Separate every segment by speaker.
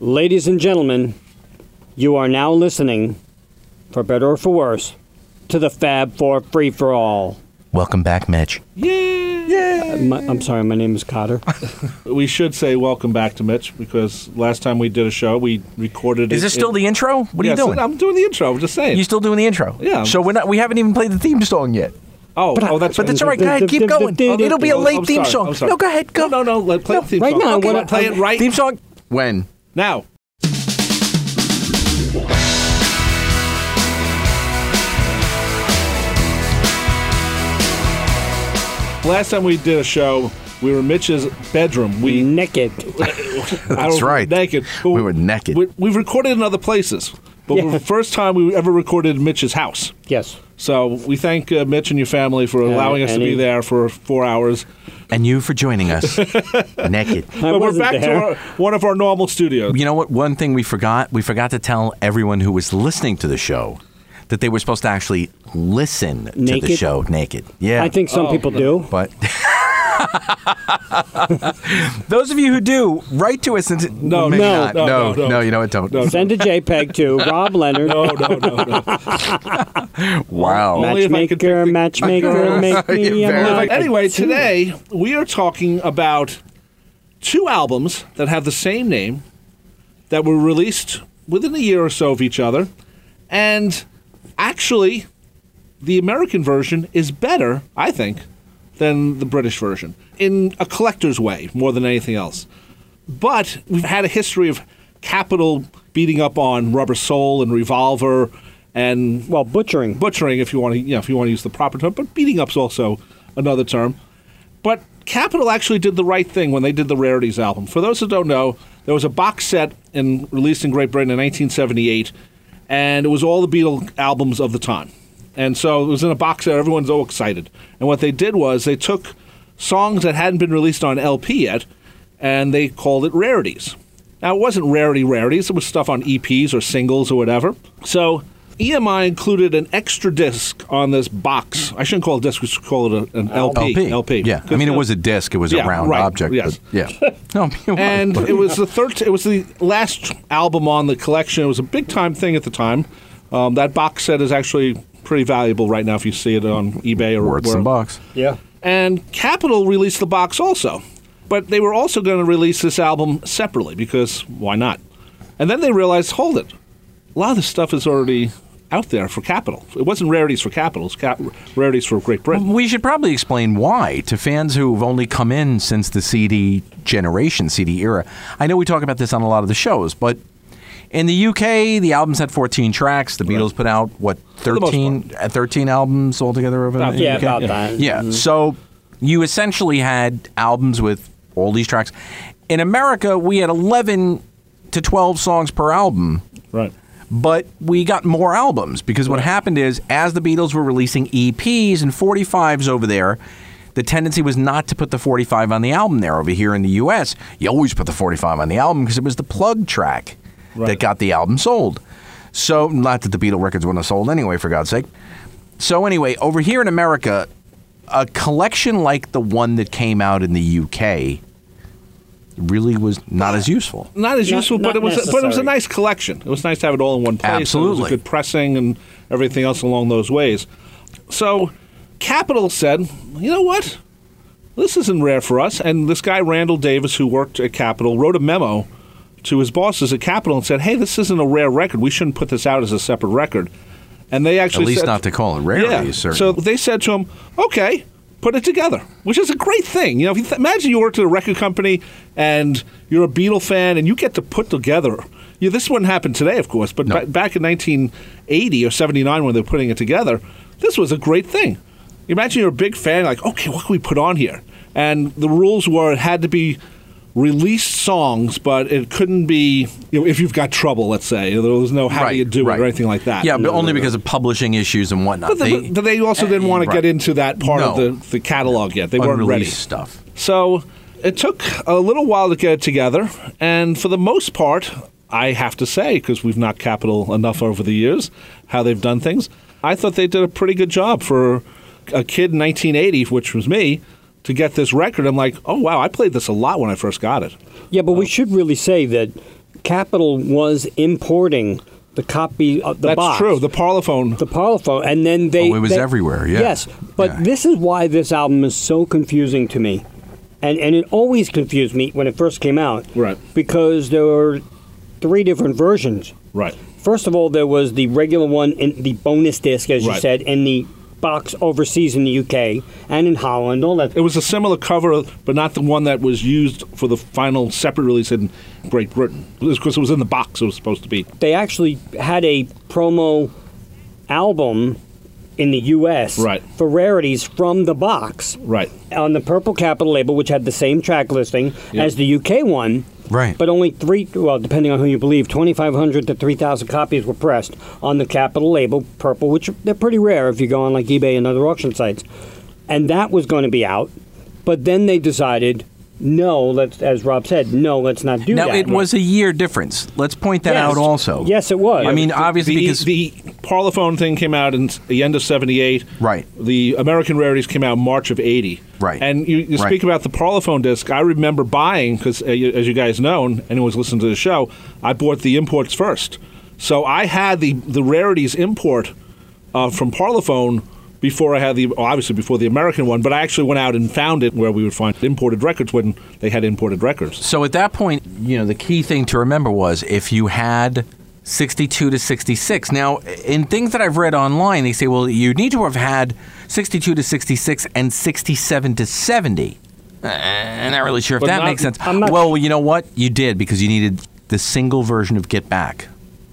Speaker 1: Ladies and gentlemen, you are now listening, for better or for worse, to the Fab Four Free for All.
Speaker 2: Welcome back, Mitch.
Speaker 1: My, I'm sorry, my name is Cotter.
Speaker 3: We should say welcome back to Mitch because last time we did a show, we recorded.
Speaker 2: Is
Speaker 3: it
Speaker 2: this still
Speaker 3: in-
Speaker 2: the intro? What are
Speaker 3: Yes,
Speaker 2: you doing?
Speaker 3: I'm doing the intro. I'm just saying.
Speaker 2: you still doing the intro?
Speaker 3: Yeah.
Speaker 2: So we're not. We haven't even played the theme song yet.
Speaker 3: oh, oh, that's
Speaker 2: But
Speaker 3: right.
Speaker 2: that's all right. Go ahead. Keep going. It'll be a
Speaker 3: Oh,
Speaker 2: late
Speaker 3: I'm
Speaker 2: theme
Speaker 3: sorry,
Speaker 2: song.
Speaker 3: I'm sorry.
Speaker 2: No, go ahead. Go.
Speaker 3: No, no, no. Play the theme
Speaker 1: Right
Speaker 3: song.
Speaker 1: now, I
Speaker 3: Okay,
Speaker 1: wanna-
Speaker 3: play it right
Speaker 2: Theme song. When?
Speaker 3: now. Last time we did a show, we were in Mitch's bedroom. We
Speaker 1: Naked.
Speaker 3: I was
Speaker 2: right.
Speaker 3: Naked. But
Speaker 2: We were naked.
Speaker 3: We, we've recorded in other places, but
Speaker 1: Yeah.
Speaker 3: the first time we ever recorded in Mitch's house.
Speaker 1: Yes.
Speaker 3: So we thank uh, Mitch and your family for allowing us to
Speaker 1: any-
Speaker 3: be there for four hours.
Speaker 2: And you for joining us. Naked.
Speaker 1: I
Speaker 3: But we're
Speaker 1: wasn't
Speaker 3: back
Speaker 1: there.
Speaker 3: to our, one of our normal studios.
Speaker 2: You know what? One thing we forgot. We forgot to tell everyone who was listening to the show that they were supposed to actually listen to the
Speaker 1: Naked?
Speaker 2: show naked. Yeah.
Speaker 1: I think some
Speaker 3: Oh.
Speaker 1: people do.
Speaker 2: But those of you who do, write to us. And
Speaker 3: No,
Speaker 2: maybe
Speaker 1: no,
Speaker 2: not.
Speaker 3: no, no, no.
Speaker 2: you know what? Don't.
Speaker 1: Send a JPEG to Rob Leonard.
Speaker 3: No, no, no, no.
Speaker 2: Wow.
Speaker 3: Only if I
Speaker 1: Matchmaker,
Speaker 3: could pick the-
Speaker 1: matchmaker, make me
Speaker 2: You're
Speaker 1: a
Speaker 2: very-
Speaker 1: match.
Speaker 3: anyway, today we are talking about two albums that have the same name that were released within a year or so of each other, and actually, the American version is better, I think, than the British version in a collector's way more than anything else. But we've had a history of Capitol beating up on Rubber Soul and Revolver and
Speaker 1: Well, butchering.
Speaker 3: butchering if you want to you know, if you want to use the proper term, but beating up's also another term. But Capitol actually did the right thing when they did the Rarities album. For those who don't know, there was a box set in released in Great Britain in 1978, and it was all the Beatle albums of the time. And so it was in a box set. Everyone's all excited. And what they did was they took songs that hadn't been released on LP yet, and they called it Rarities. Now, it wasn't rarity rarities, it was stuff on EPs or singles or whatever. So, EMI included an extra disc on this box. I shouldn't call it a disc, we should call it a, an LP.
Speaker 2: LP. Yeah. I mean, it was a disc. It was
Speaker 3: Yeah,
Speaker 2: a round
Speaker 3: right,
Speaker 2: object.
Speaker 3: yes.
Speaker 2: But yeah. No. you're right.
Speaker 3: And
Speaker 2: But-
Speaker 3: it was the third. It was the last album on the collection. It was a big time thing at the time. Um, that box set is actually pretty valuable right now if you see it on eBay or
Speaker 2: worth
Speaker 3: where-
Speaker 2: some bucks.
Speaker 1: Yeah.
Speaker 3: and Capitol released the box also. But they were also going to release this album separately because why not? And then they realized, hold it, a lot of this stuff is already out there for Capitol. It wasn't rarities for Capitol; it's cap- rarities for Great Britain.
Speaker 2: We should probably explain why to fans who've only come in since the CD generation, CD era. I know we talk about this on a lot of the shows, but in the UK, the albums had 14 tracks. The Beatles put out what
Speaker 3: the most
Speaker 2: 13, uh, 13 albums altogether over in the
Speaker 1: yeah,
Speaker 2: UK?
Speaker 1: about that. Mm-hmm.
Speaker 2: Yeah. So you essentially had albums with all these tracks. In America, we had 11 to 12 songs per album
Speaker 3: Right.
Speaker 2: but we got more albums because what happened is as the Beatles were releasing EPs and 45s over there, the tendency was not to put the 45 on the album there over here in the US. You always put the 45 on the album because it was the plug track that
Speaker 3: Right.
Speaker 2: got the album sold. So not that the Beatle records wouldn't have sold anyway for God's sake. So anyway, over here in America, a collection like the one that came out in the UK really was not as useful.
Speaker 3: Not as
Speaker 1: Not-
Speaker 3: useful,
Speaker 1: not
Speaker 3: but it was but it was a
Speaker 1: necessary.
Speaker 3: nice collection. It was nice to have it all in one place. and it was a
Speaker 2: Absolutely.
Speaker 3: good pressing and everything else along those ways. So Capitol said, you know what? This isn't rare for us. And this guy, Randall Davis, who worked at Capitol, wrote a memo to his bosses at Capitol and said, hey, this isn't a rare record. We shouldn't put this out as a separate record. And they actually
Speaker 2: At least
Speaker 3: said-
Speaker 2: not to call it
Speaker 3: yeah.
Speaker 2: rarities, certainly.
Speaker 3: So they said to him, "Okay, put it together," which is a great thing. You know, if you th- imagine you worked at a record company and you're a Beatle fan and you get to put together. You this wouldn't happen today, of course, but ba- back in 1980 or 79 when they were putting it together, this was a great thing. You Imagine you're a big fan, like, okay, what can we put on here? And the rules were it had to be released songs, but it couldn't be, you know, if you've got trouble, let's say. There was no how do you do it or anything like that.
Speaker 2: Yeah, but only because of publishing issues and whatnot.
Speaker 3: But they, but they also didn't want to get into that part of
Speaker 2: eh, No.
Speaker 3: the, the catalog yet. They weren't
Speaker 2: unreleased
Speaker 3: ready.
Speaker 2: stuff.
Speaker 3: So it took a little while to get it together. And for the most part, I have to say, because we've not capital enough over the years, how they've done things, I thought they did a pretty good job for a kid in 1980, which was me, to get this record. I'm like, oh, wow, I played this a lot when I first got it.
Speaker 1: Yeah, but we should really say that Capitol was importing the copy of the
Speaker 3: That's
Speaker 1: box.
Speaker 3: true. The Parlophone.
Speaker 1: the Parlophone, and then they.
Speaker 2: Oh, it was
Speaker 1: they-
Speaker 2: everywhere, yeah.
Speaker 1: Yes, but
Speaker 2: Yeah.
Speaker 1: this is why this album is so confusing to me, and and it always confused me when it first came out.
Speaker 3: Right.
Speaker 1: Because there were three different versions.
Speaker 3: right.
Speaker 1: First of all, there was the regular one in the bonus disc, as you
Speaker 3: Right.
Speaker 1: said, and the box overseas in the UK and in Holland, all that.
Speaker 3: It was a similar cover, but not the one that was used for the final separate release in Great Britain. Because it was in the box it was supposed to be.
Speaker 1: They actually had a promo album in the US
Speaker 3: Right.
Speaker 1: for rarities from the box.
Speaker 3: Right.
Speaker 1: on the Purple Capital label, which had the same track listing
Speaker 3: Yeah.
Speaker 1: as the UK one.
Speaker 2: Right.
Speaker 1: But only three, well, depending on who you believe, 2,500 to 3,000 copies were pressed on the Capital label, Purple, which they're pretty rare if you go on like eBay and other auction sites. And that was going to be out. But then they decided, no, let's, as Rob said, no, let's not do
Speaker 2: Now
Speaker 1: that.
Speaker 2: it was a year difference. Let's point that
Speaker 1: Yes.
Speaker 2: out also.
Speaker 1: Yes, it was.
Speaker 2: I mean, obviously
Speaker 3: the,
Speaker 2: because
Speaker 3: the Parlophone thing came out in s- the end of '78.
Speaker 2: Right.
Speaker 3: The American Rarities came out March of '80.
Speaker 2: Right.
Speaker 3: And you, you
Speaker 2: Right.
Speaker 3: speak about the Parlophone disc. I remember buying because, uh, you- as you guys know, and anyone's listening to the show, I bought the imports first. So I had the the rarities import uh, from Parlophone before I had the well, obviously before the American one, but I actually went out and found it where we would find imported records when they had imported records.
Speaker 2: So at that point, you know, the key thing to remember was if you had 62 to 66. Now, in things that I've read online, they say, well, you need to have had 62 to 66 and 67 to 70. Uh, I'm not really sure if
Speaker 3: But
Speaker 2: that
Speaker 3: not-
Speaker 2: makes sense.
Speaker 1: I'm not-
Speaker 2: well, you know what? You did because you needed the single version of Get Back.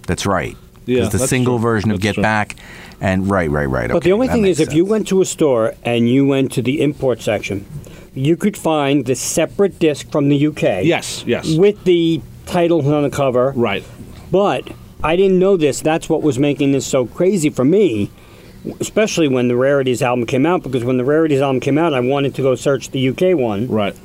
Speaker 2: That's right. 'Cause
Speaker 3: Yeah,
Speaker 2: the
Speaker 3: that's
Speaker 2: single
Speaker 3: true.
Speaker 2: version of
Speaker 3: That's
Speaker 2: Get
Speaker 3: true.
Speaker 2: Back, and right, right, right.
Speaker 1: But
Speaker 2: okay,
Speaker 1: the only
Speaker 2: that
Speaker 1: thing is,
Speaker 2: makes
Speaker 1: if you
Speaker 2: sense.
Speaker 1: went to a store and you went to the import section, you could find the separate disc from the UK.
Speaker 3: Yes, yes.
Speaker 1: With the title on the cover.
Speaker 3: Right.
Speaker 1: But I didn't know this. That's what was making this so crazy for me, especially when the Rarities album came out, because when the Rarities album came out, I wanted to go search the UK one
Speaker 3: Right.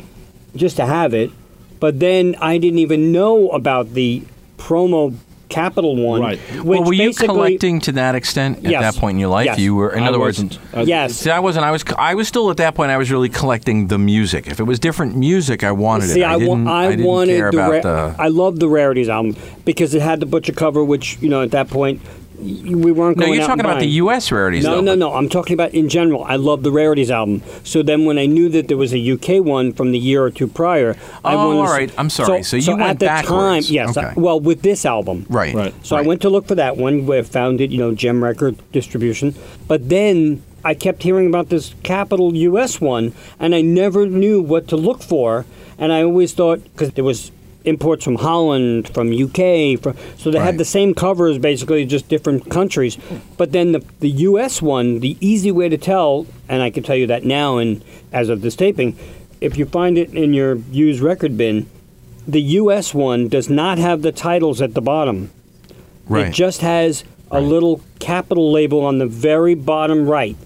Speaker 1: just to have it. But then I didn't even know about the promo capital one.
Speaker 3: Right.
Speaker 1: Which
Speaker 2: well, were you
Speaker 1: basically-
Speaker 2: collecting to that extent at
Speaker 1: Yes.
Speaker 2: that point in your life?
Speaker 1: Yes.
Speaker 2: You were, in
Speaker 3: I
Speaker 2: other words,
Speaker 3: wasn't. I-
Speaker 1: Yes.
Speaker 2: See, I wasn't. I was. I was still at that point. I was really collecting the music. If it was different music, I wanted
Speaker 1: See,
Speaker 2: it.
Speaker 1: I, wa-
Speaker 2: didn't.
Speaker 1: I,
Speaker 2: didn't
Speaker 1: wanted
Speaker 2: care
Speaker 1: the,
Speaker 2: about
Speaker 1: ra-
Speaker 2: the.
Speaker 1: I love the rarities album because it had the butcher cover, which you know at that point y- we weren't.
Speaker 2: No,
Speaker 1: going
Speaker 2: you're
Speaker 1: out and
Speaker 2: talking about the
Speaker 1: buying.
Speaker 2: U.S. rarities.
Speaker 1: No,
Speaker 2: though,
Speaker 1: no,
Speaker 2: but-
Speaker 1: no. I'm talking about in general. I love the rarities album. So then, when I knew that there was a UK one from the year or two prior, I
Speaker 2: Oh,
Speaker 1: wanted.
Speaker 2: all
Speaker 1: to s-
Speaker 2: right. I'm sorry. So you
Speaker 1: so
Speaker 2: went
Speaker 1: at the time,
Speaker 2: backwards.
Speaker 1: yes. I-
Speaker 2: Okay.
Speaker 1: well, with this album,
Speaker 2: Right.
Speaker 3: Right.
Speaker 1: so I went to look for that one where I found it, you know, Gem Record Distribution. But then I kept hearing about this Capital US one, and I never knew what to look for. And I always thought because there was imports from Holland, from UK, from, so they
Speaker 2: Right.
Speaker 1: had the same covers basically, just different countries. But then the the US one, the easy way to tell, and I can tell you that now, and as of this taping, if you find it in your used record bin. The US one does not have the titles at the bottom. It
Speaker 2: Right.
Speaker 1: just has a little capital label on the very bottom right.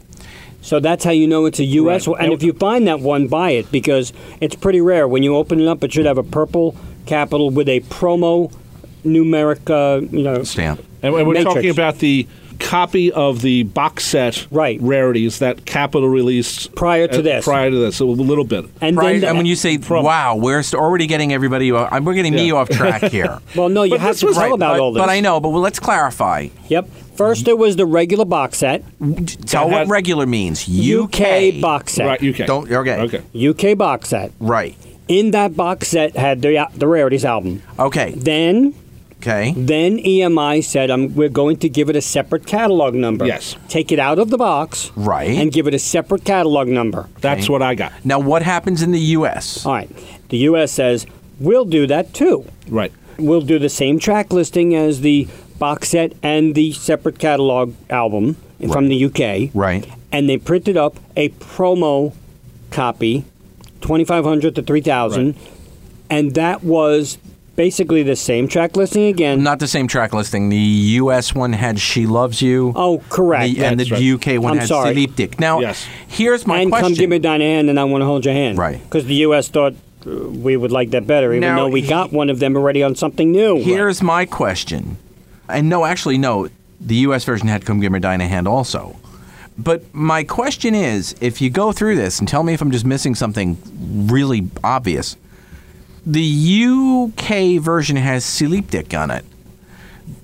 Speaker 1: So that's how you know it's a U.S.
Speaker 3: Right.
Speaker 1: one. And if you find that one, buy it because it's pretty rare. When you open it up, it should have a purple capital with a promo numeric, uh, you know,
Speaker 2: Stamp.
Speaker 3: And, and we're
Speaker 1: Matrix.
Speaker 3: talking about the copy of the box set
Speaker 1: Right.
Speaker 3: rarities that Capitol released uh,
Speaker 1: Prior to this.
Speaker 3: Prior to this, a little bit.
Speaker 1: And
Speaker 2: Right.
Speaker 1: then
Speaker 2: and when you say,
Speaker 3: From-
Speaker 2: "Wow, we're st- already getting everybody," off, I'm- we're getting me
Speaker 3: Yeah.
Speaker 2: off track here.
Speaker 1: well, no, you
Speaker 3: But
Speaker 1: have
Speaker 3: this
Speaker 1: to
Speaker 3: was-
Speaker 1: tell
Speaker 2: Right,
Speaker 1: about
Speaker 2: but,
Speaker 1: all this.
Speaker 2: But I know. But well, let's clarify.
Speaker 1: Yep. First, there was the regular box set,
Speaker 2: Tell what
Speaker 3: had-
Speaker 2: regular means.
Speaker 1: UK,
Speaker 2: UK
Speaker 1: box set,
Speaker 3: Right, UK.
Speaker 2: Don't. Okay.
Speaker 3: Okay.
Speaker 1: UK box set.
Speaker 2: Right.
Speaker 1: In that box set had the uh, the rarities album.
Speaker 2: Okay.
Speaker 1: Then
Speaker 2: Okay.
Speaker 1: Then EMI said, um, "We're going to give it a separate catalog number.
Speaker 3: Yes.
Speaker 1: take it out of the box,
Speaker 2: Right.
Speaker 1: and give it a separate catalog number.
Speaker 3: That's what I got.
Speaker 2: Now, what happens in the U.S.?
Speaker 1: All right. The U.S. says we'll do that too.
Speaker 3: Right.
Speaker 1: We'll do the same track listing as the box set and the separate catalog album from the UK.
Speaker 2: Right.
Speaker 1: And they printed up a promo copy, twenty five hundred to three thousand, and that was basically the same track listing again.
Speaker 2: Not the same track listing. The U.S. one had "She Loves You."
Speaker 1: Oh, correct.
Speaker 2: The, and the
Speaker 3: That's right.
Speaker 2: UK one
Speaker 1: I'm
Speaker 2: had
Speaker 1: sorry.
Speaker 2: Philippe Dick. Now,
Speaker 3: Yes.
Speaker 2: here's my
Speaker 1: and
Speaker 2: question.
Speaker 1: come give me thine hand, and I want to hold your hand.
Speaker 2: Right.
Speaker 1: Because the U.S. thought uh, we would like that better, even
Speaker 2: Now,
Speaker 1: though we
Speaker 2: he-
Speaker 1: got one of them already on something new.
Speaker 2: here's my question. And no, actually, no. The U.S. version had "Come Give Me Dinah Hand" also. But my question is, if you go through this and tell me if I'm just missing something really obvious, The UK version has Sleepdick on it.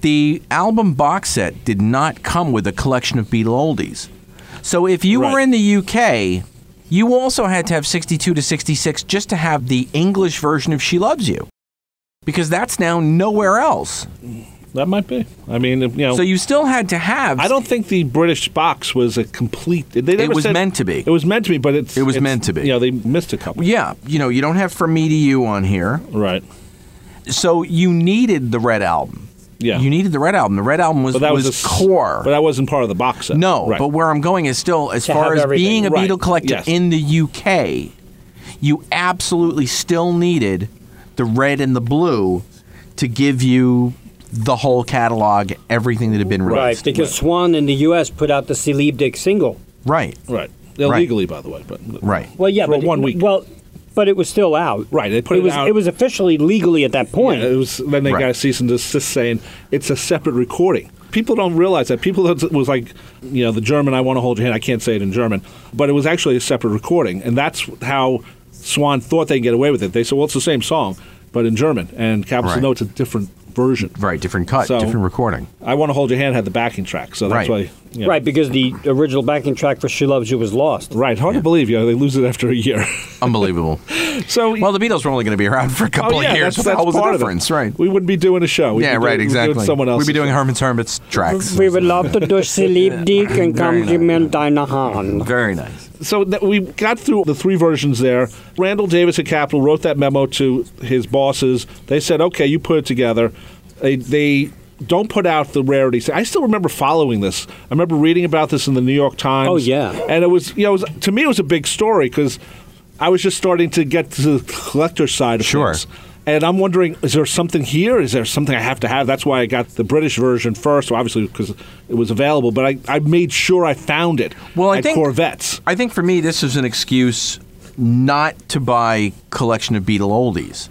Speaker 2: The album box set did not come with a collection of Beatle oldies. So if you were
Speaker 3: Right.
Speaker 2: in the UK, you also had to have 62 to 66 just to have the English version of She Loves You. Because that's now nowhere else.
Speaker 3: That might be. I mean, if, you know,
Speaker 2: So you still had to have
Speaker 3: I don't think the British box was a complete. They never
Speaker 2: was
Speaker 3: said-
Speaker 2: meant to be.
Speaker 3: It was meant to be, but it's.
Speaker 2: It was
Speaker 3: it's-
Speaker 2: meant to be.
Speaker 3: You know, they missed a couple.
Speaker 2: Yeah, you know, you don't have From Me to You on here.
Speaker 3: Right.
Speaker 2: So you needed the Red Album.
Speaker 3: Yeah.
Speaker 2: You needed the Red Album. The Red Album was,
Speaker 3: But that
Speaker 2: was,
Speaker 3: was, a s-
Speaker 2: core.
Speaker 3: But that wasn't part of the box set.
Speaker 2: no,
Speaker 3: Right.
Speaker 2: but where I'm going is still, as
Speaker 1: To
Speaker 2: far
Speaker 1: have
Speaker 2: as
Speaker 1: everything.
Speaker 2: being a
Speaker 3: Right,
Speaker 2: Beatle collector
Speaker 3: yes.
Speaker 2: in the UK, you absolutely still needed the red and the blue to give you the whole catalog, everything that had been
Speaker 1: Right,
Speaker 2: released.
Speaker 1: because Swan in the U.S. put out the Celebdic single.
Speaker 2: Right.
Speaker 3: right.
Speaker 2: Right.
Speaker 3: Illegally, by the way, but
Speaker 2: Right.
Speaker 1: Well, yeah,
Speaker 3: for
Speaker 1: but
Speaker 3: one week.
Speaker 1: Well, but it was still out.
Speaker 3: Right, they put it
Speaker 1: was,
Speaker 3: out-
Speaker 1: It was officially legally at that point.
Speaker 3: Yeah, it was then they
Speaker 2: Right.
Speaker 3: got a cease and desist saying it's a separate recording. People don't realize that. People that was like, you know, the German "I want to hold your hand." I can't say it in German, but it was actually a separate recording, and that's how Swan thought they could get away with it. They said, "Well, it's the same song, but in German," and Capital
Speaker 2: Right.
Speaker 3: said, "No, it's a different version."
Speaker 2: Right. Different cut,
Speaker 3: So-
Speaker 2: different recording.
Speaker 3: "I want to hold your hand" had the backing track, so that's
Speaker 2: Right.
Speaker 3: why. you know-
Speaker 1: Right, because the original backing track for "She Loves You" was lost.
Speaker 3: Right. Hard to believe, you know, they lose it after a year.
Speaker 2: Unbelievable.
Speaker 3: so
Speaker 2: well, the Beatles were only going to be around for a couple
Speaker 3: oh, yeah,
Speaker 2: of years.
Speaker 3: That's,
Speaker 2: What
Speaker 3: that's
Speaker 2: the hell was the
Speaker 3: part of it.
Speaker 2: difference? Right.
Speaker 3: We wouldn't be doing a show. We'd
Speaker 2: yeah,
Speaker 3: be doing-
Speaker 2: right,
Speaker 3: we'd be doing
Speaker 2: exactly.
Speaker 3: someone else.
Speaker 2: We'd be doing Herman's Hermits tracks.
Speaker 1: We would love to do Celebdic and
Speaker 2: Very
Speaker 1: compliment deine Hand.
Speaker 2: Very nice.
Speaker 3: so that we got through the three versions there. Randall Davis at Capitol wrote that memo to his bosses. They said, "Okay, you put it together." They, they don't put out the rarities. I still remember following this. I remember reading about this in the New York Times.
Speaker 1: Oh, yeah.
Speaker 3: and it was you know it was, to me it was a big story because I was just starting to get to the collector side of
Speaker 2: Sure.
Speaker 3: things. And I'm wondering, is there something here? Is there something I have to have? That's why I got the British version first, obviously because it was available. But I, I made sure I found it
Speaker 2: Well, I
Speaker 3: at
Speaker 2: think-
Speaker 3: Corvettes.
Speaker 2: I think for me, this is an excuse not to buy collection of Beatle oldies.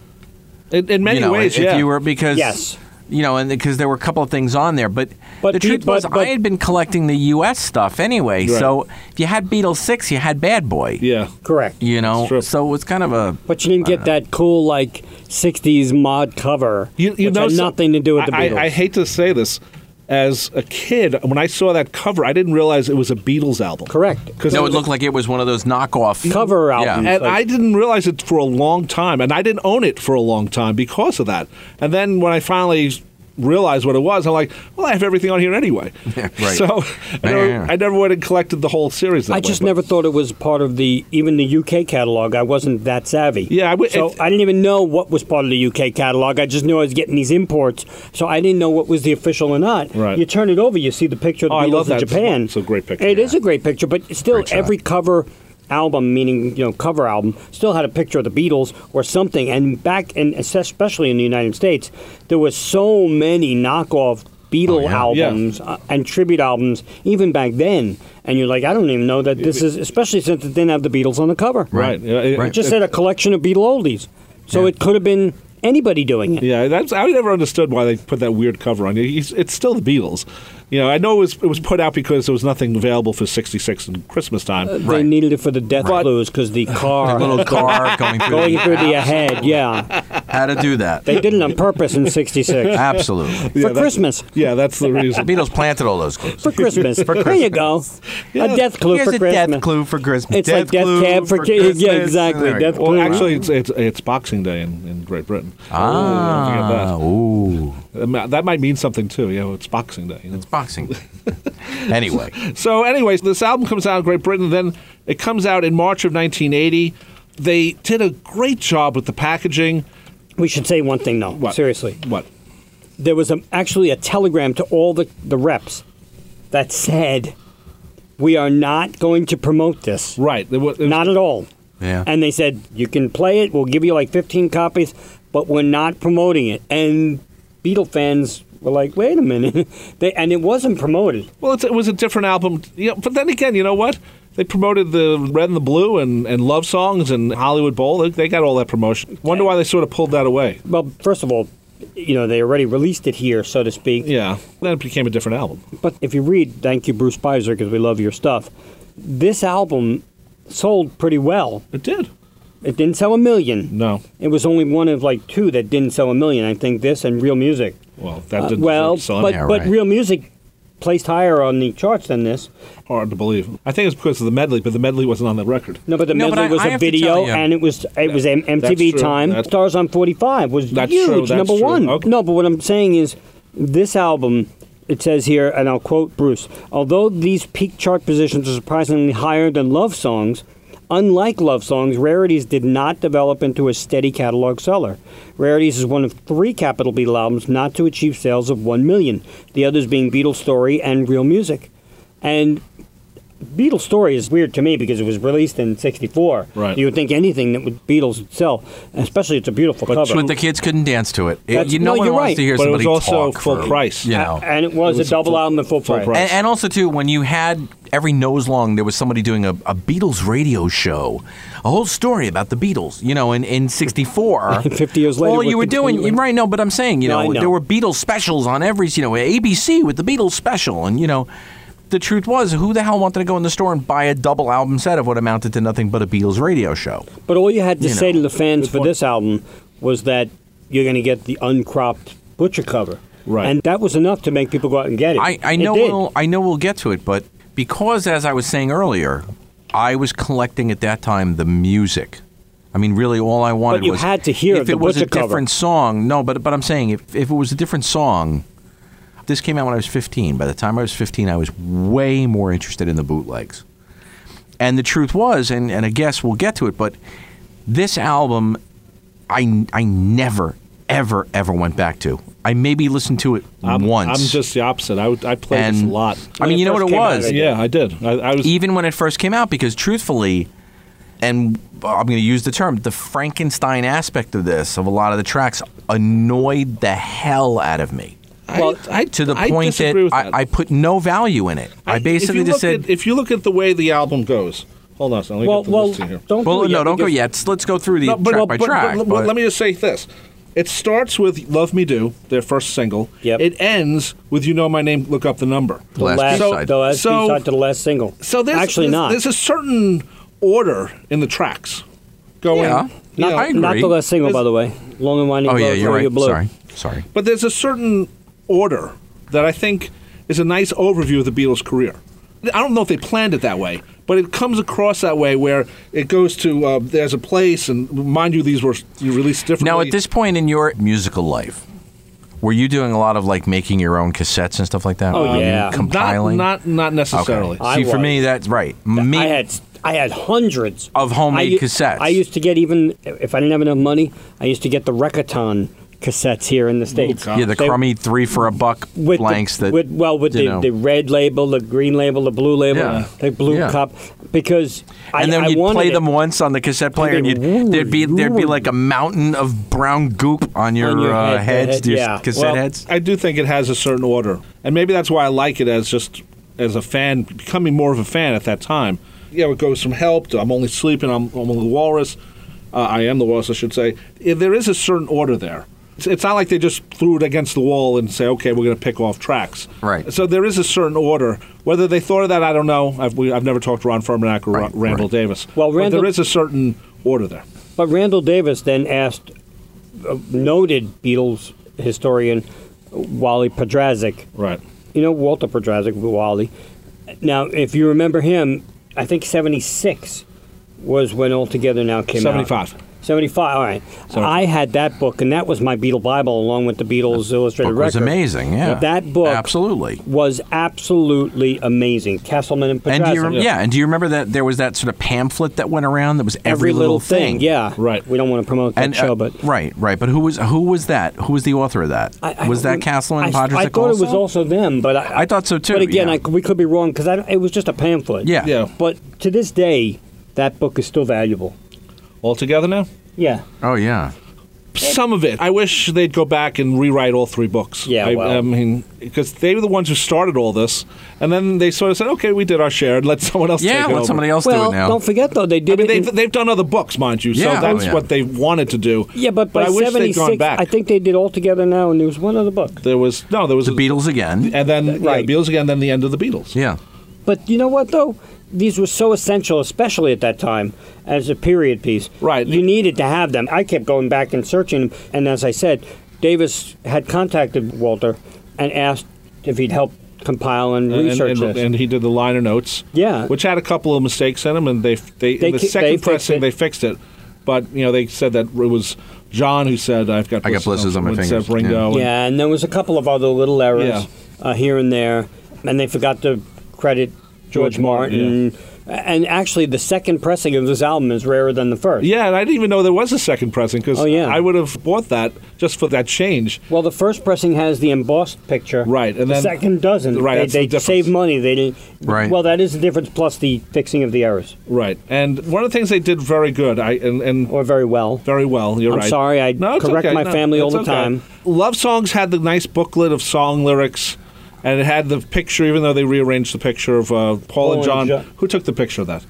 Speaker 3: In, in many
Speaker 2: you know,
Speaker 3: ways,
Speaker 2: if
Speaker 3: yeah.
Speaker 2: you were because
Speaker 1: Yes.
Speaker 2: you know, and because there were a couple of things on there, but,
Speaker 1: But
Speaker 2: the
Speaker 1: Be-
Speaker 2: truth
Speaker 1: but-
Speaker 2: was, I
Speaker 1: but-
Speaker 2: had been collecting the U.S. stuff anyway.
Speaker 3: Right.
Speaker 2: So if you had Beatles six, you had Bad Boy.
Speaker 3: yeah.
Speaker 1: Correct.
Speaker 2: You know,
Speaker 3: true.
Speaker 2: so it was kind of a
Speaker 1: But you didn't get that cool like '60s mod cover,
Speaker 3: You, you
Speaker 1: which
Speaker 3: know,
Speaker 1: had
Speaker 3: so-
Speaker 1: nothing to do with the
Speaker 3: I,
Speaker 1: Beatles.
Speaker 3: I, I hate to say this. As a kid, when I saw that cover, I didn't realize it was a Beatles album.
Speaker 1: Correct.
Speaker 3: Because
Speaker 2: no. It looked like it was one of those knockoff
Speaker 1: Cover albums.
Speaker 2: Yeah.
Speaker 3: And I didn't realize it for a long time, and I didn't own it for a long time because of that. And then when I finally realized what it was, I'm like, well, I have everything on here anyway.
Speaker 2: right.
Speaker 3: So I
Speaker 2: Yeah,
Speaker 3: never,
Speaker 2: yeah, yeah.
Speaker 3: I never would have collected the whole series. That
Speaker 1: I
Speaker 3: way,
Speaker 1: just
Speaker 3: but-
Speaker 1: never thought it was part of the even the UK catalog. I wasn't that savvy.
Speaker 3: Yeah, I would-
Speaker 1: so
Speaker 3: it-
Speaker 1: I didn't even know what was part of the UK catalog. I just knew I was getting these imports, so I didn't know what was the official or not.
Speaker 3: Right.
Speaker 1: You turn it over, you see the picture of the
Speaker 3: Oh, I
Speaker 1: Beatles
Speaker 3: love that.
Speaker 1: in
Speaker 3: It's-
Speaker 1: Japan.
Speaker 3: it's a great picture.
Speaker 1: It is a great picture, but still,
Speaker 2: Great shot.
Speaker 1: every cover album, meaning you know cover album, still had a picture of the Beatles or something. And back in especially in the United States, there was so many knockoff. Beatle
Speaker 2: yeah.
Speaker 1: albums
Speaker 3: Oh, Yeah.
Speaker 1: albums, uh, and tribute albums even back then and you're like i don't even know that this is especially since it didn't have the beatles on the cover
Speaker 3: Right. Yeah, it-
Speaker 1: it just said a collection of beatle oldies so
Speaker 2: Yeah.
Speaker 1: it could have been anybody doing it
Speaker 3: Yeah, that's I never understood why they put that weird cover on. It's, it's still the Beatles. You know, I know it was it was put out because there was nothing available for '66 and Christmas time.
Speaker 1: they
Speaker 2: Right.
Speaker 1: needed it for the death
Speaker 3: Right.
Speaker 1: blues because the car
Speaker 2: little car going through.
Speaker 1: going
Speaker 2: the-
Speaker 1: through the head yeah
Speaker 2: How to do that?
Speaker 1: they did it on purpose in 66
Speaker 2: Absolutely.
Speaker 1: for
Speaker 3: that-
Speaker 1: christmas
Speaker 3: Yeah, that's the
Speaker 2: The
Speaker 3: reason.
Speaker 2: Beatles planted all those clues.
Speaker 1: for Christmas. There you go. A death clue
Speaker 2: Here's
Speaker 1: for
Speaker 2: a
Speaker 1: Christmas.
Speaker 2: death clue for Christmas.
Speaker 1: It's like death
Speaker 2: clue
Speaker 1: cab for ki- yeah,
Speaker 2: Christmas.
Speaker 1: exactly,
Speaker 2: There you
Speaker 1: death
Speaker 2: go.
Speaker 3: Well,
Speaker 1: Wow.
Speaker 3: actually, it's, it's it's Boxing Day in, in Great Britain.
Speaker 2: Ah,
Speaker 3: Oh,
Speaker 2: ooh.
Speaker 3: don't forget that. that might mean something too. You know, it's Boxing Day. you know.
Speaker 2: It's boxing. anyway,
Speaker 3: So, anyways, this album comes out in Great Britain. Then it comes out in March of 1980. They did a great job with the packaging.
Speaker 1: We should say one thing though.
Speaker 3: What?
Speaker 1: Seriously,
Speaker 3: What?
Speaker 1: there was a, actually a telegram to all the, the reps that said, We are not going to promote this.
Speaker 3: Right. It wa- it was-
Speaker 1: Not at all.
Speaker 2: Yeah.
Speaker 1: And they said, You can play it, we'll give you like 15 copies, but we're not promoting it. And Beatle fans were like, Wait a minute. they, and it wasn't promoted.
Speaker 3: Well, it's, it was a different album. You know, but then again, you know what? They promoted the Red and the Blue and, and Love Songs and Hollywood Bowl. They, they got all that promotion. Wonder why they sort of pulled that away.
Speaker 1: Well, first of all, you know, they already released it here, so to speak.
Speaker 3: Yeah. Then it became a different album.
Speaker 1: But if you read, thank you, Bruce Spicer, because we love your stuff, this album sold pretty well.
Speaker 3: It did.
Speaker 1: It didn't sell a million.
Speaker 3: No.
Speaker 1: It was only one of like two that didn't sell a million. I think this and Real Music.
Speaker 3: Well, that didn't
Speaker 1: Uh, well,
Speaker 3: sell
Speaker 1: but
Speaker 2: Yeah,
Speaker 1: but
Speaker 2: right.
Speaker 1: Real Music placed higher on the charts than this.
Speaker 3: hard to believe. I think it's because of the medley, but the medley wasn't on the record.
Speaker 1: No, but the
Speaker 2: No,
Speaker 1: medley
Speaker 2: but I-
Speaker 1: was
Speaker 2: I
Speaker 1: a
Speaker 2: have to tell
Speaker 1: video,
Speaker 2: you.
Speaker 1: and it was it was M- MTV
Speaker 3: true.
Speaker 1: time.
Speaker 3: That's-
Speaker 1: Stars on Forty Five was
Speaker 3: That's
Speaker 1: huge,
Speaker 3: true. That's
Speaker 1: number
Speaker 3: true.
Speaker 1: one.
Speaker 3: Okay.
Speaker 1: No, but what I'm saying is, this album, it says here, and I'll quote Bruce: Although these peak chart positions are surprisingly higher than love songs. Unlike love songs, Rarities did not develop into a steady catalog seller. Rarities is one of three Capital Beatle albums not to achieve sales of 1 million, the others being Beatles Story and Real Music. And Beatles story is weird to me because it was released in '64.
Speaker 3: Right.
Speaker 1: You would think anything that would Beatles would sell, especially it's a beautiful cover.
Speaker 2: But the kids couldn't dance to it. It-
Speaker 1: That's-
Speaker 2: you, no,
Speaker 1: no,
Speaker 2: one
Speaker 1: you're
Speaker 2: wants
Speaker 1: right.
Speaker 2: to hear
Speaker 3: But it was
Speaker 2: somebody
Speaker 3: also
Speaker 2: talk
Speaker 3: full
Speaker 2: for,
Speaker 3: price.
Speaker 2: You
Speaker 3: A-
Speaker 2: know.
Speaker 1: and it was,
Speaker 3: It was
Speaker 1: a double
Speaker 3: full-
Speaker 1: album at full
Speaker 3: full
Speaker 1: price.
Speaker 3: price.
Speaker 2: And, and also too, when you had every nose long, there was somebody doing a, a Beatles radio show, a whole story about the Beatles. You know, in in '64,
Speaker 1: 50 years later,
Speaker 2: Well,
Speaker 1: we're
Speaker 2: you were doing
Speaker 1: continuing.
Speaker 2: right. No, but I'm saying, you
Speaker 1: No, I
Speaker 2: know,
Speaker 1: know.
Speaker 2: there were Beatles specials on every, you know, ABC with the Beatles special, and you know. The truth was, who the hell wanted to go in the store and buy a double album set of what amounted to nothing but a Beatles radio show?
Speaker 1: But all you had to
Speaker 2: You
Speaker 1: say
Speaker 2: know,
Speaker 1: to the fans
Speaker 3: good
Speaker 1: for
Speaker 3: point.
Speaker 1: this album was that you're going to get the uncropped butcher cover.
Speaker 3: Right.
Speaker 1: And that was enough to make people go out and get it.
Speaker 2: I, I
Speaker 1: It
Speaker 2: know
Speaker 1: did.
Speaker 2: we'll, I know we'll get to it, but because as I was saying earlier, I was collecting at that time the music. I mean, really, all I wanted
Speaker 1: you
Speaker 2: was
Speaker 1: had to hear
Speaker 2: if
Speaker 1: the
Speaker 2: it was a
Speaker 1: Butcher cover.
Speaker 2: different song. No, but but I'm saying if if it was a different song. This came out when I was 15. By the time I was 15, I was way more interested in the bootlegs. And the truth was, and, and I guess we'll get to it, but this album, I, I never, ever, ever went back to. I maybe listened to it
Speaker 3: I'm,
Speaker 2: once.
Speaker 3: I'm just the opposite. I, would- I played this a
Speaker 2: And- I
Speaker 3: lot.
Speaker 2: E-
Speaker 1: When
Speaker 2: mean,
Speaker 1: it
Speaker 2: you know
Speaker 1: first
Speaker 2: what it
Speaker 1: came out,
Speaker 2: was?
Speaker 1: I did.
Speaker 3: yeah, I did. I, I was.
Speaker 2: even when it first came out because truthfully and i'm going to use the term the frankenstein aspect of this of a lot of the tracks annoyed the hell out of me
Speaker 3: I-
Speaker 1: well,
Speaker 3: I,
Speaker 2: to the
Speaker 3: I
Speaker 2: point that,
Speaker 3: disagree with that.
Speaker 2: I, I put no value in it i,
Speaker 3: if
Speaker 2: basically
Speaker 3: you
Speaker 2: just
Speaker 3: look
Speaker 2: said
Speaker 3: At, if you look at the way the album goes, hold on, a second, let me
Speaker 1: well,
Speaker 3: get the
Speaker 1: well,
Speaker 3: listing here.
Speaker 1: don't
Speaker 2: well
Speaker 1: do it
Speaker 2: no
Speaker 1: yet
Speaker 2: don't go
Speaker 1: because-
Speaker 2: yet Let's- let's go through the
Speaker 3: No, but-
Speaker 2: track
Speaker 3: well,
Speaker 2: by
Speaker 3: but-
Speaker 2: track
Speaker 3: but- well, let me just say this. It starts with "Love Me Do," their first single.
Speaker 1: Yep.
Speaker 3: It ends with "You Know My Name." Look up the number.
Speaker 1: The
Speaker 2: Last
Speaker 1: last,
Speaker 2: B-side.
Speaker 1: the last
Speaker 3: So-
Speaker 1: B-side to the last single.
Speaker 3: So there's
Speaker 1: actually
Speaker 3: there's,
Speaker 1: not.
Speaker 3: There's a certain order in the tracks going.
Speaker 2: Yeah.
Speaker 3: you
Speaker 2: Not-
Speaker 3: know,
Speaker 2: I agree.
Speaker 1: not the last single, by
Speaker 3: There's-
Speaker 1: the way. Long and winding
Speaker 2: oh yeah
Speaker 1: road,
Speaker 2: you're
Speaker 1: Columbia
Speaker 2: right
Speaker 1: Blue.
Speaker 2: sorry sorry
Speaker 3: But there's a certain order that I think is a nice overview of the Beatles' career. I don't know if they planned it that way, but it comes across that way where it goes to uh, there's a place, and mind you, these were you released differently.
Speaker 2: now at this point in your musical life were you doing a lot of like making your own cassettes and stuff like that
Speaker 1: Oh,
Speaker 2: Were you
Speaker 1: yeah.
Speaker 2: compiling
Speaker 3: not not, not necessarily.
Speaker 1: I
Speaker 2: see for
Speaker 1: was.
Speaker 2: me that's right me
Speaker 1: I had I had hundreds
Speaker 2: Of homemade
Speaker 1: I u-
Speaker 2: cassettes.
Speaker 1: I used to get even if I didn't have enough money, I used to get the Recaton cassettes here in the states.
Speaker 3: God.
Speaker 2: Oh, yeah the
Speaker 1: They-
Speaker 2: crummy three for a buck
Speaker 1: with
Speaker 2: blanks
Speaker 1: the,
Speaker 2: that
Speaker 1: with, well with
Speaker 2: you
Speaker 1: the,
Speaker 2: know.
Speaker 1: the red label, the green label, the blue label,
Speaker 2: Yeah.
Speaker 1: the blue
Speaker 2: Yeah.
Speaker 1: cup because I,
Speaker 2: and then
Speaker 1: I
Speaker 2: you'd
Speaker 1: wanted
Speaker 2: play
Speaker 1: it
Speaker 2: them once on the cassette player, and
Speaker 1: they'd
Speaker 2: you'd,
Speaker 1: woo-
Speaker 2: there'd be there'd be
Speaker 1: woo-
Speaker 2: like a mountain of brown goop on your,
Speaker 1: your
Speaker 2: uh,
Speaker 1: head,
Speaker 2: heads,
Speaker 1: head,
Speaker 2: your
Speaker 1: yeah.
Speaker 2: cassette
Speaker 3: Well,
Speaker 2: heads.
Speaker 3: I do think it has a certain order, and maybe that's why I like it as just as a fan, becoming more of a fan at that time. Yeah, it goes from help to I'm only sleeping, I'm, I'm only the walrus. Uh, I am the walrus, I should say. Yeah, There is a certain order there. It's, it's not like they just threw it against the wall and say, okay, we're going to pick off tracks.
Speaker 2: Right.
Speaker 3: So there is a certain order. Whether they thought of that, I don't know. I've, we, I've never talked to Ron Fermanak or Ra-
Speaker 2: Right,
Speaker 3: Randall
Speaker 2: right.
Speaker 3: Davis.
Speaker 1: Well,
Speaker 3: But
Speaker 1: Randall-
Speaker 3: there is a certain order there.
Speaker 1: But Randall Davis then asked uh, noted Beatles historian Wally Podrazik
Speaker 3: Right.
Speaker 1: you know Walter Podrazik Wally. Now, if you remember him, I think '76 was when All Together Now came out.
Speaker 3: 75.
Speaker 1: 75. All right. I had that book, and that was my Beatle Bible, along with the Beatles Illustrated
Speaker 2: Book was
Speaker 1: Record.
Speaker 2: amazing, yeah.
Speaker 1: That book
Speaker 2: Absolutely.
Speaker 1: was absolutely amazing. Castleman and Podrazik.
Speaker 2: And do you rem- yeah. and do you remember that there was that sort of pamphlet that went around that was every,
Speaker 1: Every little thing. yeah.
Speaker 3: Right.
Speaker 1: We don't want to promote that
Speaker 2: And uh,
Speaker 1: show, but
Speaker 2: right, right, but who was who was that? Who was the author of that?
Speaker 1: I- I
Speaker 2: was that
Speaker 1: don't-
Speaker 2: Castle and
Speaker 1: I,
Speaker 2: Podrick
Speaker 1: I thought it was also them, but I,
Speaker 2: I thought so, too,
Speaker 1: But again,
Speaker 2: yeah.
Speaker 1: I, we could be wrong because it was just a pamphlet.
Speaker 2: Yeah.
Speaker 3: Yeah.
Speaker 1: But to this day, that book is still valuable.
Speaker 3: All together now?
Speaker 1: Yeah.
Speaker 2: Oh yeah.
Speaker 3: some of it. I wish they'd go back and rewrite all three books.
Speaker 1: Yeah,
Speaker 3: I,
Speaker 1: well.
Speaker 3: I mean, because they were the ones who started all this, and then they sort of said, "Okay, we did our share, and let someone else
Speaker 2: Yeah,
Speaker 3: take it
Speaker 2: let
Speaker 3: over."
Speaker 2: somebody else
Speaker 1: well,
Speaker 2: do it now.
Speaker 1: don't forget though they
Speaker 3: I
Speaker 1: did
Speaker 3: mean,
Speaker 1: it.
Speaker 3: they've,
Speaker 1: in-
Speaker 3: they've done other books, mind you,
Speaker 2: Yeah.
Speaker 3: so that's
Speaker 2: Oh, yeah.
Speaker 3: what they wanted to do.
Speaker 1: yeah, but by
Speaker 3: I wish
Speaker 1: seventy
Speaker 3: they'd gone
Speaker 1: six,
Speaker 3: back.
Speaker 1: I think they did all together now, and there was one other book.
Speaker 3: there was no, there was
Speaker 2: The Beatles again.
Speaker 3: and then yeah,
Speaker 1: Right.
Speaker 3: Beatles again, then the end of the Beatles.
Speaker 2: yeah.
Speaker 1: But you know what though? These were so essential, especially at that time, as a period piece.
Speaker 3: Right.
Speaker 1: You needed to have them. I kept going back and searching, and as I said, Davis had contacted Walter and asked if he'd help compile and,
Speaker 3: And-
Speaker 1: research
Speaker 3: and,
Speaker 1: this.
Speaker 3: and he did the liner notes.
Speaker 1: Yeah.
Speaker 3: which had a couple of mistakes in them, and they they,
Speaker 1: They
Speaker 3: in the
Speaker 1: ki-
Speaker 3: second
Speaker 1: they fixed
Speaker 3: pressing
Speaker 1: it.
Speaker 3: they fixed it. But you know they said that it was John who said I've got
Speaker 2: I got blisters on my
Speaker 3: instead
Speaker 2: fingers.
Speaker 3: of Ringo. and-
Speaker 1: yeah, and there was a couple of other little errors
Speaker 3: Yeah.
Speaker 1: uh, here and there, and they forgot to credit George,
Speaker 3: George
Speaker 1: Martin.
Speaker 3: Martin,
Speaker 1: And actually, the second pressing of this album is rarer than the first.
Speaker 3: Yeah, and I didn't even know there was a second pressing because
Speaker 1: Oh, yeah.
Speaker 3: I would have bought that just for that change.
Speaker 1: Well, the first pressing has the embossed picture.
Speaker 3: Right, and
Speaker 1: the
Speaker 3: then-
Speaker 1: second doesn't.
Speaker 3: Right,
Speaker 1: They-
Speaker 3: that's the
Speaker 1: They,
Speaker 3: difference.
Speaker 1: save money. They didn't.
Speaker 2: Right.
Speaker 1: Well, that is the difference, plus the fixing of the errors,
Speaker 3: Right, and one of the things they did very good, I and, and
Speaker 1: or very well.
Speaker 3: very well. You're
Speaker 1: I'm
Speaker 3: right.
Speaker 1: sorry, I
Speaker 3: it's
Speaker 1: correct my family all
Speaker 3: it's
Speaker 1: the time.
Speaker 3: Love songs had the nice booklet of song lyrics, and it had the picture, even though they rearranged the picture of uh, Paul, and
Speaker 1: and
Speaker 3: John.
Speaker 1: Jo-
Speaker 3: who took the picture of that?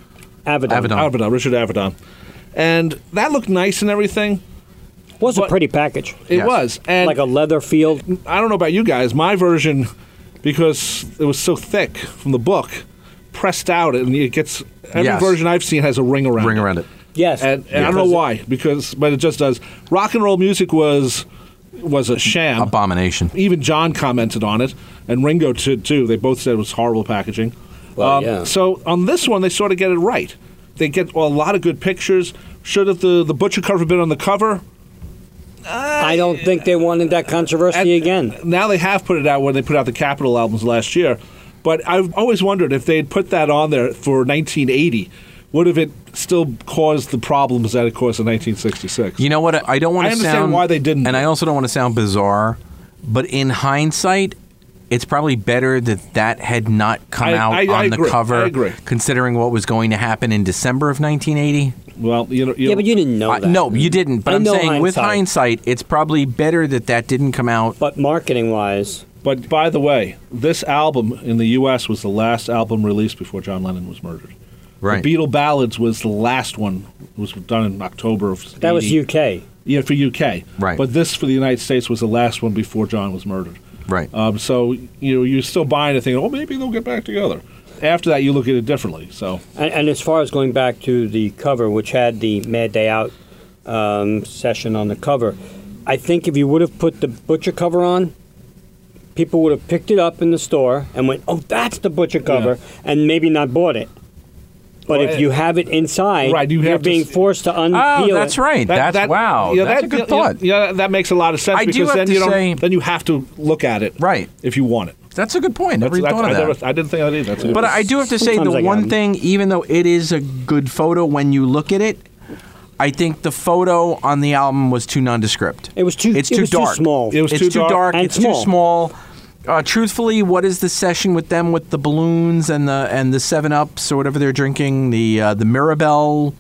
Speaker 1: Avedon.
Speaker 2: Avedon.
Speaker 3: Avedon, Richard Avedon, and that looked nice and everything.
Speaker 1: was a
Speaker 3: But-
Speaker 1: pretty package.
Speaker 3: It
Speaker 2: Yes.
Speaker 3: was, and
Speaker 1: like a leather field.
Speaker 3: I don't know about you guys. My version, because it was so thick from the book, pressed out, and it gets every
Speaker 2: Yes.
Speaker 3: version I've seen has a ring around.
Speaker 2: Ring
Speaker 3: it.
Speaker 2: around it.
Speaker 1: Yes.
Speaker 3: And, and I don't know why, because but it just does. Rock and roll music was was a sham.
Speaker 2: Abomination.
Speaker 3: Even John commented on it, and Ringo too. too. They both said it was horrible packaging. Um,
Speaker 1: Well, yeah.
Speaker 3: So on this one, they sort of get it right. They get a lot of good pictures. Should have the the butcher cover been on the cover?
Speaker 1: I don't think they wanted that controversy
Speaker 3: At-
Speaker 1: again.
Speaker 3: Now they have put it out when they put out the Capitol albums last year. But I've always wondered if they had put that on there for 1980, would have it still caused the problems that it caused in 1966?
Speaker 2: You know what? I don't want
Speaker 3: I
Speaker 2: to
Speaker 3: understand
Speaker 2: sound
Speaker 3: why they didn't.
Speaker 2: and I also don't want to sound bizarre, but in hindsight, it's probably better that that had not come
Speaker 3: I-
Speaker 2: out
Speaker 3: I-
Speaker 2: on
Speaker 3: I
Speaker 2: the
Speaker 3: agree.
Speaker 2: cover,
Speaker 3: I agree.
Speaker 2: considering what was going to happen in December of 1980.
Speaker 3: Well, you know, you
Speaker 1: Yeah, but you didn't know
Speaker 2: Uh,
Speaker 1: that.
Speaker 2: no, you didn't. But
Speaker 1: I
Speaker 2: am
Speaker 1: know
Speaker 2: saying with
Speaker 1: hindsight.
Speaker 2: hindsight, it's probably better that that didn't come out.
Speaker 1: But marketing wise,
Speaker 3: But by the way, this album in the U.S. was the last album released before John Lennon was murdered.
Speaker 2: Right.
Speaker 3: The Beatle Ballads was the last one. It was done in October of.
Speaker 1: that was
Speaker 3: 80.
Speaker 1: UK.
Speaker 3: Yeah, for UK.
Speaker 2: Right.
Speaker 3: But this for the United States was the last one before John was murdered.
Speaker 2: Right.
Speaker 3: Um, so you know you're still buying it, thinking, oh, maybe they'll get back together. After that, you look at it differently. So
Speaker 1: And, and as far as going back to the cover, which had the Mad Day Out um, session on the cover, I think if you would have put the Butcher cover on, people would have picked it up in the store and went, oh, that's the Butcher cover, and maybe not bought it. But
Speaker 3: Well,
Speaker 1: if
Speaker 3: it-
Speaker 1: you have it inside,
Speaker 3: Right, you
Speaker 1: are
Speaker 3: have to
Speaker 1: being
Speaker 3: s-
Speaker 1: forced to unpeel
Speaker 2: Oh,
Speaker 1: it.
Speaker 2: that's right. that's wow.
Speaker 3: yeah,
Speaker 2: that's
Speaker 3: that-
Speaker 2: a good
Speaker 3: yeah, yeah,
Speaker 2: thought.
Speaker 3: Yeah, that makes a lot of sense
Speaker 2: I do
Speaker 3: because
Speaker 2: have
Speaker 3: then
Speaker 2: to
Speaker 3: you don't.
Speaker 2: say-
Speaker 3: then you have to look at it.
Speaker 2: Right.
Speaker 3: If you want it.
Speaker 2: That's a good point. Never even
Speaker 3: That's-
Speaker 2: thought of
Speaker 3: I,
Speaker 2: that.
Speaker 3: never- I didn't think of that either. That's a-
Speaker 2: But I do have to say the
Speaker 1: Sometimes I get
Speaker 2: one
Speaker 1: them.
Speaker 2: thing, even though it is a good photo when you look at it, I think the photo on the album was too nondescript.
Speaker 1: It was too-
Speaker 2: It's
Speaker 1: it
Speaker 2: too
Speaker 1: was too
Speaker 2: dark.
Speaker 1: small. It
Speaker 3: was
Speaker 2: It's
Speaker 3: too dark
Speaker 1: and
Speaker 2: it's too
Speaker 1: small.
Speaker 2: small. Uh, truthfully, what is the session with them with the balloons and the and the Seven Ups or whatever they're drinking? The uh, the Mirabelle.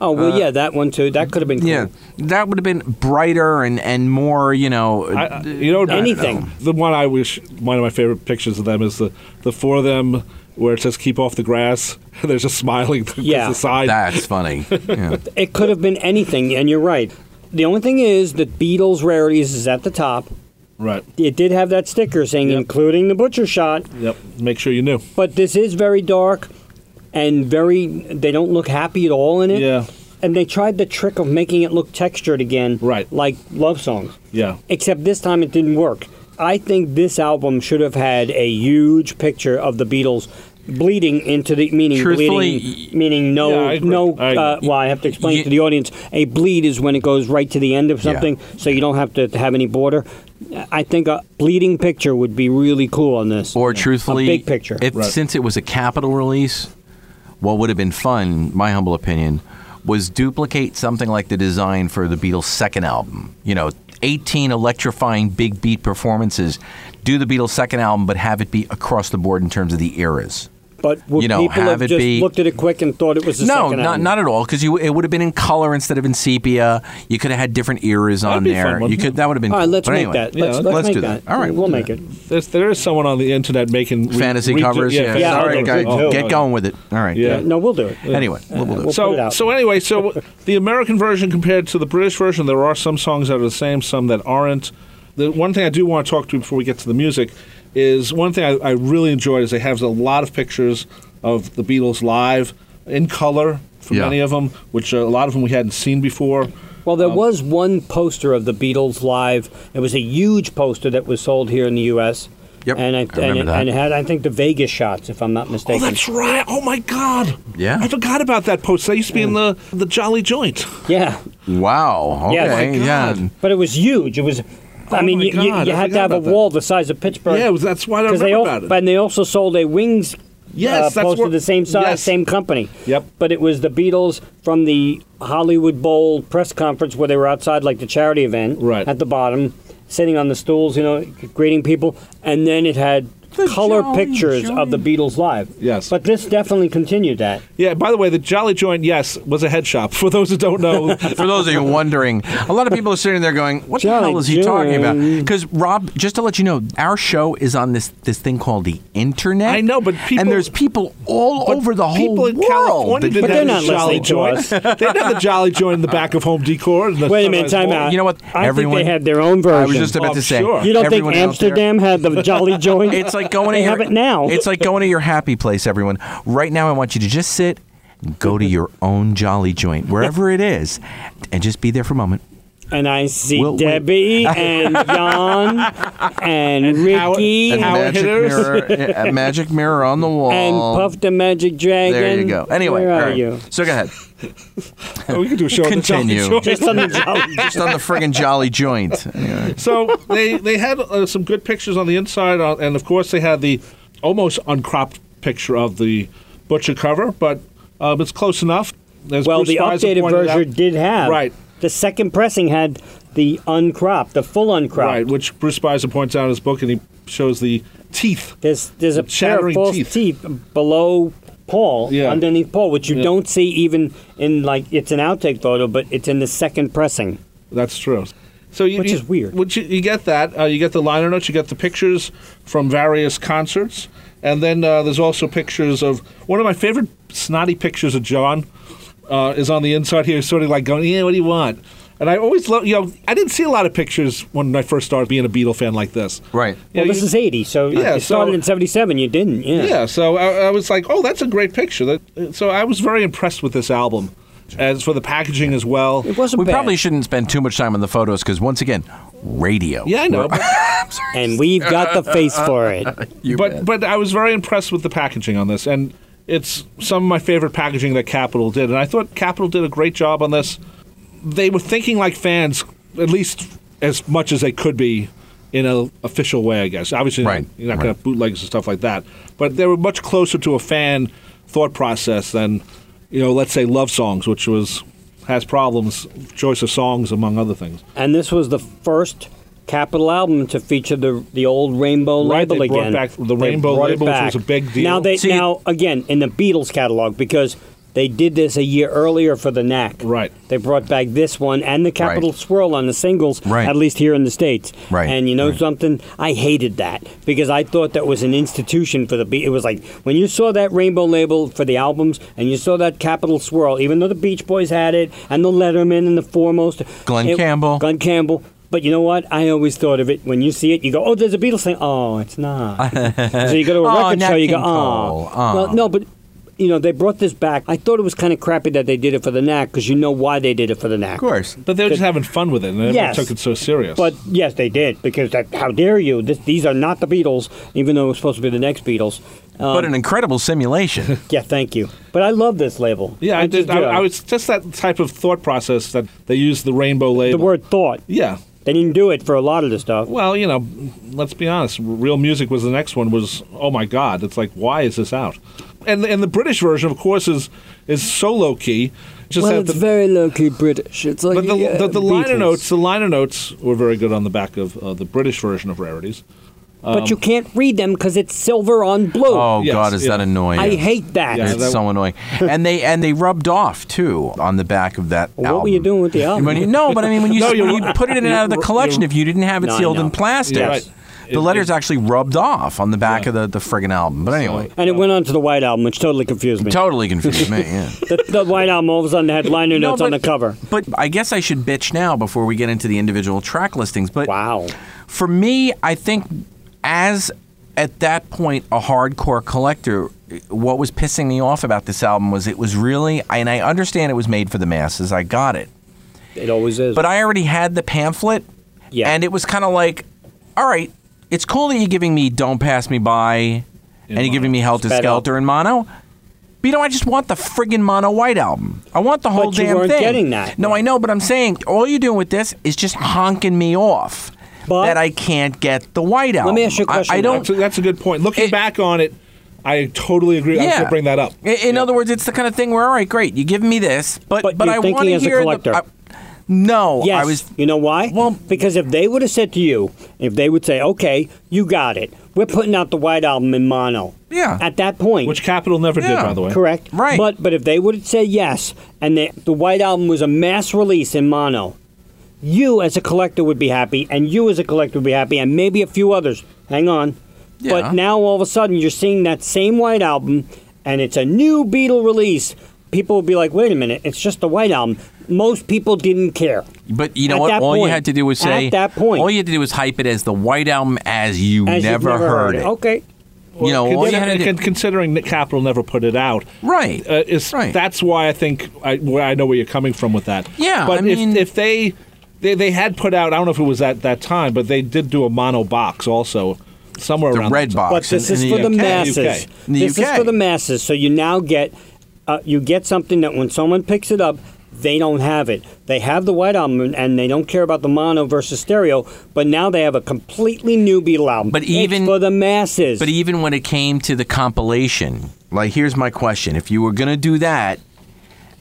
Speaker 1: Oh, well, yeah, that one too. That could have been cool.
Speaker 2: Uh, Yeah, that would have been brighter and and more. You know,
Speaker 3: I- I- you know,
Speaker 1: Anything. know.
Speaker 3: The one I wish, one of my favorite pictures of them is the the four of them where it says "Keep off the grass." and They're just smiling to
Speaker 1: Yeah.
Speaker 3: the side.
Speaker 2: that's funny. Yeah.
Speaker 1: It could have been anything, and you're right. The only thing is that Beatles rarities is at the top.
Speaker 3: Right.
Speaker 1: It did have that sticker saying including the butcher shot,
Speaker 3: Yep. Make sure you knew.
Speaker 1: but this is very dark and very they don't look happy at all in it.
Speaker 3: Yeah.
Speaker 1: And they tried the trick of making it look textured again,
Speaker 3: Right.
Speaker 1: like love songs.
Speaker 3: Yeah.
Speaker 1: Except this time it didn't work. I think this album should have had a huge picture of the Beatles bleeding into the meaning
Speaker 2: Truthfully,
Speaker 1: bleeding meaning no
Speaker 3: Yeah, I agree.
Speaker 1: no
Speaker 3: I
Speaker 1: uh,
Speaker 3: agree.
Speaker 1: well I have to explain
Speaker 2: You-
Speaker 1: to the audience a bleed is when it goes right to the end of
Speaker 2: Yeah.
Speaker 1: something so you don't have to have any border I think a bleeding picture would be really cool on this
Speaker 2: Or truthfully,
Speaker 1: a big picture
Speaker 2: If,
Speaker 3: Right.
Speaker 2: Since it was a capital release, what would have been fun, my humble opinion, was duplicate something like the design for the Beatles' second album. You know, 18 electrifying big beat performances. Do the Beatles' second album, but have it be across the board in terms of the eras.
Speaker 1: But would
Speaker 2: you know,
Speaker 1: people
Speaker 2: have
Speaker 1: have
Speaker 2: it
Speaker 1: just
Speaker 2: be-
Speaker 1: looked at it quick and thought it was the
Speaker 2: no,
Speaker 1: second
Speaker 2: not
Speaker 1: album?
Speaker 2: not at all, because you it would have been in color instead of in sepia. You could have had different eras on
Speaker 3: be a
Speaker 2: there.
Speaker 3: fun one.
Speaker 2: you could that would have been.
Speaker 1: All right,
Speaker 2: cool.
Speaker 1: let's
Speaker 2: But
Speaker 1: make
Speaker 2: anyway,
Speaker 1: that. Let's,
Speaker 3: yeah,
Speaker 1: let's
Speaker 2: let's
Speaker 1: make
Speaker 2: do
Speaker 1: that.
Speaker 2: that. All right.
Speaker 1: we'll make it.
Speaker 3: There's, there is someone on the internet making re-
Speaker 2: fantasy
Speaker 3: redo-
Speaker 2: covers.
Speaker 3: Yeah,
Speaker 2: Yeah,
Speaker 3: fantasy
Speaker 1: Yeah,
Speaker 2: sorry,
Speaker 1: okay,
Speaker 2: guy,
Speaker 3: covers. Oh,
Speaker 1: good, too.
Speaker 2: get going with it. All right.
Speaker 3: Yeah.
Speaker 1: No, we'll do it.
Speaker 2: Anyway, we'll, we'll do it.
Speaker 1: we'll put it
Speaker 3: So,
Speaker 1: out.
Speaker 3: so anyway, so the American version compared to the British version, there are some songs that are the same, some that aren't. The one thing I do want to talk to before we get to the music is one thing I, I really enjoyed is they have a lot of pictures of the Beatles live in color for
Speaker 2: Yeah.
Speaker 3: many of them, which uh, a lot of them we hadn't seen before.
Speaker 1: Well,
Speaker 3: Um,
Speaker 1: there was one poster of the Beatles live. It was a huge poster that was sold here in the U.S.
Speaker 2: Yep,
Speaker 1: and I,
Speaker 2: I
Speaker 1: and,
Speaker 2: remember
Speaker 1: it,
Speaker 2: that.
Speaker 1: and it had I think the Vegas shots, if I'm not
Speaker 3: Oh,
Speaker 1: mistaken.
Speaker 3: that's right! Oh my God!
Speaker 2: Yeah.
Speaker 3: I forgot about that post. That used to be in
Speaker 1: Mm.
Speaker 3: the the Jolly Joint.
Speaker 1: yeah,
Speaker 2: Wow. Okay.
Speaker 1: Yeah.
Speaker 3: Oh my God.
Speaker 2: yeah.
Speaker 1: but it was huge. It was.
Speaker 3: Oh
Speaker 1: I mean,
Speaker 3: my
Speaker 1: you, you,
Speaker 3: God,
Speaker 1: you
Speaker 3: I
Speaker 1: had to
Speaker 3: forgot
Speaker 1: have a
Speaker 3: about that.
Speaker 1: wall the size of Pittsburgh.
Speaker 3: Yeah, it was, that's why I remember
Speaker 1: they
Speaker 3: about
Speaker 1: also,
Speaker 3: it.
Speaker 1: and they also sold a wings.
Speaker 3: Yes,
Speaker 1: uh,
Speaker 3: that's
Speaker 1: posted
Speaker 3: what-
Speaker 1: the same size,
Speaker 3: yes.
Speaker 1: same company.
Speaker 3: Yep.
Speaker 1: But it was the Beatles from the Hollywood Bowl press conference where they were outside like the charity event,
Speaker 3: Right.
Speaker 1: at the bottom, sitting on the stools, you know, greeting people, and then it had
Speaker 2: The
Speaker 1: color
Speaker 2: Jolly
Speaker 1: pictures of the Beatles live.
Speaker 3: Yes.
Speaker 1: But this definitely continued that.
Speaker 3: yeah. By the way, the Jolly Joint, yes, was a head shop. For those who don't know,
Speaker 2: For those of you wondering, a lot of people are sitting there going, "What the
Speaker 1: Jolly
Speaker 2: hell is he talking about?"
Speaker 1: Jim.
Speaker 2: Because Rob, just to let you know, our show is on this this thing called the internet.
Speaker 3: I know, but people-
Speaker 2: and there's people all
Speaker 3: But
Speaker 2: over the whole
Speaker 3: people in
Speaker 2: world.
Speaker 3: California
Speaker 2: that-
Speaker 3: didn't
Speaker 1: But they're
Speaker 3: have
Speaker 1: not
Speaker 3: the jolly
Speaker 1: listening to
Speaker 3: joint.
Speaker 1: us.
Speaker 3: they didn't have the jolly joint in the back of Home Decor. and the
Speaker 1: Wait a minute,
Speaker 3: Sunrise
Speaker 1: time
Speaker 3: Bowl.
Speaker 1: out.
Speaker 2: You know what?
Speaker 1: I
Speaker 2: Everyone-
Speaker 1: think they had their own version.
Speaker 2: I was just about
Speaker 3: Oh,
Speaker 2: to say.
Speaker 3: sure.
Speaker 1: you don't think
Speaker 2: everyone out there-
Speaker 1: Amsterdam had the Jolly Joint?
Speaker 2: It's like going
Speaker 1: they
Speaker 2: to
Speaker 1: have
Speaker 2: your,
Speaker 1: it now.
Speaker 2: It's like going to your happy place, everyone. Right now, I want you to just sit, and go to your own jolly joint, wherever it is, and just be there for a moment.
Speaker 1: and I see
Speaker 2: Well, wait.
Speaker 1: Debbie and Jan and,
Speaker 3: Howard-
Speaker 1: Ricky and,
Speaker 2: And
Speaker 3: Howard- Power
Speaker 2: magic
Speaker 3: hitters.
Speaker 2: mirror, a magic mirror on the wall.
Speaker 1: Puff the Magic Dragon.
Speaker 2: There you go. Anyway,
Speaker 1: where
Speaker 2: all
Speaker 1: are
Speaker 2: right.
Speaker 1: you?
Speaker 2: So go ahead.
Speaker 3: Oh, we could do a show
Speaker 2: Continue.
Speaker 3: on the jolly joint.
Speaker 1: Just on the Jolly
Speaker 2: Just on the friggin' jolly joint. Anyway.
Speaker 3: so they they had uh, some good pictures on the inside, uh, and of course they had the almost uncropped picture of the butcher cover, but um, it's close enough. As
Speaker 1: Well,
Speaker 3: Bruce
Speaker 1: the
Speaker 3: Spicer
Speaker 1: updated
Speaker 3: pointed
Speaker 1: version
Speaker 3: out-
Speaker 1: did have
Speaker 3: Right.
Speaker 1: The second pressing had the uncropped, the full uncropped.
Speaker 3: Right, which Bruce Spicer points out in his book, and he shows the teeth.
Speaker 1: There's there's a pair
Speaker 3: Shattering
Speaker 1: of false
Speaker 3: teeth.
Speaker 1: teeth, below Paul,
Speaker 3: Yeah.
Speaker 1: underneath Paul, which you don't see even in like it's an outtake photo, but it's in the second pressing.
Speaker 3: That's true. So you,
Speaker 1: Which
Speaker 3: you-
Speaker 1: is weird.
Speaker 3: Which you, you get that uh, you get the liner notes, you get the pictures from various concerts, and then uh, there's also pictures of one of my favorite snotty pictures of John uh, is on the inside here, sort of like going, "Yeah, what do you want?" And I always love, you know, I didn't see a lot of pictures when I first started being a Beatle fan like this.
Speaker 2: Right.
Speaker 3: You
Speaker 1: Well,
Speaker 3: know,
Speaker 1: this
Speaker 3: you-
Speaker 1: is eighty, so
Speaker 3: Yeah,
Speaker 1: it started
Speaker 3: so-
Speaker 1: in seventy seven. You didn't, yeah.
Speaker 3: yeah, so I, I was like, "Oh, that's a great picture." That, so I was very impressed with this album, as for the packaging as well.
Speaker 1: It wasn't
Speaker 2: We
Speaker 1: bad.
Speaker 2: probably shouldn't spend too much time on the photos because, once again, radio.
Speaker 3: Yeah, I know.
Speaker 2: We're-
Speaker 3: but-
Speaker 1: and we've got the face for it.
Speaker 2: You
Speaker 3: but
Speaker 2: bet.
Speaker 3: but I was very impressed with the packaging on this, and it's some of my favorite packaging that Capital did, and I thought Capital did a great job on this. They were thinking like fans, at least as much as they could be, in an official way, I guess. Obviously,
Speaker 2: Right,
Speaker 3: you're not
Speaker 2: right.
Speaker 3: going to bootlegs and stuff like that, but they were much closer to a fan thought process than, you know, let's say love songs, which was has problems, choice of songs among other things.
Speaker 1: And this was the first Capitol album to feature the the old Rainbow
Speaker 3: Right,
Speaker 1: label
Speaker 3: they brought
Speaker 1: again.
Speaker 3: back the Rainbow
Speaker 1: brought it
Speaker 3: label,
Speaker 1: back.
Speaker 3: which was a big deal.
Speaker 1: Now they
Speaker 2: See-
Speaker 1: now again in the Beatles catalog because they did this a year earlier for the Knack.
Speaker 3: Right.
Speaker 1: They brought back this one and the Capitol
Speaker 2: Right.
Speaker 1: Swirl on the singles,
Speaker 2: Right.
Speaker 1: at least here in the states.
Speaker 2: Right,
Speaker 1: And you know
Speaker 2: right.
Speaker 1: something? I hated that because I thought that was an institution for the Be- It was like when you saw that Rainbow label for the albums and you saw that Capitol Swirl, even though the Beach Boys had it and the Letterman and the Foremost,
Speaker 2: Glenn
Speaker 1: it-
Speaker 2: Campbell.
Speaker 1: Glenn Campbell. But you know what? I always thought of it when you see it, you go, "Oh, there's a Beatles thing." Oh, it's not. so you go to a
Speaker 2: Oh,
Speaker 1: record
Speaker 2: Nat
Speaker 1: show, you go,
Speaker 2: King
Speaker 1: "Oh,
Speaker 2: Cole. Oh.
Speaker 1: Well, no." But you know, they brought this back. I thought it was kind of crappy that they did it for the Knack because you know why they did it for the Knack.
Speaker 2: of course.
Speaker 3: But they were just having fun with it, and they never
Speaker 1: Yes.
Speaker 3: took it so serious.
Speaker 1: But yes, they did because that, how dare you? This, these are not the Beatles, even though it was supposed to be the next Beatles. Uh,
Speaker 3: Um,
Speaker 2: but an incredible simulation.
Speaker 1: yeah, thank you. But I love this label.
Speaker 3: Yeah, I,
Speaker 1: just
Speaker 3: did. I,
Speaker 1: do.
Speaker 3: I was just that type of thought process that they use the rainbow
Speaker 1: the
Speaker 3: label.
Speaker 1: word thought.
Speaker 3: Yeah.
Speaker 1: They didn't do it for a lot of the stuff.
Speaker 3: Well, you know, let's be honest. Real music was the next one. Was oh my god! It's like why is this out? And and the British version, of course, is is so low key. Just
Speaker 4: well,
Speaker 3: that
Speaker 4: it's
Speaker 3: the,
Speaker 4: very low key British. It's like
Speaker 3: but the,
Speaker 4: uh,
Speaker 3: the, the liner
Speaker 4: Beatles.
Speaker 3: notes, the liner notes were very good on the back of uh, the British version of Rarities.
Speaker 1: but you can't read them because it's silver on blue.
Speaker 2: Um, Oh
Speaker 3: Yes,
Speaker 2: God, is
Speaker 3: yeah.
Speaker 2: that annoying?
Speaker 1: I hate that.
Speaker 3: Yeah,
Speaker 2: It's
Speaker 3: that-
Speaker 2: so annoying, and they and they rubbed off too on the back of that.
Speaker 1: What were you
Speaker 2: album.
Speaker 1: doing with the album?
Speaker 2: When you- no, but I mean, when you,
Speaker 3: No,
Speaker 2: when
Speaker 3: you're-
Speaker 2: you put it in and out of the
Speaker 3: you're-
Speaker 2: collection,
Speaker 3: you're-
Speaker 2: if you didn't have it
Speaker 1: No, I
Speaker 2: sealed
Speaker 1: know.
Speaker 2: in plastic,
Speaker 1: Yes. Right.
Speaker 2: the
Speaker 3: It-
Speaker 2: letters
Speaker 3: it-
Speaker 2: actually rubbed off on the back of the, the friggin' album. But anyway,
Speaker 1: And it went on to the White Album, which totally confused me.
Speaker 2: totally confused me. Yeah.
Speaker 1: the, the White Album all of a sudden had liner
Speaker 2: No,
Speaker 1: notes on the
Speaker 2: but-
Speaker 1: cover.
Speaker 2: But I guess I should bitch now before we get into the individual track listings. But
Speaker 1: Wow.
Speaker 2: for me, I think as at that point a hardcore collector. What was pissing me off about this album was it was really, and I understand it was made for the masses. I got it,
Speaker 1: It always is.
Speaker 2: but I already had the pamphlet,
Speaker 1: Yeah.
Speaker 2: and it was kind of like, all right, it's cool that you're giving me "Don't Pass Me By," and you're giving me "Helter
Speaker 1: Sped up.
Speaker 2: Skelter" in mono. But you know, I just want the friggin' mono white album. I want the whole
Speaker 1: But you
Speaker 2: damn
Speaker 1: weren't
Speaker 2: thing.
Speaker 1: getting that.
Speaker 2: No, I know, but I'm saying all you're doing with this is just honking me off
Speaker 1: But-
Speaker 2: that I can't get the white album.
Speaker 1: me ask you a
Speaker 2: I-
Speaker 1: question,
Speaker 2: I, don't.
Speaker 3: That's a, that's a good point. Looking
Speaker 2: It-
Speaker 3: back on it, I totally agree. I was going to bring that up.
Speaker 2: I- In other words, it's the kind of thing where, all right, great, you give me this, but
Speaker 1: But
Speaker 2: but,
Speaker 1: you're
Speaker 2: I
Speaker 1: thinking
Speaker 2: want to
Speaker 1: as a
Speaker 2: hear
Speaker 1: collector.
Speaker 2: The, I- no,
Speaker 1: yes.
Speaker 2: I was.
Speaker 1: you know why?
Speaker 2: Well-
Speaker 1: because if they would have said to you, if they would say, "Okay, you got it. We're putting out the White Album in mono."
Speaker 2: Yeah.
Speaker 1: At that point,
Speaker 3: Which Capitol never
Speaker 2: Yeah.
Speaker 3: did, by the way.
Speaker 1: Correct.
Speaker 2: Right.
Speaker 1: But but if they would say yes, and the, the White Album was a mass release in mono, you as a collector would be happy, and you as a collector would be happy, and maybe a few others. Hang on.
Speaker 2: Yeah.
Speaker 1: But now all of a sudden you're seeing that same White Album, and it's a new Beatle release. People will be like, wait a minute, it's just the White Album. Most people didn't care.
Speaker 2: But you
Speaker 1: At
Speaker 2: know what?
Speaker 1: that
Speaker 2: All you
Speaker 1: point.
Speaker 2: had to do was say
Speaker 1: At that point.
Speaker 2: All you had to do was hype it as the White Album as you
Speaker 1: As you've
Speaker 2: never, heard, it.
Speaker 1: Okay.
Speaker 2: You know, all you
Speaker 3: Consider-
Speaker 2: had to
Speaker 3: con-
Speaker 2: do.
Speaker 3: considering that Capitol never put it out,
Speaker 2: Right.
Speaker 3: Uh, is,
Speaker 2: Right.
Speaker 3: That's why I think I, where I know where you're coming from with that.
Speaker 2: Yeah,
Speaker 3: but
Speaker 2: I mean-
Speaker 3: if, if they, they they had put out, I don't know if it was at that time, but they did do a mono box also somewhere
Speaker 2: The
Speaker 3: around
Speaker 2: red
Speaker 3: that time.
Speaker 2: box.
Speaker 1: But this
Speaker 2: in-
Speaker 1: is
Speaker 2: in
Speaker 1: for the
Speaker 2: UK.
Speaker 1: masses.
Speaker 3: UK.
Speaker 2: In the
Speaker 1: This is
Speaker 2: UK.
Speaker 1: for the masses. So you now get uh, you get something that when someone picks it up, they don't have it. They have the white album and- and they don't care about the mono versus stereo. But now they have a completely new Beatle album.
Speaker 2: But
Speaker 1: It's
Speaker 2: even-
Speaker 1: for the masses,
Speaker 2: But even when it came to the compilation, like here's my question: If you were going to do that,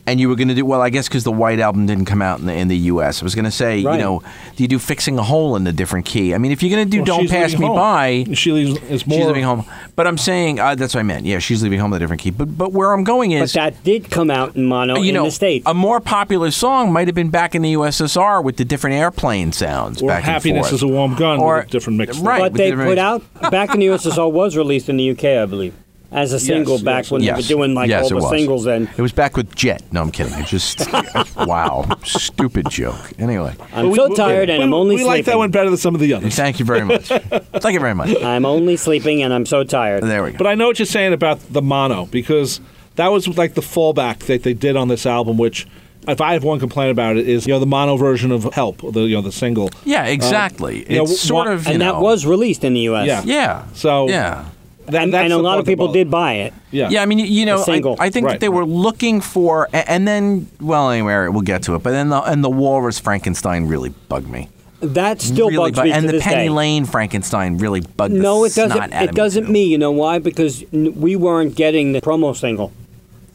Speaker 2: and you were going to do well, I guess because the White Album didn't come out in the in the U.S. I was going to say,
Speaker 1: Right.
Speaker 2: you know, do you do "Fixing a Hole" in a different key? I mean, if you're going to do
Speaker 3: Well,
Speaker 2: "Don't
Speaker 3: Oh, She's
Speaker 2: Pass
Speaker 3: Leaving
Speaker 2: Me
Speaker 3: Home.
Speaker 2: By,"
Speaker 3: She leaves, is more
Speaker 2: she's leaving home. But I'm saying uh, that's what I meant. Yeah, she's leaving home in a different key. But but where I'm going
Speaker 1: But
Speaker 2: is.
Speaker 1: that did come out in mono
Speaker 2: you
Speaker 1: Oh, in
Speaker 2: know,
Speaker 1: the states.
Speaker 2: a more popular song might have been back in the USSR with the different airplane sounds.
Speaker 3: Or
Speaker 2: back and
Speaker 3: Happiness
Speaker 2: forth.
Speaker 3: is a Warm Gun with a different mix.
Speaker 2: Right,
Speaker 1: but
Speaker 2: with
Speaker 1: they
Speaker 2: different
Speaker 1: put
Speaker 2: mix.
Speaker 1: out back in the USSR was released in the UK, I believe, as a single back
Speaker 3: yes.
Speaker 1: when they were doing like
Speaker 2: Yes,
Speaker 1: all
Speaker 2: it
Speaker 1: the
Speaker 2: was.
Speaker 1: singles and.
Speaker 2: It was back with Jet. No, I'm kidding. I just wow, stupid joke. Anyway,
Speaker 1: I'm so tired and I'm only
Speaker 3: We
Speaker 1: sleeping.
Speaker 3: like that one better than some of the others.
Speaker 2: thank you very much. Thank you very much.
Speaker 1: I'm only sleeping and I'm so tired.
Speaker 2: There we go.
Speaker 3: But I know what you're saying about the mono because that was like the fallback that they did on this album, which. If I have one complaint about it, is you know the mono version of "Help," the you know the single.
Speaker 2: yeah, exactly.
Speaker 3: you know,
Speaker 2: it's sort
Speaker 3: wha-
Speaker 2: of, you
Speaker 1: and
Speaker 2: know-
Speaker 1: that was released in the U.S.
Speaker 3: Yeah.
Speaker 2: yeah.
Speaker 3: So-
Speaker 2: yeah,
Speaker 3: That,
Speaker 1: and,
Speaker 3: that's
Speaker 1: and a
Speaker 3: the
Speaker 1: lot
Speaker 3: part
Speaker 1: of people
Speaker 3: that
Speaker 1: did buy it.
Speaker 3: Yeah.
Speaker 2: Yeah, I mean, you, you know,
Speaker 1: A single.
Speaker 2: I, I think
Speaker 3: Right,
Speaker 2: that they
Speaker 3: right.
Speaker 2: were looking for, a- and then, well, anyway, we'll get to it. But then, the, and the Walrus Frankenstein really bugged me.
Speaker 1: That still
Speaker 2: really
Speaker 1: bugs
Speaker 2: bug-
Speaker 1: me
Speaker 2: and
Speaker 1: to
Speaker 2: the
Speaker 1: this day.
Speaker 2: Penny Lane Frankenstein really bugged the
Speaker 1: no, it
Speaker 2: snot
Speaker 1: doesn't.
Speaker 2: out of
Speaker 1: It doesn't
Speaker 2: too.
Speaker 1: me. You know why? Because n- we weren't getting the promo single.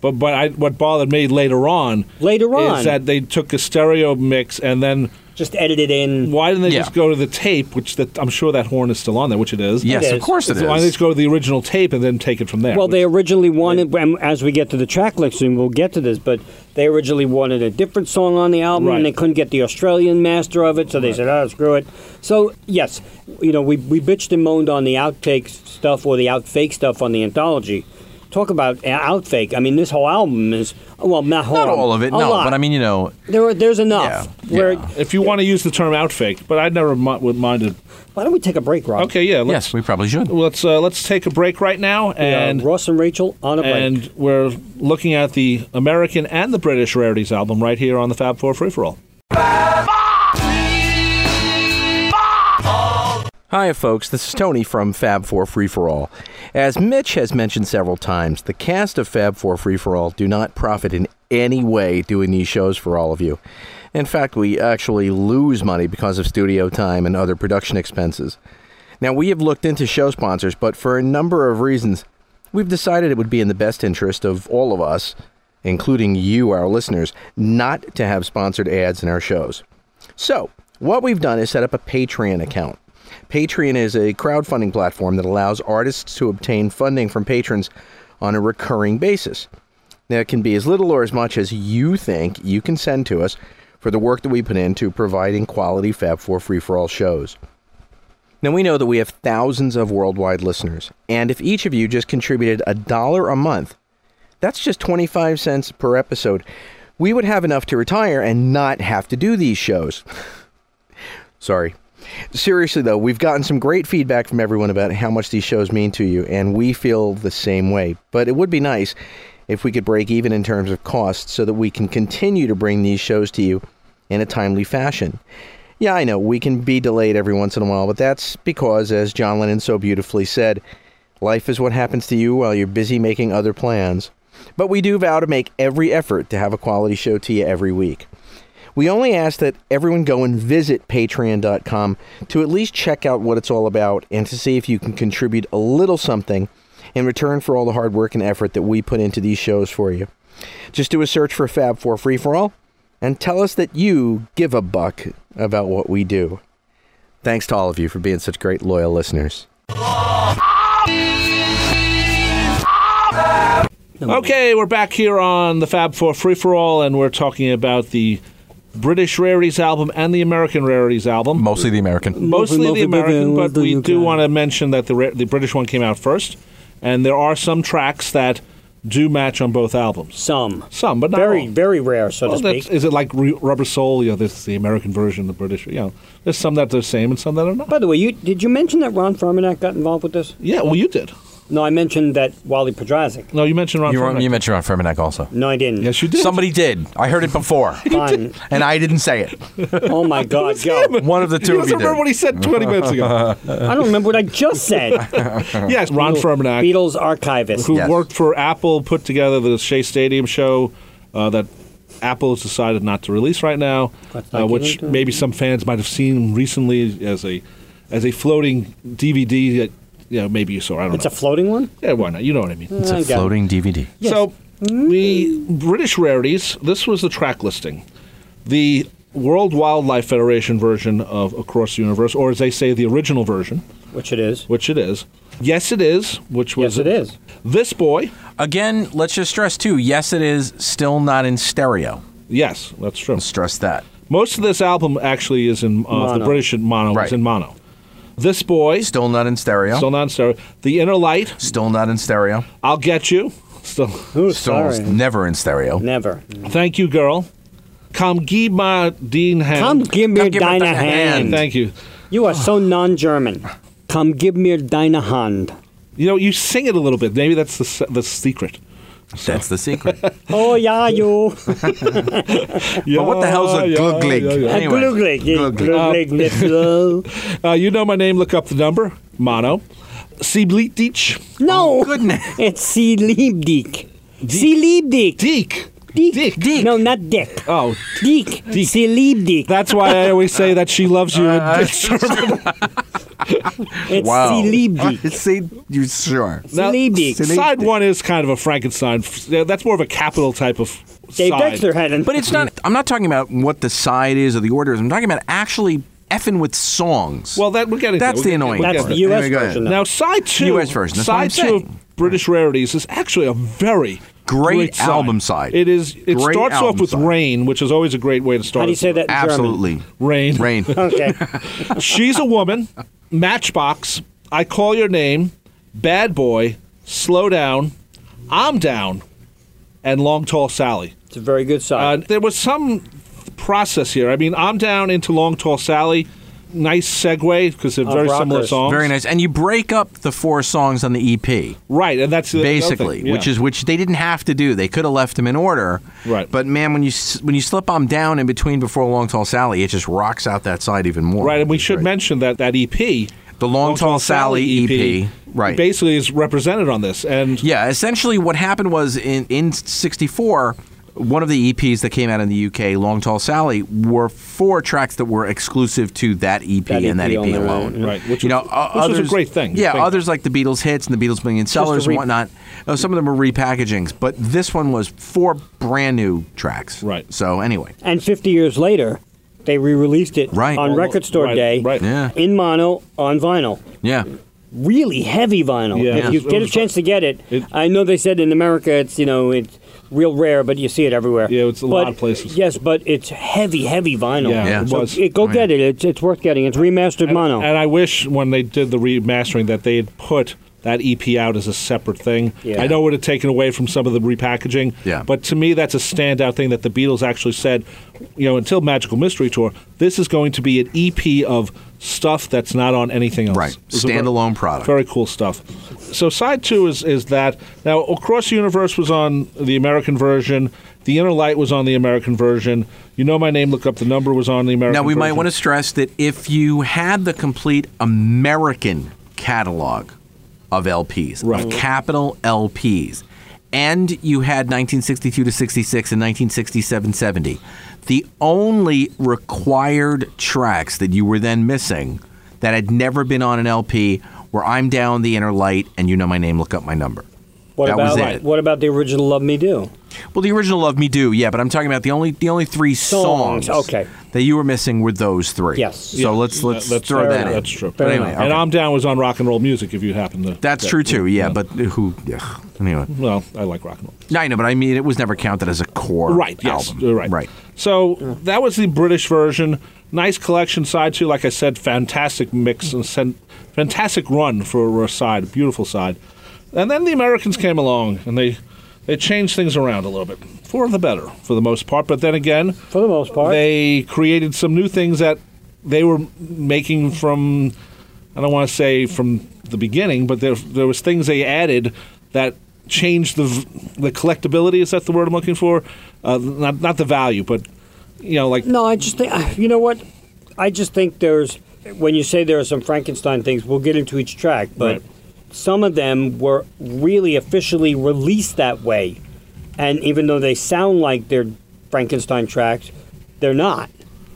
Speaker 3: But but I, what bothered me later on,
Speaker 1: Later on.
Speaker 3: is that they took a stereo mix and then
Speaker 1: Just edited in.
Speaker 3: why didn't they
Speaker 2: Yeah.
Speaker 3: just go to the tape? Which that I'm sure that horn is still on there, which it is.
Speaker 2: Yes,
Speaker 1: It
Speaker 2: of
Speaker 1: is.
Speaker 2: course it
Speaker 3: So why didn't they
Speaker 2: is.
Speaker 3: just go to the original tape and then take it from there?
Speaker 1: Well,
Speaker 3: Which-
Speaker 1: they originally wanted. And as we get to the track list, and we'll get to this, but they originally wanted a different song on the album,
Speaker 3: Right.
Speaker 1: and they couldn't get the Australian master of it, so they said, "Oh, screw it." So yes, you know, we we bitched and moaned on the outtake stuff or the outfake stuff on the anthology. Talk about uh, outfake. I mean, this whole album is well, not, whole
Speaker 2: Not
Speaker 1: album,
Speaker 2: all of it,
Speaker 1: a
Speaker 2: no.
Speaker 1: lot.
Speaker 2: But I mean, you know,
Speaker 1: There, are- there's enough.
Speaker 2: Yeah,
Speaker 1: Where,
Speaker 2: yeah.
Speaker 3: if you want to use the term outfake, but I never mi- would minded.
Speaker 1: Why don't we take a break, Rob?
Speaker 3: Okay, yeah. Let's,
Speaker 2: yes, we probably should.
Speaker 3: Let's uh, let's take a break right now,
Speaker 1: Uh,
Speaker 3: and
Speaker 1: Ross and Rachel on a break.
Speaker 3: and we're looking at the American and the British rarities album right here on the Fab Four Free for All.
Speaker 2: Hi, folks. This is Tony from Fab Four Free for All. As Mitch has mentioned several times, the cast of Fab Four Free for All do not profit in any way doing these shows for all of you. In fact, we actually lose money because of studio time and other production expenses. Now, we have looked into show sponsors, but for a number of reasons, we've decided it would be in the best interest of all of us, including you, our listeners, not to have sponsored ads in our shows. So, what we've done is set up a Patreon account. Patreon is a crowdfunding platform that allows artists to obtain funding from patrons on a recurring basis. Now, it can be as little or as much as you think you can send to us for the work that we put into providing quality Fab4 free for all shows. Now, we know that we have thousands of worldwide listeners, and if each of you just contributed a dollar a month, that's just 25 cents per episode. We would have enough to retire and not have to do these shows. Sorry.
Speaker 5: seriously though, we've gotten some great feedback from everyone about how much these shows mean to you, and we feel the same way. But it would be nice if we could break even in terms of cost so that we can continue to bring these shows to you in a timely fashion. Yeah, I know, we can be delayed every once in a while, but that's because, as John Lennon so beautifully said, life is what happens to you while you're busy making other plans. But we do vow to make every effort to have a quality show to you every week. We only ask that everyone go and visit patreon.com to at least check out what it's all about and to see if you can contribute a little something in return for all the hard work and effort that we put into these shows for you. Just do a search for Fab4 Free for All and tell us that you give a buck about what we do. Thanks to all of you for being such great loyal listeners.
Speaker 3: Okay, we're back here on the Fab Four Free for All, and we're talking about the British Rarities album and the American Rarities album.
Speaker 2: Mostly the American.
Speaker 3: Mostly
Speaker 4: Mostly
Speaker 3: the
Speaker 4: the
Speaker 3: American,
Speaker 4: American,
Speaker 3: but we
Speaker 4: the
Speaker 3: do
Speaker 4: UK.
Speaker 3: want to mention that the ra- the British one came out first, and there are some tracks that do match on both albums.
Speaker 1: Some.
Speaker 3: Some, but not
Speaker 1: Very,
Speaker 3: all.
Speaker 1: very rare, so
Speaker 3: Well,
Speaker 1: to
Speaker 3: that's,
Speaker 1: speak.
Speaker 3: is it like Ru- Rubber Soul? You know, this is the American version, the British. You know, there's some that are the same and some that are not.
Speaker 1: By the way, you did you mention that Ron Fermanak got involved with this?
Speaker 3: Yeah, well, you did.
Speaker 1: No, I mentioned that Wally Podrazik.
Speaker 3: No, you mentioned Ron.
Speaker 2: You, were,
Speaker 3: Ferman.
Speaker 2: you mentioned Ron Fermanek also.
Speaker 1: No, I didn't.
Speaker 3: yes, you did.
Speaker 2: Somebody did. I heard it before,
Speaker 1: Fine.
Speaker 2: and I didn't say it.
Speaker 1: Oh my God, go!
Speaker 2: One of the
Speaker 3: you
Speaker 2: two of
Speaker 3: don't
Speaker 2: you
Speaker 3: remember
Speaker 2: did.
Speaker 3: what he said 20 minutes ago.
Speaker 1: I don't remember what I just said.
Speaker 3: yes, Ron Fermanak.
Speaker 1: Beatles archivist.
Speaker 3: who
Speaker 2: Yes.
Speaker 3: worked for Apple, put together the Shea Stadium show uh, that Apple has decided not to release right now,
Speaker 1: That's
Speaker 3: uh,
Speaker 1: not
Speaker 3: which
Speaker 1: good, uh,
Speaker 3: maybe some fans might have seen recently as a as a floating DVD that you know maybe you saw. I don't
Speaker 1: It's
Speaker 3: know.
Speaker 1: a floating one.
Speaker 3: yeah, why not? You know what I mean.
Speaker 2: It's
Speaker 1: I
Speaker 2: a
Speaker 1: got it.
Speaker 2: floating DVD.
Speaker 3: So the
Speaker 1: Mm.
Speaker 3: British rarities. This was the track listing. The World Wildlife Federation version of Across the Universe, or as they say, the original version,
Speaker 1: Which it is.
Speaker 3: which it is. Yes, it is. Which was
Speaker 1: Yes, it is.
Speaker 3: This boy.
Speaker 2: Again, let's just stress too. Yes, it is still not in stereo.
Speaker 3: Yes, that's true.
Speaker 2: Stress that.
Speaker 3: Most of this album actually is in uh, the
Speaker 1: Mono.
Speaker 3: British in mono.
Speaker 2: Right.
Speaker 3: Is in mono. This boy
Speaker 2: Still not in stereo.
Speaker 3: still not in stereo. The inner light.
Speaker 2: Still not in stereo.
Speaker 3: I'll get you. Still.
Speaker 1: Ooh,
Speaker 2: Still
Speaker 1: sorry.
Speaker 2: never in stereo.
Speaker 1: Never.
Speaker 3: Thank you, girl. Come give my Dean hand.
Speaker 1: Come give me
Speaker 2: Come give me
Speaker 1: deine
Speaker 2: deine
Speaker 1: hand.
Speaker 2: Hand.
Speaker 3: Thank you.
Speaker 1: You are so non-German. Come give me deine hand.
Speaker 3: You know you sing it a little bit. Maybe that's the se- the secret.
Speaker 2: That's the secret.
Speaker 1: Oh yeah, you.
Speaker 2: but what the hell's a
Speaker 3: Yeah,
Speaker 2: glug glig?
Speaker 3: yeah, yeah.
Speaker 2: Anyway,
Speaker 1: Gluglig,
Speaker 2: glug glig.
Speaker 1: gluglig, gluglig.
Speaker 3: Uh, you know my name. Look up the number. Mono. Siebleet Deech.
Speaker 1: No.
Speaker 2: Oh, Goodness.
Speaker 1: It's Sie lieb dich. Sie lieb dich.
Speaker 3: Deek.
Speaker 1: Dick.
Speaker 3: Dick. Dick.
Speaker 1: No, not dick.
Speaker 3: Oh,
Speaker 1: Dick. Sie lieb dich.
Speaker 3: that's why I always say that she loves you.
Speaker 1: It's
Speaker 2: Wow.
Speaker 1: Sie lieb dich.
Speaker 2: See, you sure?
Speaker 1: Sie lieb dich.
Speaker 3: Side one is kind of a Frankenstein. f- yeah, That's more of a capital type of
Speaker 1: Dave
Speaker 3: side.
Speaker 1: Dexter had an.
Speaker 2: But it's not. I'm not talking about what the side is or the order is. I'm talking about actually effing with songs.
Speaker 3: Well, that we're getting.
Speaker 2: that's
Speaker 3: there.
Speaker 2: the
Speaker 3: We're
Speaker 2: annoying.
Speaker 3: getting-
Speaker 1: That's
Speaker 3: we're
Speaker 2: part.
Speaker 1: the
Speaker 3: getting
Speaker 1: U.S.
Speaker 2: Anyway, go ahead.
Speaker 1: version.
Speaker 3: there.
Speaker 1: though.
Speaker 3: Now, side two,
Speaker 2: US version, that's what I'm
Speaker 3: side two
Speaker 2: saying.
Speaker 3: of British Rarities is actually a very
Speaker 2: Great
Speaker 3: side.
Speaker 2: album side.
Speaker 3: It is. It
Speaker 2: Great
Speaker 3: starts off
Speaker 2: album
Speaker 3: with
Speaker 2: side.
Speaker 3: rain, which is always a great way to start.
Speaker 1: How do you
Speaker 3: it.
Speaker 1: say that? In German?
Speaker 2: Absolutely.
Speaker 3: Rain.
Speaker 2: Rain.
Speaker 1: Okay.
Speaker 3: She's a woman. Matchbox. I call your name. Bad boy. Slow down. I'm down. And long tall Sally.
Speaker 1: It's a very good
Speaker 3: Uh,
Speaker 1: song.
Speaker 3: there was some process here. I mean, I'm down into Long Tall Sally. Nice segue because they're very similar
Speaker 1: rockers.
Speaker 3: songs.
Speaker 2: Very nice. And you break up the four songs on the EP.
Speaker 3: Right, and that's the other thing,
Speaker 2: basically,
Speaker 3: yeah.
Speaker 2: which is which they didn't have to do. They could have left them in order.
Speaker 3: Right.
Speaker 2: But man, when you s- when you slip them down in between before Long Tall Sally, it just rocks out that side even more.
Speaker 3: right. And we should
Speaker 2: Right.
Speaker 3: mention that that E EP,
Speaker 2: the Long, Tall, Sally,
Speaker 3: E
Speaker 2: EP. Right.
Speaker 3: basically is represented on this. And
Speaker 2: yeah. Essentially, what happened was in in '64. One of the EPs that came out in the UK, Long Tall Sally, were four tracks that were exclusive to that EP
Speaker 1: That
Speaker 2: and that
Speaker 1: EP
Speaker 2: EP
Speaker 1: only,
Speaker 2: alone.
Speaker 1: right,
Speaker 3: E right, which
Speaker 2: you know,
Speaker 3: was-
Speaker 2: o-
Speaker 3: which was
Speaker 2: others,
Speaker 3: a great thing.
Speaker 2: Yeah,
Speaker 3: Thank-
Speaker 2: others like the Beatles hits and the Beatles million sellers
Speaker 1: re-
Speaker 2: and whatnot. Uh, some of them are repackagings, but this one was four brand new tracks.
Speaker 3: Right.
Speaker 2: So anyway,
Speaker 1: And 50 years later, they re-released it
Speaker 2: Right.
Speaker 1: on Record Store
Speaker 3: Right,
Speaker 1: Day
Speaker 3: right.
Speaker 2: Yeah.
Speaker 1: in mono on vinyl.
Speaker 2: yeah,
Speaker 1: really heavy vinyl.
Speaker 3: Yeah.
Speaker 2: Yeah.
Speaker 1: If you
Speaker 3: It
Speaker 1: get a
Speaker 3: was-
Speaker 1: chance to get it,
Speaker 3: It-
Speaker 1: I know they said in America it's you know it's real rare, but you see it everywhere.
Speaker 3: Yeah, it's a lot
Speaker 1: But-
Speaker 3: of places.
Speaker 1: Yes, but it's heavy, heavy vinyl.
Speaker 3: Yeah,
Speaker 2: Yeah. it
Speaker 1: So
Speaker 3: was.
Speaker 1: it- go get it. It's, it's worth getting. It's remastered mono.
Speaker 3: And I wish when they did the remastering that they had put that EP out as a separate thing.
Speaker 1: Yeah.
Speaker 3: I know it had taken away from some of the repackaging,
Speaker 2: Yeah.
Speaker 3: but to me, that's a standout thing that the Beatles actually said, you know, until Magical Mystery Tour, this is going to be an EP of stuff that's not on anything else.
Speaker 2: Right.
Speaker 3: It was a ver-
Speaker 2: Standalone product.
Speaker 3: Very cool stuff. So side two is is that now Across the Universe was on the American version. The Inner Light was on the American version. You know my name. Look up the number was on the American.
Speaker 2: Now, we might
Speaker 3: version.
Speaker 2: want to stress that if you had the complete American catalog of LPs,
Speaker 3: Right.
Speaker 2: of capital LPs, and you had 1962 to 66 and 1967 70, the only required tracks that you were then missing that had never been on an LP were I'm Down, The Inner Light, and You Know My Name, Look Up My Number.
Speaker 1: What
Speaker 2: that
Speaker 1: about
Speaker 2: was it.
Speaker 1: what about the original Love Me Do?
Speaker 2: Well, the original Love Me Do, yeah, but I'm talking about the only the only three
Speaker 1: Songs,
Speaker 2: songs,
Speaker 1: okay.
Speaker 2: that you were missing were those three.
Speaker 1: Yes.
Speaker 2: So
Speaker 1: Yeah,
Speaker 2: let's let's
Speaker 3: that's
Speaker 2: throw
Speaker 3: fair
Speaker 2: that
Speaker 3: enough.
Speaker 2: in.
Speaker 3: That's true.
Speaker 2: But
Speaker 1: Fair
Speaker 2: anyway,
Speaker 1: enough.
Speaker 3: And
Speaker 2: okay.
Speaker 3: I'm down was on rock and roll music. If you happen to.
Speaker 2: that's
Speaker 3: that-
Speaker 2: true too. Yeah, but who? Yeah. Anyway,
Speaker 3: Well, I like rock and roll.
Speaker 2: no, I know, but I mean, it was never counted as a core
Speaker 3: Right. Yes.
Speaker 2: album.
Speaker 3: you're Right.
Speaker 2: Right.
Speaker 3: So that was the British version. Nice collection side two. Like I said, fantastic mix and sen- fantastic run for a side. Beautiful side. And then the Americans came along and they they changed things around a little bit for the better for the most part. But then again,
Speaker 1: For the most part,
Speaker 3: they created some new things that they were making from I don't want to say from the beginning, but there there was things they added that changed the v- the collectability. Is that the word I'm looking for? Uh, not not the value, but you know, like
Speaker 1: No, I just think I- you know what. I just think there's when you say there are some Frankenstein things. We'll get into each track, but
Speaker 3: Right.
Speaker 1: some of them were really officially released that way, and even though they sound like they're Frankenstein tracks, they're not.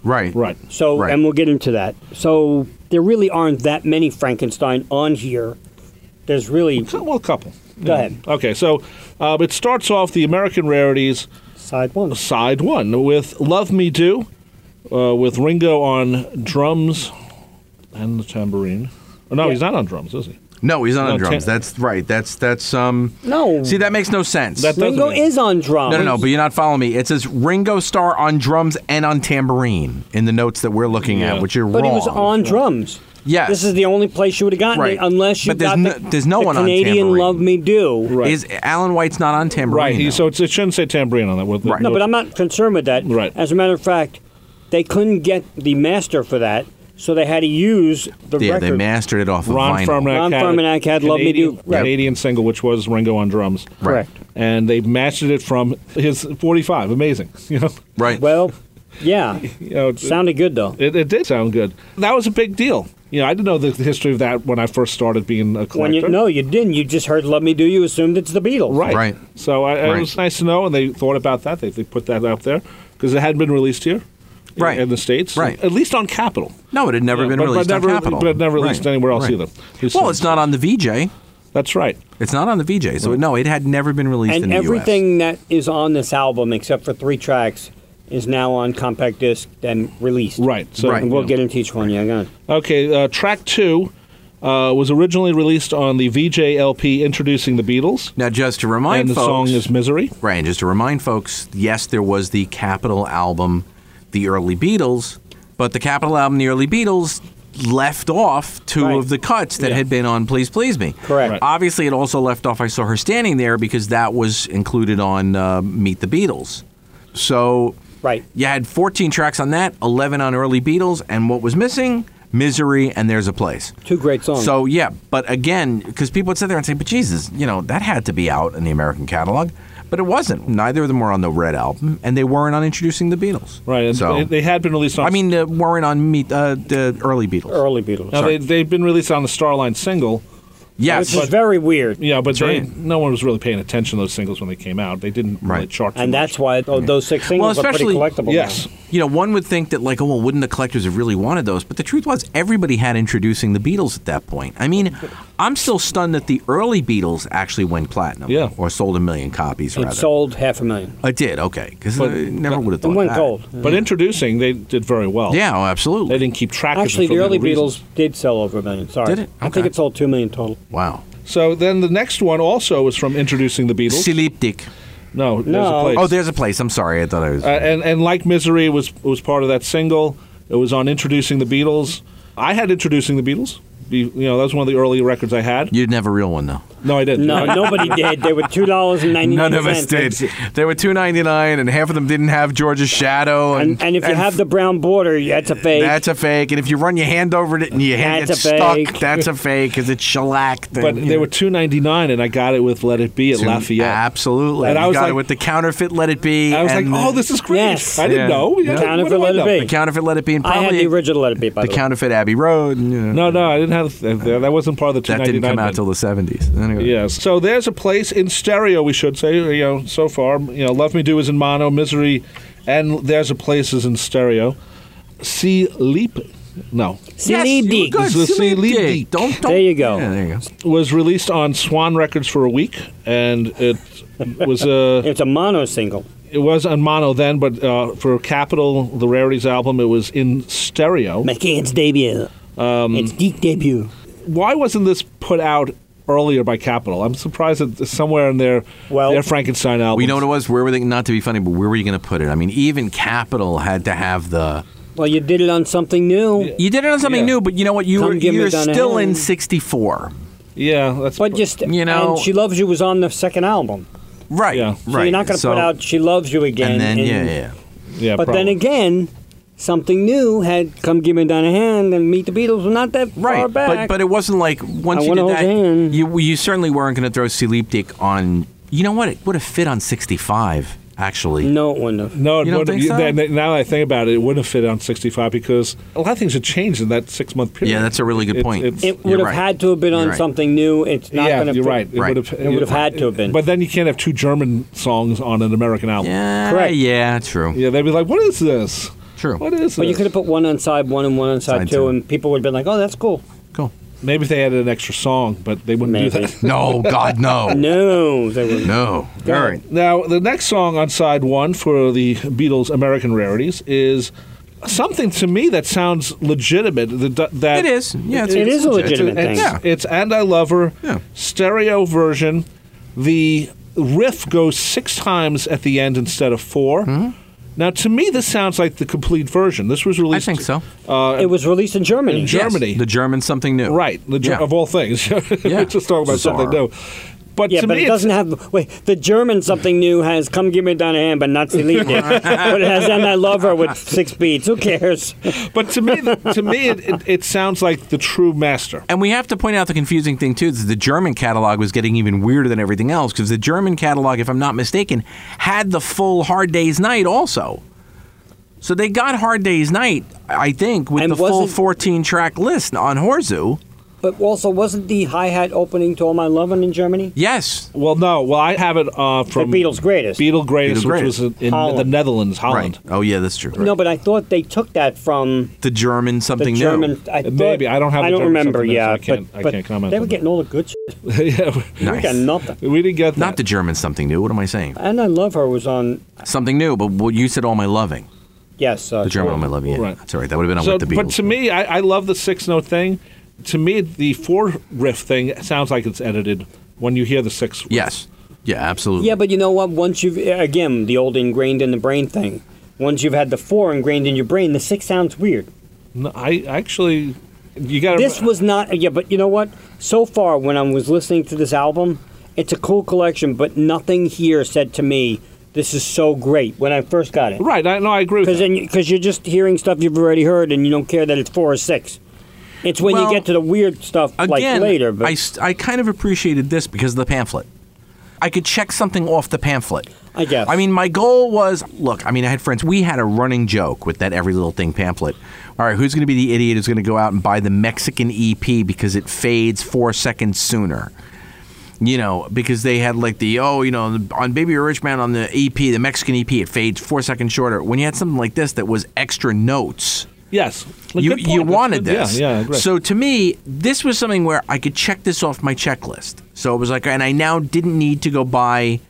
Speaker 2: Right.
Speaker 3: right.
Speaker 1: So,
Speaker 2: Right.
Speaker 1: and we'll get into that. So there really aren't that many Frankenstein on here. There's really
Speaker 3: So, well, a couple.
Speaker 1: Go ahead.
Speaker 3: Okay, so uh, it starts off the American rarities.
Speaker 1: side one.
Speaker 3: side one with "Love Me Do," uh, with Ringo on drums and the tambourine. Oh, no, he's not on drums, is he?
Speaker 2: No, he's not on
Speaker 3: No,
Speaker 2: drums.
Speaker 3: ten-
Speaker 2: that's right. That's that's um.
Speaker 1: No.
Speaker 2: See, that makes no sense.
Speaker 3: That- doesn't
Speaker 1: Ringo
Speaker 3: it?
Speaker 1: is on drums.
Speaker 2: no, no, no, but you're not following me. It says Ringo Starr on drums and on tambourine in the notes that we're looking
Speaker 3: Yeah.
Speaker 2: at, which you're
Speaker 1: But
Speaker 2: wrong.
Speaker 1: he was on drums.
Speaker 2: Yes.
Speaker 1: This is the only place you would have gotten
Speaker 2: Right.
Speaker 1: it unless you
Speaker 2: But there's
Speaker 1: got
Speaker 2: no-
Speaker 1: the,
Speaker 2: there's no
Speaker 1: the
Speaker 2: one on
Speaker 1: Canadian
Speaker 2: tambourine.
Speaker 1: Love Me Do.
Speaker 3: Right.
Speaker 2: Is Alan White's not on tambourine?
Speaker 3: Right. He,
Speaker 2: though.
Speaker 3: so it's, it shouldn't say tambourine on that. With,
Speaker 2: Right.
Speaker 1: No, but I'm not concerned with that.
Speaker 3: Right.
Speaker 1: As a matter of fact, they couldn't get the master for that, so they had to use the
Speaker 2: yeah,
Speaker 1: record.
Speaker 2: they mastered it off
Speaker 3: Ron
Speaker 2: of vinyl.
Speaker 3: Fermanak
Speaker 1: Ron
Speaker 3: had it.
Speaker 1: Fermanak had Love Me
Speaker 3: Canadian-
Speaker 1: Do. Right.
Speaker 3: Canadian single, which was Ringo on drums.
Speaker 1: Correct.
Speaker 3: And they mastered it from his 45. Amazing. You know,
Speaker 2: Right.
Speaker 1: Well, yeah.
Speaker 3: you know it-
Speaker 1: Sounded good though.
Speaker 3: It, it did sound good. That was a big deal. You know, I didn't know the, the history of that when I first started being a collector.
Speaker 1: When you no, you didn't. You just heard "Love Me Do." You assumed it's the Beatles.
Speaker 3: Right.
Speaker 2: Right.
Speaker 3: So I, it
Speaker 2: Right.
Speaker 3: was nice to know, and they thought about that. They, they put that out there because it hadn't been released here, in-
Speaker 2: Right.
Speaker 3: in the states,
Speaker 2: Right.
Speaker 3: At least on Capitol.
Speaker 2: no, it had never
Speaker 3: Yeah,
Speaker 2: been
Speaker 3: but- but
Speaker 2: released
Speaker 3: never-
Speaker 2: on Capitol.
Speaker 3: but never released anywhere else either. It's-
Speaker 2: Well, it's not on the VJ.
Speaker 3: That's right.
Speaker 2: It's not on the VJ. So no, it had never been released in
Speaker 1: And
Speaker 2: the
Speaker 1: everything that is on this album, except for three tracks, is now on compact disc and released.
Speaker 3: Right. So
Speaker 2: Right.
Speaker 1: And we'll get into each one. Yeah, go on.
Speaker 3: Okay. Uh, track two uh, was originally released on the VJ LP introducing the Beatles,
Speaker 2: US. Now, just to remind
Speaker 3: and the
Speaker 2: folks,
Speaker 3: song is "Misery."
Speaker 2: right, and just to remind folks, yes, there was the Capitol album, the early Beatles, but the Capitol album, the early Beatles, left off two
Speaker 1: Right.
Speaker 2: of the cuts that
Speaker 3: Yeah.
Speaker 2: had been on "Please Please Me."
Speaker 1: Correct. Right.
Speaker 2: Obviously, it also left off "I Saw Her Standing There" because that was included on uh, "Meet the Beatles." So
Speaker 1: Right.
Speaker 2: You had 14 tracks on that, 11 on early Beatles, and what was missing? Misery and There's a Place.
Speaker 1: Two great
Speaker 3: Oh.
Speaker 1: songs.
Speaker 2: So, yeah, but again, because people would sit there and say, but Jesus, you know, that had to be out in the American catalog. But it wasn't. Neither of them were on the Red album, and they weren't on Introducing the Beatles.
Speaker 3: Right. And
Speaker 2: So,
Speaker 3: they, they had been released on.
Speaker 2: I mean, uh, weren't on meet, uh, the early Beatles.
Speaker 1: early Beatles.
Speaker 3: now they, they've been released on the Starline single.
Speaker 1: Which
Speaker 2: yes.
Speaker 1: is very weird.
Speaker 3: Yeah, but they,
Speaker 2: right.
Speaker 3: no one was really paying attention to those singles when they came out. They didn't really
Speaker 2: Right.
Speaker 3: chart. too
Speaker 1: And
Speaker 3: much.
Speaker 1: that's why tho- those six singles
Speaker 2: Well,
Speaker 1: are pretty
Speaker 2: especially-
Speaker 1: collectible. now.
Speaker 3: yes.
Speaker 2: You know, one would think that, like, oh, well, wouldn't the collectors have really wanted those? But the truth was, everybody had introducing the Beatles at that point. I mean, I'm still stunned that the early Beatles actually went platinum
Speaker 3: Yeah.
Speaker 2: or sold a million copies,
Speaker 1: It
Speaker 2: rather.
Speaker 1: sold half a million.
Speaker 2: It did, okay. Because
Speaker 3: But-
Speaker 2: I never would have thought
Speaker 1: It went
Speaker 2: that.
Speaker 1: gold.
Speaker 3: But introducing, they did very well.
Speaker 2: Yeah, oh,
Speaker 3: They
Speaker 2: absolutely.
Speaker 3: didn't keep track
Speaker 1: Actually,
Speaker 3: of it.
Speaker 1: the
Speaker 3: for
Speaker 1: early
Speaker 3: legal
Speaker 1: Beatles
Speaker 3: reasons.
Speaker 1: did sell over a million. Sorry.
Speaker 2: Did it?
Speaker 1: I think
Speaker 2: Okay.
Speaker 1: it sold two million total.
Speaker 2: Wow.
Speaker 3: So then the next one also was from introducing the Beatles.
Speaker 2: Siliptic.
Speaker 3: No, there's a
Speaker 1: No.
Speaker 3: place.
Speaker 2: Oh, there's a place. I'm sorry. I thought I was.
Speaker 3: Uh, and and like misery was was part of that single. It was on introducing the Beatles. I had introducing the Beatles. Be, you know, that was one of the early records I had.
Speaker 2: You didn't have a real one though.
Speaker 3: No, I didn't.
Speaker 1: No, nobody did. They were two dollars and ninety.
Speaker 2: None of us did. There were two ninety nine, and half of them didn't have George's shadow. And,
Speaker 1: And, and if you have the brown border, that's a fake.
Speaker 2: that's a fake. And if you run your hand over it and your hand
Speaker 1: That's
Speaker 2: gets
Speaker 1: a
Speaker 2: stuck,
Speaker 1: fake.
Speaker 2: that's a fake because it's shellacked.
Speaker 3: but
Speaker 2: and, you
Speaker 3: they
Speaker 2: know,
Speaker 3: were two ninety nine, and I got it with Let It Be at
Speaker 2: to-
Speaker 3: Lafayette.
Speaker 2: Absolutely.
Speaker 3: And I
Speaker 2: You
Speaker 3: was
Speaker 2: got it
Speaker 3: like-
Speaker 2: with the counterfeit. Let it be.
Speaker 3: I was like,
Speaker 2: and
Speaker 3: oh,
Speaker 2: the-
Speaker 3: this is great.
Speaker 1: Yes.
Speaker 3: I
Speaker 2: Yeah.
Speaker 3: didn't know.
Speaker 2: Yeah.
Speaker 3: Yeah.
Speaker 1: Counterfeit
Speaker 3: what do I
Speaker 1: Let It
Speaker 3: know?
Speaker 1: Be.
Speaker 2: the counterfeit. Let it be. And
Speaker 1: I
Speaker 2: probably
Speaker 1: had the original letter B by
Speaker 2: the
Speaker 1: the, way.
Speaker 2: counterfeit Abbey Road. and, you know,
Speaker 3: No, no, I didn't have that. That wasn't part of the two
Speaker 2: that
Speaker 3: ninety nine.
Speaker 2: didn't come out till the seventies. Anyway.
Speaker 3: Yes. So there's a place in stereo, we should say, you know, so far. You know, Love Me Do is in mono, Misery, and There's a Place is in stereo. See Leap, no,
Speaker 2: Yes,
Speaker 1: Silly
Speaker 2: you were
Speaker 1: Dick.
Speaker 2: good.
Speaker 3: This is
Speaker 2: Silly
Speaker 3: Silly
Speaker 2: Dick.
Speaker 3: Dick.
Speaker 2: Don't, don't.
Speaker 1: There you go.
Speaker 2: Yeah, there you go.
Speaker 3: was released on Swan Records for a week, and it was Uh,
Speaker 1: It's a mono single.
Speaker 3: it was on mono then, but uh, for Capitol, the Rarities album, it was in stereo.
Speaker 1: Making its debut.
Speaker 2: Um,
Speaker 1: it's geek debut.
Speaker 3: Why wasn't this put out earlier by Capitol? I'm surprised that somewhere in their
Speaker 1: Well-
Speaker 3: their Frankenstein album.
Speaker 2: We know what it was. Where were they? Not to be funny, but where were you going to put it? I mean, even Capital had to have the.
Speaker 1: Well, you did it on something new,
Speaker 2: You did it on something
Speaker 3: Yeah.
Speaker 2: new, but you know what? You
Speaker 1: Come
Speaker 2: were
Speaker 1: give me
Speaker 2: you're
Speaker 1: Donna
Speaker 2: still in
Speaker 1: Haraway.
Speaker 2: '64,
Speaker 3: Yeah, that's
Speaker 1: but just
Speaker 2: You know-
Speaker 1: and she loves you was on the second album.
Speaker 2: right?
Speaker 3: Yeah.
Speaker 2: Right.
Speaker 1: So you're not going to
Speaker 2: So-
Speaker 1: put out she loves you again.
Speaker 2: And then
Speaker 1: in-
Speaker 2: yeah, yeah.
Speaker 3: yeah.
Speaker 1: But then
Speaker 3: probably.
Speaker 1: again, something new had come give me down a hand and meet the Beatles were not that far
Speaker 2: Right, but
Speaker 1: back.
Speaker 2: but it wasn't like once
Speaker 1: I wanna
Speaker 2: you did
Speaker 1: hold
Speaker 2: that,
Speaker 1: hands.
Speaker 2: you you certainly weren't going to throw Sleep Dick on. You know what? It would have fit on '65 actually.
Speaker 1: no, it wouldn't have.
Speaker 3: No, it
Speaker 2: You don't
Speaker 3: wouldn't-
Speaker 2: think so?
Speaker 3: that- that- now that I think about it, it wouldn't have fit on 65 because a lot of things have changed in that six month period.
Speaker 2: Yeah, that's a really good
Speaker 3: It's-
Speaker 2: point.
Speaker 3: it's-
Speaker 1: It would
Speaker 2: You're
Speaker 1: have
Speaker 2: right.
Speaker 1: had to have been
Speaker 2: You're
Speaker 1: on
Speaker 2: right.
Speaker 1: something new. It's not
Speaker 3: yeah,
Speaker 1: going to.
Speaker 3: you're right. It
Speaker 2: Right.
Speaker 3: would have.
Speaker 1: It would have had to have been.
Speaker 3: But then you can't have two German songs on an American album.
Speaker 2: Yeah.
Speaker 1: Correct.
Speaker 2: Yeah. True.
Speaker 3: Yeah, they'd be like, "What is this?
Speaker 2: True.
Speaker 3: What is this?"
Speaker 1: But you could have put one on side one and one on side,
Speaker 2: Side
Speaker 1: two,
Speaker 2: two.
Speaker 1: and people would have been like, "Oh, that's cool."
Speaker 2: Cool.
Speaker 3: Maybe if they added an extra song, but they wouldn't do
Speaker 1: Maybe.
Speaker 3: that.
Speaker 2: No, God, no,
Speaker 1: no, they wouldn't.
Speaker 2: no.
Speaker 1: Go ahead.
Speaker 3: Now, the next song on side one for the Beatles' American Rarities is something to me that sounds legitimate. That, that
Speaker 2: It is. Yeah, it's,
Speaker 1: It is a legitimate
Speaker 3: it's,
Speaker 1: thing.
Speaker 3: It's, it's "And I Love Her"
Speaker 2: Yeah.
Speaker 3: stereo version. The riff goes six times at the end instead of 4
Speaker 2: Hmm?
Speaker 3: Now, to me, this sounds like the complete version. This was
Speaker 2: I
Speaker 3: released.
Speaker 2: think so.
Speaker 1: It was released in Germany.
Speaker 3: In Ger-
Speaker 2: Yes,
Speaker 3: Germany.
Speaker 2: the German something new.
Speaker 3: Right, the, Ger-
Speaker 2: Yeah.
Speaker 3: of all things. We're just talking about
Speaker 2: Bizarre.
Speaker 3: something new. But
Speaker 1: yeah,
Speaker 3: to
Speaker 1: but
Speaker 3: me,
Speaker 1: it
Speaker 3: it's-
Speaker 1: doesn't have. Wait, the German something new has "Come Give Me Down a Hand," but not "Celine." Dion. but it has "And I Love Her" with six beats. Who cares?
Speaker 3: but to me, to me, it, it, it sounds like the true master.
Speaker 2: And we have to point out the confusing thing too is the German catalog was getting even weirder than everything else because the German catalog, if I'm not mistaken, had the full Hard Day's Night also. So they got Hard Day's Night, I think, with
Speaker 1: And
Speaker 2: the full
Speaker 1: wasn't-
Speaker 2: 14 track list on Horzu.
Speaker 1: But also, wasn't the hi hat opening to "All My Lovin'" in Germany?
Speaker 2: Yes,
Speaker 3: Well, no. Well, I have it uh,
Speaker 1: The
Speaker 3: from
Speaker 1: Beatles' greatest.
Speaker 3: Beatles Greatest,
Speaker 2: Beatles
Speaker 3: which
Speaker 2: Greatest.
Speaker 3: was in the
Speaker 1: Holland.
Speaker 3: Netherlands, Holland.
Speaker 2: right. Oh yeah, that's true.
Speaker 1: No, but I thought they took that from
Speaker 2: The German
Speaker 1: the
Speaker 2: something
Speaker 1: German.
Speaker 2: new.
Speaker 1: I thought,
Speaker 3: Uh, Maybe. I don't have
Speaker 1: I
Speaker 3: the
Speaker 1: don't
Speaker 3: German
Speaker 1: remember.
Speaker 3: something new, so
Speaker 1: Yeah,
Speaker 3: I can't-
Speaker 1: but,
Speaker 3: I
Speaker 1: but
Speaker 3: can't comment
Speaker 1: They were
Speaker 3: on
Speaker 1: getting all the good. Shit.
Speaker 3: yeah, we-
Speaker 1: We
Speaker 2: Nice.
Speaker 1: got nothing.
Speaker 3: we didn't get that.
Speaker 2: Not the German something new. What am I saying?
Speaker 1: And I love her was on.
Speaker 2: Something new, but well, you said all my loving.
Speaker 1: Yes, uh,
Speaker 2: The German all my loving. Yeah.
Speaker 3: Right.
Speaker 2: That's all right. That would have been on
Speaker 3: So,
Speaker 2: with the Beatles.
Speaker 3: but to me, I, I love the six note thing. To me, the four riff thing sounds like it's edited when you hear the six. riff.
Speaker 2: yes. Yeah, absolutely.
Speaker 1: Yeah, but you know what? Once you've again the old ingrained in the brain thing. Once you've had the four ingrained in your brain, the six sounds weird.
Speaker 3: No, I actually, you got
Speaker 1: This was not. Yeah, but you know what? So far, when I was listening to this album, it's a cool collection, but nothing here said to me, "This is so great." When I first got it,
Speaker 3: right. I, no, I agree. With
Speaker 1: because
Speaker 3: that.
Speaker 1: then because you're just hearing stuff you've already heard, and you don't care that it's four or six. It's when
Speaker 2: Well,
Speaker 1: you get to the weird stuff
Speaker 2: again
Speaker 1: like later. But
Speaker 2: I, s- I kind of appreciated this because of the pamphlet i could check something off the pamphlet
Speaker 1: I guess.
Speaker 2: i mean my goal was look i mean i had friends we had a running joke with that every little thing pamphlet all right who's going to be the idiot who's going to go out and buy the mexican ep because it fades four seconds sooner you know, because they had like the oh, you know, on Baby Rich Man on the EP, the Mexican EP, it fades four seconds shorter. When you had something like this that was extra notes,
Speaker 3: yes, Well,
Speaker 2: you,
Speaker 3: good point.
Speaker 2: you
Speaker 3: That's
Speaker 2: wanted
Speaker 3: good. Yeah,
Speaker 2: this.
Speaker 3: Yeah, I agree.
Speaker 2: So to me, this was something where I could check this off my checklist. So it was like, and I now didn't need to go buy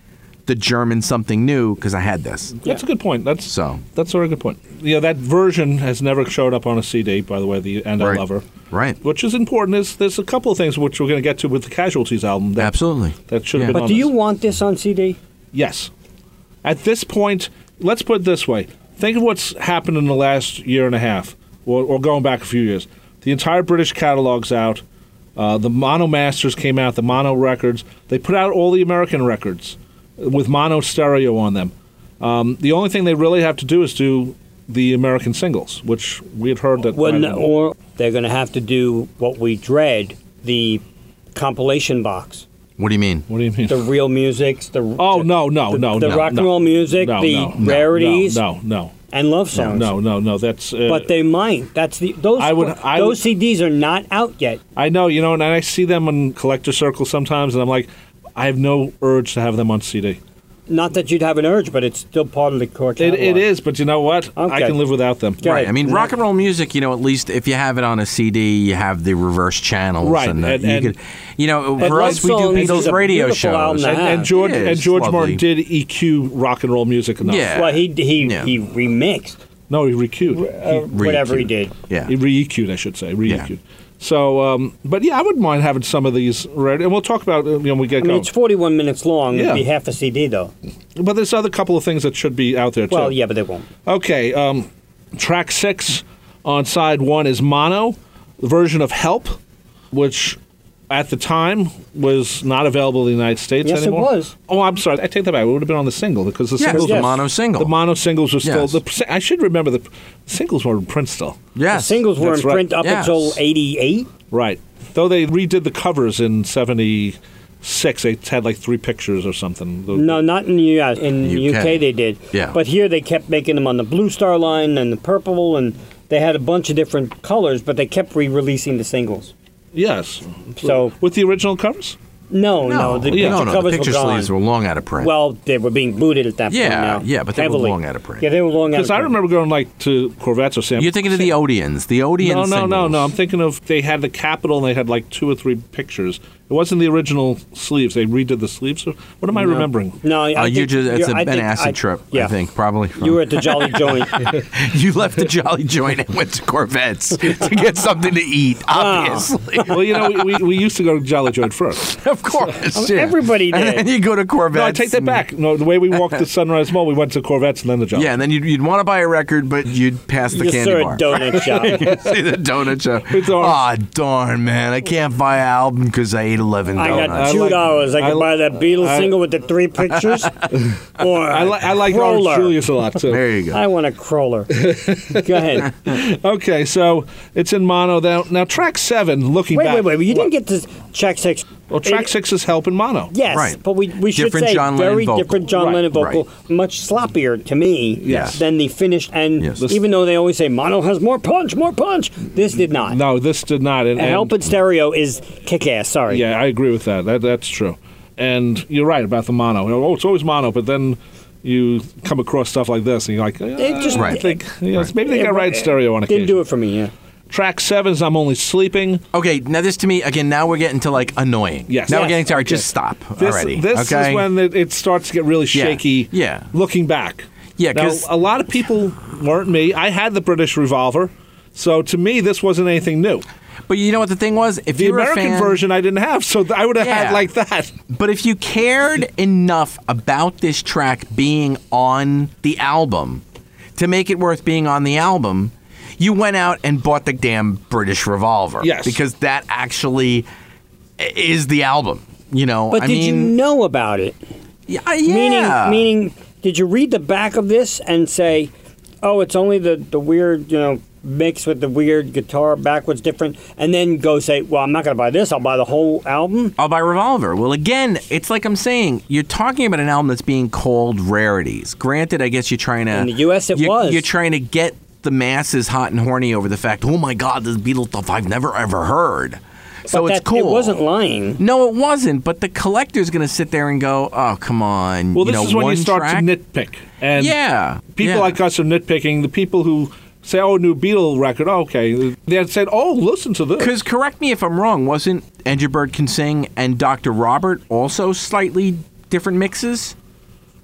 Speaker 2: the German something new because I had this.
Speaker 3: that's a good point. That's
Speaker 2: So.
Speaker 3: that's a very good point. Yeah, that version has never showed up on a CD. By the way, the and
Speaker 2: Right.
Speaker 3: I Lover,
Speaker 2: Right.
Speaker 3: Which is important. Is there's a couple of things which we're going to get to with the Casualties album. That,
Speaker 2: Absolutely.
Speaker 3: That should have
Speaker 2: Yeah.
Speaker 3: been.
Speaker 1: but
Speaker 3: on
Speaker 1: do
Speaker 3: this.
Speaker 1: you want this on CD?
Speaker 3: Yes. At this point, let's put it this way. Think of what's happened in the last year and a half, or, or going back a few years. The entire British catalog's out. Uh, the Mono Masters came out, the Mono Records. They put out all the American records with mono stereo on them. Um, the only thing they really have to do is do the American singles, which we had heard that.
Speaker 1: When, or they're going to have to do what we dread the compilation box.
Speaker 2: What do you mean?
Speaker 3: what do you mean?
Speaker 1: The real musics, the
Speaker 3: oh
Speaker 1: the-
Speaker 3: no no
Speaker 1: the,
Speaker 3: no
Speaker 1: the
Speaker 3: no,
Speaker 1: rock
Speaker 3: no,
Speaker 1: and roll music,
Speaker 3: no,
Speaker 1: the
Speaker 3: no, no,
Speaker 1: rarities,
Speaker 3: No no
Speaker 1: and love
Speaker 3: no
Speaker 1: songs.
Speaker 3: no no no. That's uh,
Speaker 1: but they might. That's the those
Speaker 3: I would- I
Speaker 1: those
Speaker 3: would-
Speaker 1: CDs are not out yet.
Speaker 3: I know, you know, and I see them in collector circles sometimes, and I'm like, I have no urge to have them on CD.
Speaker 1: Not that you'd have an urge, but it's still part of the core
Speaker 3: It,
Speaker 1: catalog.
Speaker 3: it is, but you know what? I
Speaker 1: Okay.
Speaker 3: can live without them.
Speaker 1: Yeah.
Speaker 2: Right. I mean, rock and roll music. You know, at least if you have it on a CD, you have the reverse channels.
Speaker 3: Right,
Speaker 2: And, the,
Speaker 3: and-
Speaker 2: you
Speaker 3: and-
Speaker 2: could, you know, for
Speaker 1: Love
Speaker 2: us, we do
Speaker 1: Songs is
Speaker 2: Beatles
Speaker 1: a
Speaker 2: radio
Speaker 1: beautiful album
Speaker 2: shows.
Speaker 1: to have.
Speaker 3: And George
Speaker 2: Yeah,
Speaker 3: and
Speaker 2: it's
Speaker 3: George
Speaker 2: lovely.
Speaker 3: Martin did EQ rock and roll music enough.
Speaker 2: Yeah.
Speaker 1: Well, he he
Speaker 2: Yeah.
Speaker 1: he remixed
Speaker 3: No, he recued.
Speaker 1: uh, whatever he
Speaker 2: Re-EQ'd.
Speaker 1: did.
Speaker 2: Yeah.
Speaker 3: He re EQ'd, I should say. Re EQ'd. So, um, but yeah, I wouldn't mind having some of these read, and we'll talk about uh, you know, when we get
Speaker 1: I mean,
Speaker 3: going.
Speaker 1: it's 41 minutes long. It'd
Speaker 3: Yeah.
Speaker 1: be half a CD, though.
Speaker 3: but there's other couple of things that should be out there too.
Speaker 1: Well, yeah, but they won't.
Speaker 3: Okay, um, track six on side one is Mono, the version of Help, which at the time was not available in the United States
Speaker 1: Yes, it
Speaker 3: anymore.
Speaker 1: was.
Speaker 3: Oh, I'm sorry. I take that back. It would have been on the single because the
Speaker 2: Yes,
Speaker 3: singles,
Speaker 2: the
Speaker 1: Yes.
Speaker 2: mono single.
Speaker 3: the mono singles were still.
Speaker 2: Yes.
Speaker 3: The, si- I should remember the singles were in print still.
Speaker 1: The
Speaker 2: yes.
Speaker 1: singles were in
Speaker 3: That's right.
Speaker 1: print up
Speaker 2: Yes.
Speaker 1: until 88.
Speaker 3: Right. Though they redid the covers in '76, they had like three pictures or something. The-
Speaker 1: No, not in the U.S. In the
Speaker 2: UK.
Speaker 1: UK, they did.
Speaker 2: Yeah.
Speaker 1: But here they kept making them on the Blue Star line and the purple, and they had a bunch of different colors, but they kept re-releasing the singles.
Speaker 3: Yes.
Speaker 1: So-
Speaker 3: with the original covers.
Speaker 1: No, no, the
Speaker 2: yeah.
Speaker 1: picture
Speaker 2: no, no,
Speaker 1: covers
Speaker 2: the picture
Speaker 1: were gone.
Speaker 2: sleeves were long out of print.
Speaker 1: Well, they were being booted at that point.
Speaker 2: Yeah,
Speaker 1: now,
Speaker 2: yeah, but they were
Speaker 1: heavily.
Speaker 2: long out of print.
Speaker 1: Yeah, they were long out of
Speaker 3: Because
Speaker 1: print.
Speaker 3: I remember going like to Corvettes or Sam.
Speaker 2: you're thinking of the Odeons. The Odeon.
Speaker 3: No, no, no,
Speaker 2: singles.
Speaker 3: no. I'm thinking of they had the capital and they had like two or three pictures. It wasn't the original sleeves. They redid the sleeves. What am I remembering?
Speaker 1: No, I
Speaker 2: Uh, you
Speaker 1: think
Speaker 2: just, it's
Speaker 1: you're-
Speaker 2: a,
Speaker 1: I
Speaker 2: an
Speaker 1: think
Speaker 2: acid
Speaker 1: I-
Speaker 2: trip,
Speaker 1: yeah.
Speaker 2: I think, probably.
Speaker 1: You were at the Jolly Joint.
Speaker 2: you left the Jolly Joint and went to Corvettes to get something to eat,
Speaker 3: Ah.
Speaker 2: obviously.
Speaker 3: Well, you know, we, we, we used to go to Jolly Joint first.
Speaker 2: of course. yeah.
Speaker 1: everybody
Speaker 2: And then
Speaker 1: did.
Speaker 2: you go to Corvettes.
Speaker 3: No, I take that
Speaker 2: and-
Speaker 3: back. No, the way we walked to Sunrise Mall, we went to Corvettes and then the Jolly.
Speaker 2: Yeah, and then you'd, you'd want to buy a record, but you'd pass the
Speaker 1: you
Speaker 2: candy
Speaker 1: saw
Speaker 2: bar.
Speaker 1: a donut shop.
Speaker 2: See the donut shop.
Speaker 3: It's all-
Speaker 2: Ah, darn, man. I can't buy an album because I ate 11
Speaker 1: I
Speaker 2: donuts.
Speaker 1: got
Speaker 3: I
Speaker 1: two
Speaker 3: like-
Speaker 1: dollars. I
Speaker 3: I
Speaker 1: could
Speaker 3: li-
Speaker 1: buy that Beatles
Speaker 3: I-
Speaker 1: single with the three pictures, or
Speaker 3: I, li- I like Orange
Speaker 1: roller.
Speaker 3: Julius a lot too.
Speaker 2: there you go.
Speaker 1: I want a crawler. Go ahead.
Speaker 3: Okay, so it's in mono now. Now track seven, looking
Speaker 1: Wait,
Speaker 3: back.
Speaker 1: wait, wait. You didn't get to track six.
Speaker 3: Well, track
Speaker 1: It-
Speaker 3: six is help in mono.
Speaker 1: Yes,
Speaker 2: Right.
Speaker 1: but we, we should
Speaker 2: Different
Speaker 1: say
Speaker 2: John Lennon
Speaker 1: very
Speaker 2: vocal.
Speaker 1: different John
Speaker 3: Right.
Speaker 1: Lennon vocal, much sloppier to me
Speaker 2: Yes.
Speaker 1: than the finished. And
Speaker 2: Yes.
Speaker 1: even though they always say mono has more punch, more punch, this did not.
Speaker 3: No, this did not. And,
Speaker 1: And Help in stereo is kick ass. Sorry.
Speaker 3: Yeah, I agree with that. that. That's true. And you're right about the mono. You know, Oh, it's always mono, but then you come across stuff like this, and you're like, eh,
Speaker 1: just-
Speaker 3: I
Speaker 2: Right.
Speaker 3: think you know, maybe they got right stereo on
Speaker 1: Didn't
Speaker 3: occasion.
Speaker 1: do it for me. Yeah.
Speaker 3: Track seven's I'm only sleeping.
Speaker 2: Okay, now this to me, again, now we're getting to like annoying.
Speaker 3: Yes.
Speaker 2: Now
Speaker 3: Yes,
Speaker 2: we're getting to, all right,
Speaker 3: okay.
Speaker 2: just stop
Speaker 3: This,
Speaker 2: already.
Speaker 3: this
Speaker 2: okay?
Speaker 3: is when it, it starts to get really
Speaker 2: Yeah,
Speaker 3: shaky.
Speaker 2: yeah.
Speaker 3: Looking back.
Speaker 2: Yeah,
Speaker 3: Now,
Speaker 2: 'cause-
Speaker 3: a lot of people weren't me. I had the British Revolver, so to me this wasn't anything new.
Speaker 2: But you know what the thing was? If
Speaker 3: The
Speaker 2: you were a
Speaker 3: American
Speaker 2: fan-
Speaker 3: version I didn't have, so th- I would have
Speaker 2: Yeah.
Speaker 3: had like that.
Speaker 2: But if you cared enough about this track being on the album to make it worth being on the album, you went out and bought the damn British Revolver.
Speaker 3: Yes.
Speaker 2: Because that actually i- is the album. You know,
Speaker 1: But
Speaker 2: I
Speaker 1: did you
Speaker 2: mean,
Speaker 1: know about it?
Speaker 2: you yeah.
Speaker 1: Meaning, meaning, did you read the back of this and say, "Oh, it's only the the weird, you know, mix with the weird guitar backwards different," and then go say, "Well, I'm not going to buy this. I'll buy the whole album."
Speaker 2: I'll buy Revolver. Well, again, it's like I'm saying, you're talking about an album that's being called rarities. Granted, I guess you're trying to
Speaker 1: In the US it
Speaker 2: you're,
Speaker 1: was.
Speaker 2: You're trying to get the masses hot and horny over the fact, oh my God, this Beatles stuff I've never ever heard. So
Speaker 1: But
Speaker 2: it's
Speaker 1: that-
Speaker 2: cool.
Speaker 1: It wasn't lying.
Speaker 2: No, it wasn't. But the collector's going to sit there and go, oh come on.
Speaker 3: Well,
Speaker 2: you
Speaker 3: this
Speaker 2: know,
Speaker 3: is when
Speaker 2: one
Speaker 3: you start
Speaker 2: track?
Speaker 3: to nitpick. And
Speaker 2: Yeah.
Speaker 3: people
Speaker 2: yeah.
Speaker 3: like uh, us are nitpicking. The people who say, "Oh, new Beatle record." Oh, okay, they had said, "Oh, listen to this."
Speaker 2: Because correct me if I'm wrong, wasn't Andrew Bird Can Sing and Dr. Robert also slightly different mixes?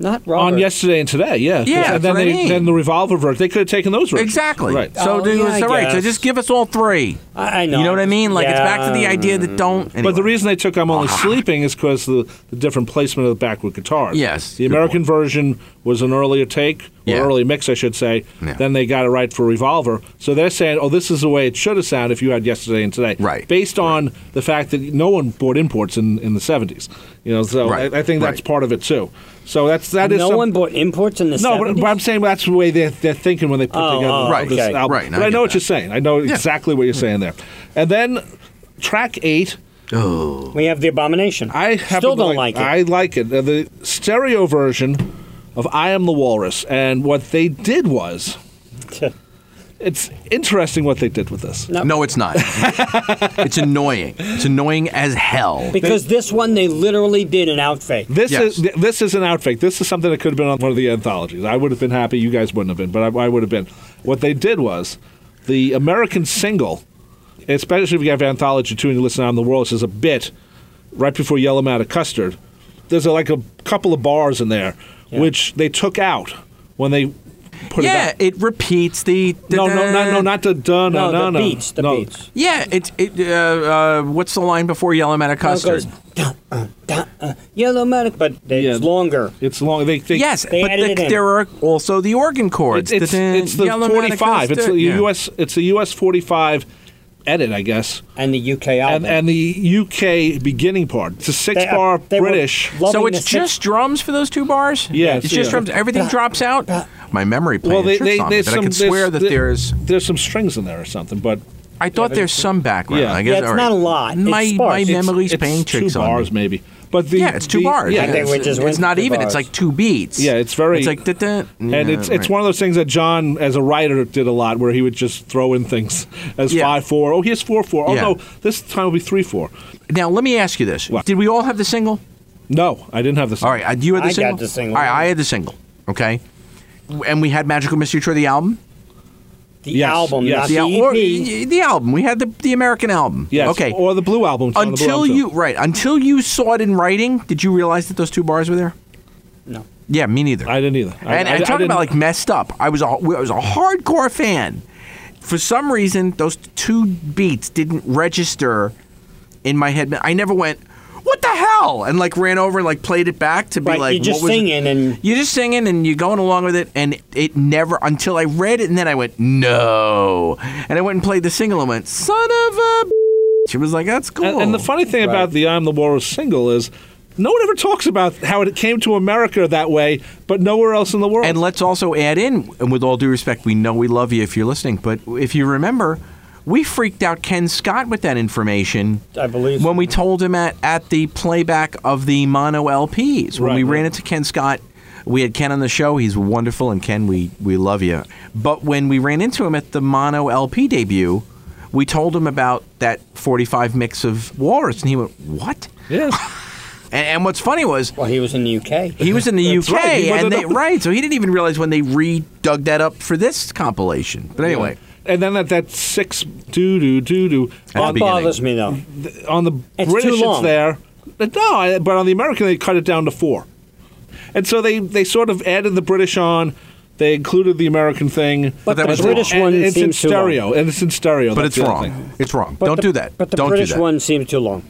Speaker 1: Not Robert.
Speaker 3: on yesterday and today, yeah, 'Cause-
Speaker 2: Yeah,
Speaker 3: And
Speaker 2: that's
Speaker 3: then
Speaker 2: what I
Speaker 3: they,
Speaker 2: mean.
Speaker 3: then the revolver version. They could have taken those versions,
Speaker 2: Exactly.
Speaker 3: Right.
Speaker 2: So
Speaker 1: Oh,
Speaker 2: there
Speaker 1: yeah,
Speaker 2: was-
Speaker 1: I
Speaker 2: all right. So
Speaker 1: guess.
Speaker 2: just give us all three.
Speaker 1: I, I know.
Speaker 2: You know what I mean? Like it's back to the
Speaker 1: Yeah.
Speaker 2: idea that don't.
Speaker 3: But the
Speaker 2: anyway. Ah.
Speaker 3: reason they took "I'm Only Sleeping" is because the, the different placement of the backward guitars.
Speaker 2: Yes,
Speaker 3: the
Speaker 2: good
Speaker 3: American version was an earlier take or
Speaker 2: Yeah.
Speaker 3: early mix, I should say.
Speaker 2: Yeah.
Speaker 3: Then they got it right for Revolver. So they're saying, oh, this is the way it should have sounded if you had yesterday and today.
Speaker 2: Right.
Speaker 3: Based on the fact that no one bought imports in, in the 70s. You know, so
Speaker 2: Right.
Speaker 3: I, I think that's
Speaker 2: Right.
Speaker 3: part of it too. So that's that is
Speaker 1: no
Speaker 3: some-
Speaker 1: one bought imports in the
Speaker 3: no,
Speaker 1: 70s?
Speaker 3: but, but I'm saying that's the way they're, they're thinking when they put
Speaker 1: Oh,
Speaker 3: together
Speaker 1: oh,
Speaker 2: Right,
Speaker 3: this
Speaker 1: okay.
Speaker 3: album.
Speaker 2: right, no,
Speaker 3: but
Speaker 2: I
Speaker 3: I
Speaker 2: get
Speaker 3: know what
Speaker 2: that.
Speaker 3: you're saying. I know exactly what you're saying there. And then track eight,
Speaker 1: we have the abomination.
Speaker 3: I happen
Speaker 1: still
Speaker 3: to
Speaker 1: don't like, it.
Speaker 3: I like it. Uh, The stereo version of "I Am the Walrus," and what they did was, it's interesting what they did with this.
Speaker 2: No, it's not. it's annoying. It's annoying as hell.
Speaker 1: because this one they literally did an outfake.
Speaker 3: This
Speaker 2: Yes.
Speaker 3: is th- this is an outfake. This is something that could have been on one of the anthologies. I would have been happy. You guys wouldn't have been, but I, I would have been. What they did was the American single, especially if you have anthology two and you listen on the world, is a bit right before Yellow Matter Custard. There's a, like a couple of bars in there which they took out when they put it
Speaker 2: Yeah,
Speaker 3: out.
Speaker 2: it repeats the.
Speaker 3: No, no, no, no, not the dun,
Speaker 1: No,
Speaker 3: no, no,
Speaker 1: the
Speaker 3: no.
Speaker 1: beats, the
Speaker 3: no.
Speaker 1: beats.
Speaker 2: Yeah, it's it. Uh, uh, what's the line before yellow matter
Speaker 1: Now it
Speaker 2: custard?
Speaker 1: goes, "Dun, uh, dun, uh, yellow medic, but it's
Speaker 3: Yeah.
Speaker 1: longer.
Speaker 3: It's long. They, they,
Speaker 2: Yes,
Speaker 1: They
Speaker 2: but
Speaker 1: added it
Speaker 2: the,
Speaker 1: in.
Speaker 2: there are also the organ chords.
Speaker 3: It's it's, it's the
Speaker 2: Yellow Matter
Speaker 3: 45. It's
Speaker 2: Custard.
Speaker 3: the
Speaker 2: Yeah.
Speaker 3: U.S. It's the U.S. 45 edit, I guess.
Speaker 1: And the UK album.
Speaker 3: and, and the UK beginning part. It's a six
Speaker 1: They- uh,
Speaker 3: bar
Speaker 1: they were
Speaker 3: British.
Speaker 1: loving
Speaker 2: So
Speaker 1: the
Speaker 2: it's
Speaker 1: six-
Speaker 2: just drums for those two bars.
Speaker 3: Yes,
Speaker 2: it's just
Speaker 3: yeah.
Speaker 2: drums. Everything drops out. My memory playing
Speaker 3: Well, they,
Speaker 2: tricks
Speaker 3: they,
Speaker 2: on me,
Speaker 3: there's
Speaker 2: but I
Speaker 3: some,
Speaker 2: can swear that there's.
Speaker 3: there's some strings in there or something, but
Speaker 2: I thought there's some background.
Speaker 3: Yeah.
Speaker 2: I guess
Speaker 1: Yeah, it's
Speaker 2: all right.
Speaker 1: not a lot. It's
Speaker 2: My my
Speaker 1: sparse. It's-
Speaker 2: memory's
Speaker 3: it's
Speaker 2: paying
Speaker 3: two
Speaker 2: tricks on me.
Speaker 3: bars maybe. But the,
Speaker 2: Yeah, it's two
Speaker 3: the-
Speaker 2: bars.
Speaker 3: Yeah,
Speaker 1: I think
Speaker 2: it's,
Speaker 1: we just
Speaker 2: it's
Speaker 1: went
Speaker 2: not
Speaker 1: two
Speaker 2: even. It's
Speaker 1: bars.
Speaker 2: like two beats.
Speaker 3: Yeah, it's very-
Speaker 2: It's like da-da.
Speaker 3: and it's it's one of those things that John, as a writer, did a lot, where he would just throw in things as
Speaker 2: Yeah.
Speaker 3: five four. Oh, here's four four. Oh
Speaker 2: Yeah.
Speaker 3: no, this time will be three four.
Speaker 2: Now let me ask you this:
Speaker 3: What?
Speaker 2: Did we all have the single?
Speaker 3: No, I didn't have this.
Speaker 2: All right, uh, you had the
Speaker 1: I got
Speaker 2: single.
Speaker 1: the single.
Speaker 2: All right, I had the single. Okay, and we had Magical Mystery Tour the album.
Speaker 1: the
Speaker 3: yes,
Speaker 1: album,
Speaker 3: yes.
Speaker 1: not
Speaker 2: The,
Speaker 1: the, E
Speaker 2: al-
Speaker 1: EP.
Speaker 2: or- y- the album. We had the the American album.
Speaker 3: Yes.
Speaker 2: Okay.
Speaker 3: Or the blue album. it's on the blue
Speaker 2: until
Speaker 3: album, too.
Speaker 2: you right until you saw it in writing, did you realize that those two bars were there?
Speaker 1: no.
Speaker 2: Yeah, me neither.
Speaker 3: I didn't either.
Speaker 2: and
Speaker 3: I,
Speaker 2: I,
Speaker 3: I,
Speaker 2: talk
Speaker 3: I
Speaker 2: about
Speaker 3: didn't-
Speaker 2: like messed up. I was a, I was a hardcore fan. For some reason, those two beats didn't register in my head. I never went, "What the hell?" and like ran over and like played it back to be
Speaker 1: Right,
Speaker 2: like,
Speaker 1: you're just
Speaker 2: what was it?
Speaker 1: singing and
Speaker 2: You're just singing and you're going along with it, and it never until I read it, and then I went no, and I went and played the single and went son of a. She was like, "That's cool."
Speaker 3: And, and the funny thing about the I'm the Walrus single is no one ever talks about how it came to America that way, but nowhere else in the world.
Speaker 2: And let's also add in, and with all due respect, we know we love you if you're listening, but if you remember, we freaked out Ken Scott with that information.
Speaker 1: I believe so.
Speaker 2: when we told him at, at the playback of the mono LPs when
Speaker 3: Right,
Speaker 2: we ran
Speaker 3: right.
Speaker 2: it to Ken Scott. We had Ken on the show. He's wonderful, and Ken, we we love you. But when we ran into him at the mono LP debut, we told him about that 45 mix of Walrus, and he went, "What?"
Speaker 3: yeah.
Speaker 2: And, and what's funny was
Speaker 1: Well, he was in the UK.
Speaker 2: he was in the
Speaker 3: That's
Speaker 2: UK,
Speaker 3: right, he
Speaker 2: and
Speaker 3: wasn't
Speaker 2: they
Speaker 3: up-
Speaker 2: right, so he didn't even realize when they re-dug that up for this compilation. But anyway,
Speaker 3: And then that, that six doo doo doo doo
Speaker 2: the
Speaker 1: That
Speaker 3: on,
Speaker 2: beginning.
Speaker 1: bothers me though.
Speaker 3: the- on the
Speaker 1: It's
Speaker 3: British
Speaker 1: too
Speaker 3: it's
Speaker 1: long.
Speaker 3: there. But no, I- but on the American they cut it down to four. And so they, they sort of added the British on. They included the American thing.
Speaker 1: But
Speaker 2: that
Speaker 1: the
Speaker 2: was wrong.
Speaker 1: British
Speaker 3: and
Speaker 1: one
Speaker 3: it's in
Speaker 1: seems too long.
Speaker 3: stereo, and it's in stereo.
Speaker 2: but it's
Speaker 3: that's the other
Speaker 2: wrong.
Speaker 3: thing.
Speaker 2: It's wrong.
Speaker 1: But
Speaker 2: don't
Speaker 1: the-
Speaker 2: do that.
Speaker 1: But the
Speaker 2: don't
Speaker 1: British
Speaker 2: do that.
Speaker 1: one seems too long.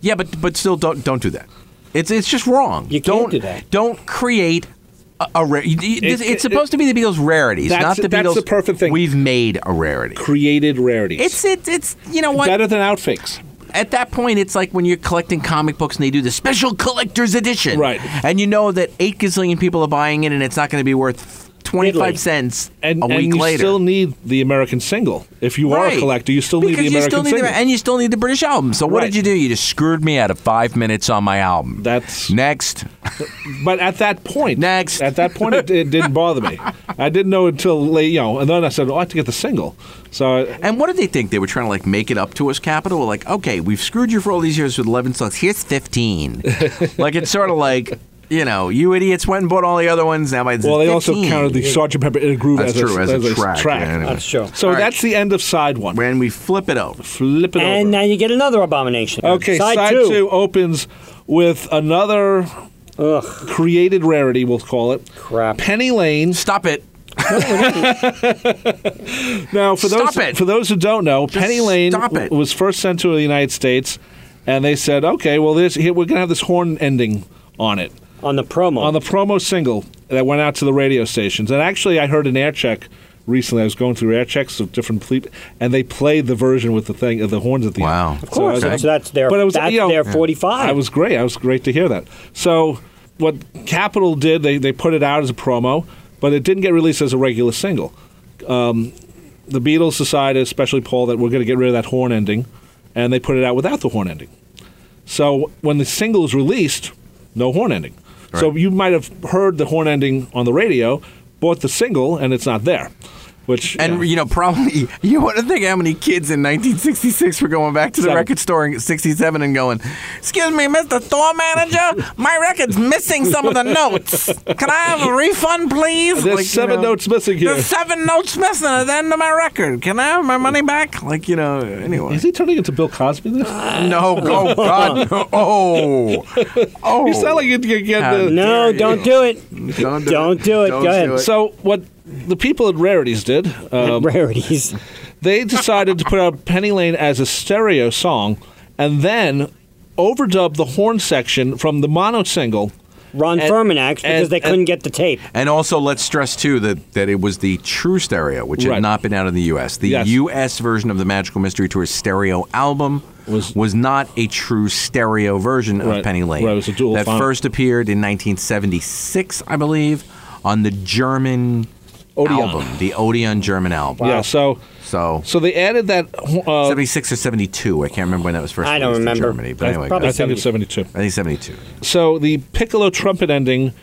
Speaker 2: Yeah, but but still, don't don't do that. It's it's just wrong.
Speaker 1: You can't
Speaker 2: don't,
Speaker 1: do that.
Speaker 2: Don't create a, a ra- you- you- this-
Speaker 3: It-
Speaker 2: It's
Speaker 3: it-
Speaker 2: supposed to be the Beatles' rarities,
Speaker 3: That's-
Speaker 2: not the
Speaker 3: that's
Speaker 2: Beatles.
Speaker 3: the perfect thing.
Speaker 2: We've made a rarity.
Speaker 3: Created rarities.
Speaker 2: It's it, it's you know what?
Speaker 3: better than outfakes.
Speaker 2: At that point, it's like when you're collecting comic books and they do the special collector's edition,
Speaker 3: Right.
Speaker 2: And you know that eight gazillion people are buying it, and it's not going to be worth twenty
Speaker 1: Diddly.
Speaker 2: five cents
Speaker 3: and,
Speaker 2: a
Speaker 3: and
Speaker 2: week
Speaker 3: you
Speaker 2: later.
Speaker 3: still need the American single. If you are
Speaker 2: Right.
Speaker 3: a collector, you still
Speaker 2: because
Speaker 3: need the
Speaker 2: you
Speaker 3: American
Speaker 2: still need
Speaker 3: single.
Speaker 2: The, and you still need the British album. So what
Speaker 3: Right.
Speaker 2: did you do? You just screwed me out of five minutes on my album.
Speaker 3: That's-
Speaker 2: next.
Speaker 3: but at that point,
Speaker 2: Next.
Speaker 3: at that point, it, it didn't bother me. I didn't know until late, you know, and then I said, oh, I have to get the single. So
Speaker 2: And what did they think? They were trying to like make it up to us, Capital? Like, okay, we've screwed you for all these years with 11 songs. Here's 15. like, it's sort of like, you know, you idiots went and bought all the other ones. Now it's
Speaker 3: well, they
Speaker 2: 15.
Speaker 3: also counted the Sergeant Pepper in a groove
Speaker 2: That's
Speaker 3: as,
Speaker 2: true,
Speaker 3: a,
Speaker 2: as, a track. yeah, anyway.
Speaker 1: That's true.
Speaker 3: So
Speaker 2: All right.
Speaker 3: that's the end of side one.
Speaker 2: When we flip it over.
Speaker 3: Flip it
Speaker 1: And
Speaker 3: over.
Speaker 1: now you get another abomination.
Speaker 3: okay,
Speaker 1: side,
Speaker 3: two. opens with another
Speaker 1: Ugh,
Speaker 3: created rarity, we'll call it.
Speaker 1: crap.
Speaker 3: Penny Lane.
Speaker 2: Stop it.
Speaker 3: Now, for
Speaker 2: Stop
Speaker 3: those
Speaker 2: it.
Speaker 3: for those who don't know, Penny Lane
Speaker 2: stop
Speaker 3: w-
Speaker 2: it.
Speaker 3: was first sent to the United States, and they said, "Okay, well, this here, we're going to have this horn ending on it
Speaker 1: On the promo.
Speaker 3: on the promo single." that went out to the radio stations. And actually, I heard an air check recently. I was going through air checks of different fleet, and they played the version with the thing of the horns at the
Speaker 2: Wow.
Speaker 3: end.
Speaker 2: Of
Speaker 1: Of course.
Speaker 3: So I
Speaker 1: So,
Speaker 3: was-
Speaker 1: that's their.
Speaker 3: But it was,
Speaker 1: that's
Speaker 3: you know,
Speaker 1: their forty-five.
Speaker 3: I was great. I was great to hear that. So what Capitol did, they, they put it out as a promo, but it didn't get released as a regular single. Um, the Beatles decided, especially Paul, that we're going to get rid of that horn ending, and they put it out without the horn ending. So when the single is released, no horn ending. So you might have heard the horn ending on the radio, bought the single, and it's not there. Which
Speaker 2: And
Speaker 3: yeah.
Speaker 2: you know, probably you want to think how many kids in 1966 were going back to the
Speaker 3: Seven.
Speaker 2: record store in '67 and going, "Excuse me, Mr. Store Manager, my record's missing some of the notes. Can I have a refund, please?
Speaker 3: There's
Speaker 2: you
Speaker 3: seven notes missing here."
Speaker 2: There's seven notes missing at the end of my record. Can I have my money back? Like you know, anyway.
Speaker 3: is he turning into Bill Cosby?
Speaker 1: Uh,
Speaker 3: There,
Speaker 2: No, oh God, no. oh, oh.
Speaker 3: you sound like you could get the
Speaker 1: no, don't do it.
Speaker 2: Don't do
Speaker 1: Don't do it.
Speaker 2: Don't
Speaker 1: Go ahead.
Speaker 2: do it.
Speaker 3: So what the people at Rarities did, um,
Speaker 1: Rarities.
Speaker 3: they decided to put out Penny Lane as a stereo song, and then overdub the horn section from the mono single.
Speaker 1: Ron
Speaker 3: And-
Speaker 1: Furman acts because
Speaker 3: and-
Speaker 1: they couldn't
Speaker 3: and-
Speaker 1: get the tape.
Speaker 2: And also, let's stress too that, that it was the true stereo, which had
Speaker 3: Right.
Speaker 2: not been out in the U.S. The
Speaker 3: Yes.
Speaker 2: U.S. version of the Magical Mystery Tour stereo album was,
Speaker 3: Was-
Speaker 2: not a true stereo version of
Speaker 3: Right.
Speaker 2: Penny Lane.
Speaker 3: Right, it was a dual
Speaker 2: that
Speaker 3: font.
Speaker 2: first appeared in 1976, I believe, on the German
Speaker 3: Odeon.
Speaker 2: album, the Odeon German album.
Speaker 3: Yeah, so
Speaker 2: So.
Speaker 3: so they added that. Uh,
Speaker 2: 76 or 72. I can't remember when that was first
Speaker 1: I don't
Speaker 2: released in
Speaker 1: remember.
Speaker 2: Germany. But
Speaker 1: I-
Speaker 2: anyway,
Speaker 1: probably
Speaker 3: I
Speaker 2: guys,
Speaker 3: think it's seventy-two.
Speaker 2: I think 72.
Speaker 3: So the piccolo trumpet ending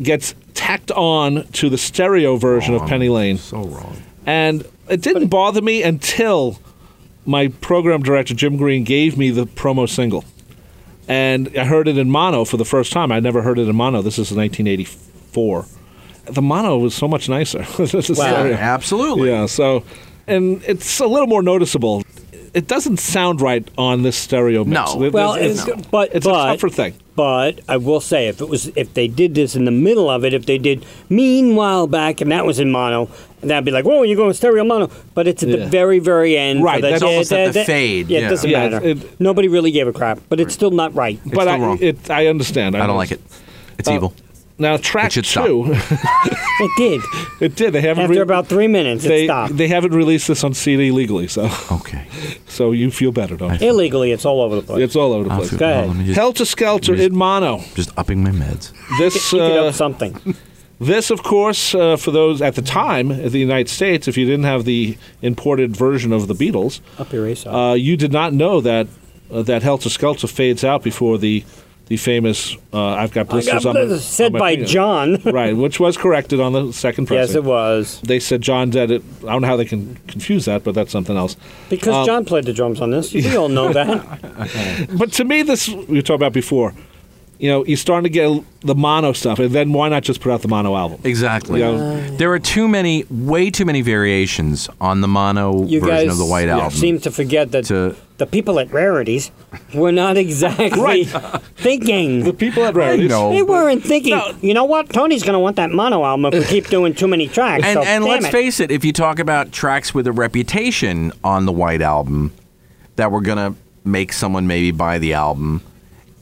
Speaker 3: gets tacked on to the stereo version of Penny Lane.
Speaker 2: So wrong.
Speaker 3: And it didn't bother me until my program director, Jim Green, gave me the promo single. And I heard it in mono for the first time. I'd never heard it in mono. This is 1984. The mono was so much nicer. This is
Speaker 1: Wow.
Speaker 3: stereo.
Speaker 2: Absolutely.
Speaker 3: Yeah, so, and it's a little more noticeable. It doesn't sound right on this stereo mix.
Speaker 2: No.
Speaker 3: There-
Speaker 1: Well,
Speaker 3: there's-
Speaker 1: it's, but
Speaker 3: it's
Speaker 1: but,
Speaker 3: a tougher thing.
Speaker 1: But I will say, if it was, if they did this in the middle of it, if they did "Meanwhile Back" and that was in mono, then I'd be like, "Whoa, you're going stereo mono." But it's at the
Speaker 3: Yeah.
Speaker 1: very, very end.
Speaker 3: Right,
Speaker 1: for the-
Speaker 3: that's
Speaker 2: almost at the fade,
Speaker 1: Yeah,
Speaker 2: yeah.
Speaker 1: it doesn't
Speaker 3: Yeah,
Speaker 1: matter.
Speaker 3: it-
Speaker 1: Nobody really gave a crap, but it's still not right.
Speaker 3: but
Speaker 2: still
Speaker 3: I,
Speaker 2: wrong.
Speaker 3: It, I understand.
Speaker 2: I don't like it. It's
Speaker 3: Uh,
Speaker 2: evil.
Speaker 3: Now, track
Speaker 2: should stop.
Speaker 3: two,
Speaker 1: It did
Speaker 3: it did. They haven't re-
Speaker 1: after about three minutes.
Speaker 3: they
Speaker 1: it stopped
Speaker 3: they haven't released this on CD legally, so
Speaker 2: Okay.
Speaker 3: so you feel better, don't you?
Speaker 1: illegally. It's all over the place.
Speaker 3: It's all over the
Speaker 2: I'll
Speaker 3: place.
Speaker 2: feel-
Speaker 1: Go ahead.
Speaker 2: hold on, let me just-
Speaker 3: Helter Skelter in mono.
Speaker 2: just upping my meds.
Speaker 3: This,
Speaker 1: Keep it up
Speaker 3: uh,
Speaker 1: something.
Speaker 3: this, of course, uh, for those at the time in the United States, if you didn't have the imported version of the Beatles,
Speaker 1: Up your race.
Speaker 3: uh, you did not know that uh, that Helter Skelter fades out before the the famous uh, "I've Got
Speaker 1: I
Speaker 3: Blisters."
Speaker 1: got
Speaker 3: on my-
Speaker 1: this is said
Speaker 3: on my
Speaker 1: by
Speaker 3: finger.
Speaker 1: John.
Speaker 3: right, which was corrected on the second pressing.
Speaker 1: yes, it was
Speaker 3: They said John did it. I don't know how they can confuse that, but that's something else.
Speaker 1: because John played the drums on this. We all know that.
Speaker 3: But to me, this we were talking about before. You know, you're starting to get the mono stuff, and then why not just put out the mono album?
Speaker 2: Exactly.
Speaker 3: Yeah.
Speaker 2: There are too many, way too many variations on the mono
Speaker 1: you
Speaker 2: version
Speaker 1: guys
Speaker 2: of the White
Speaker 1: yeah,
Speaker 2: Album.
Speaker 1: seem to forget that
Speaker 2: To-
Speaker 1: the people at Rarities were not exactly
Speaker 3: Right.
Speaker 1: thinking.
Speaker 3: The people at Rarities.
Speaker 2: know.
Speaker 1: they weren't thinking.
Speaker 3: No.
Speaker 1: You know what? Tony's going to want that mono album if we keep doing too many tracks.
Speaker 2: and
Speaker 1: so,
Speaker 2: and
Speaker 1: damn
Speaker 2: let's
Speaker 1: it.
Speaker 2: face it, if you talk about tracks with a reputation on the White Album that were gonna make someone maybe buy the album,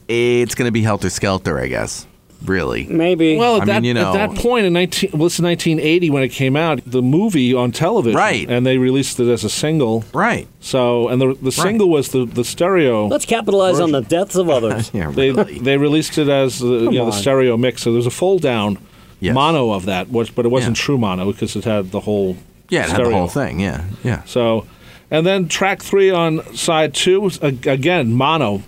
Speaker 2: it's gonna be Helter Skelter, I guess. Really.
Speaker 1: maybe.
Speaker 2: I
Speaker 3: Well, at,
Speaker 2: mean,
Speaker 3: that,
Speaker 2: you know.
Speaker 3: at that point in 19, well, it's 1980 when it came out, the movie on television,
Speaker 2: Right.
Speaker 3: And they released it as a single,
Speaker 2: Right.
Speaker 3: So, and the the single was the the stereo.
Speaker 1: let's capitalize on the deaths of others.
Speaker 2: Yeah,
Speaker 3: they
Speaker 2: really.
Speaker 3: they released it as the, you know, the
Speaker 1: on.
Speaker 3: stereo mix. So there's a fold down
Speaker 2: Yes.
Speaker 3: mono of that, which but it wasn't
Speaker 2: Yeah.
Speaker 3: true mono because it had the whole
Speaker 2: yeah, it had the
Speaker 3: stereo.
Speaker 2: whole thing, yeah. Yeah.
Speaker 3: So, and then track three on side two was, a- again mono,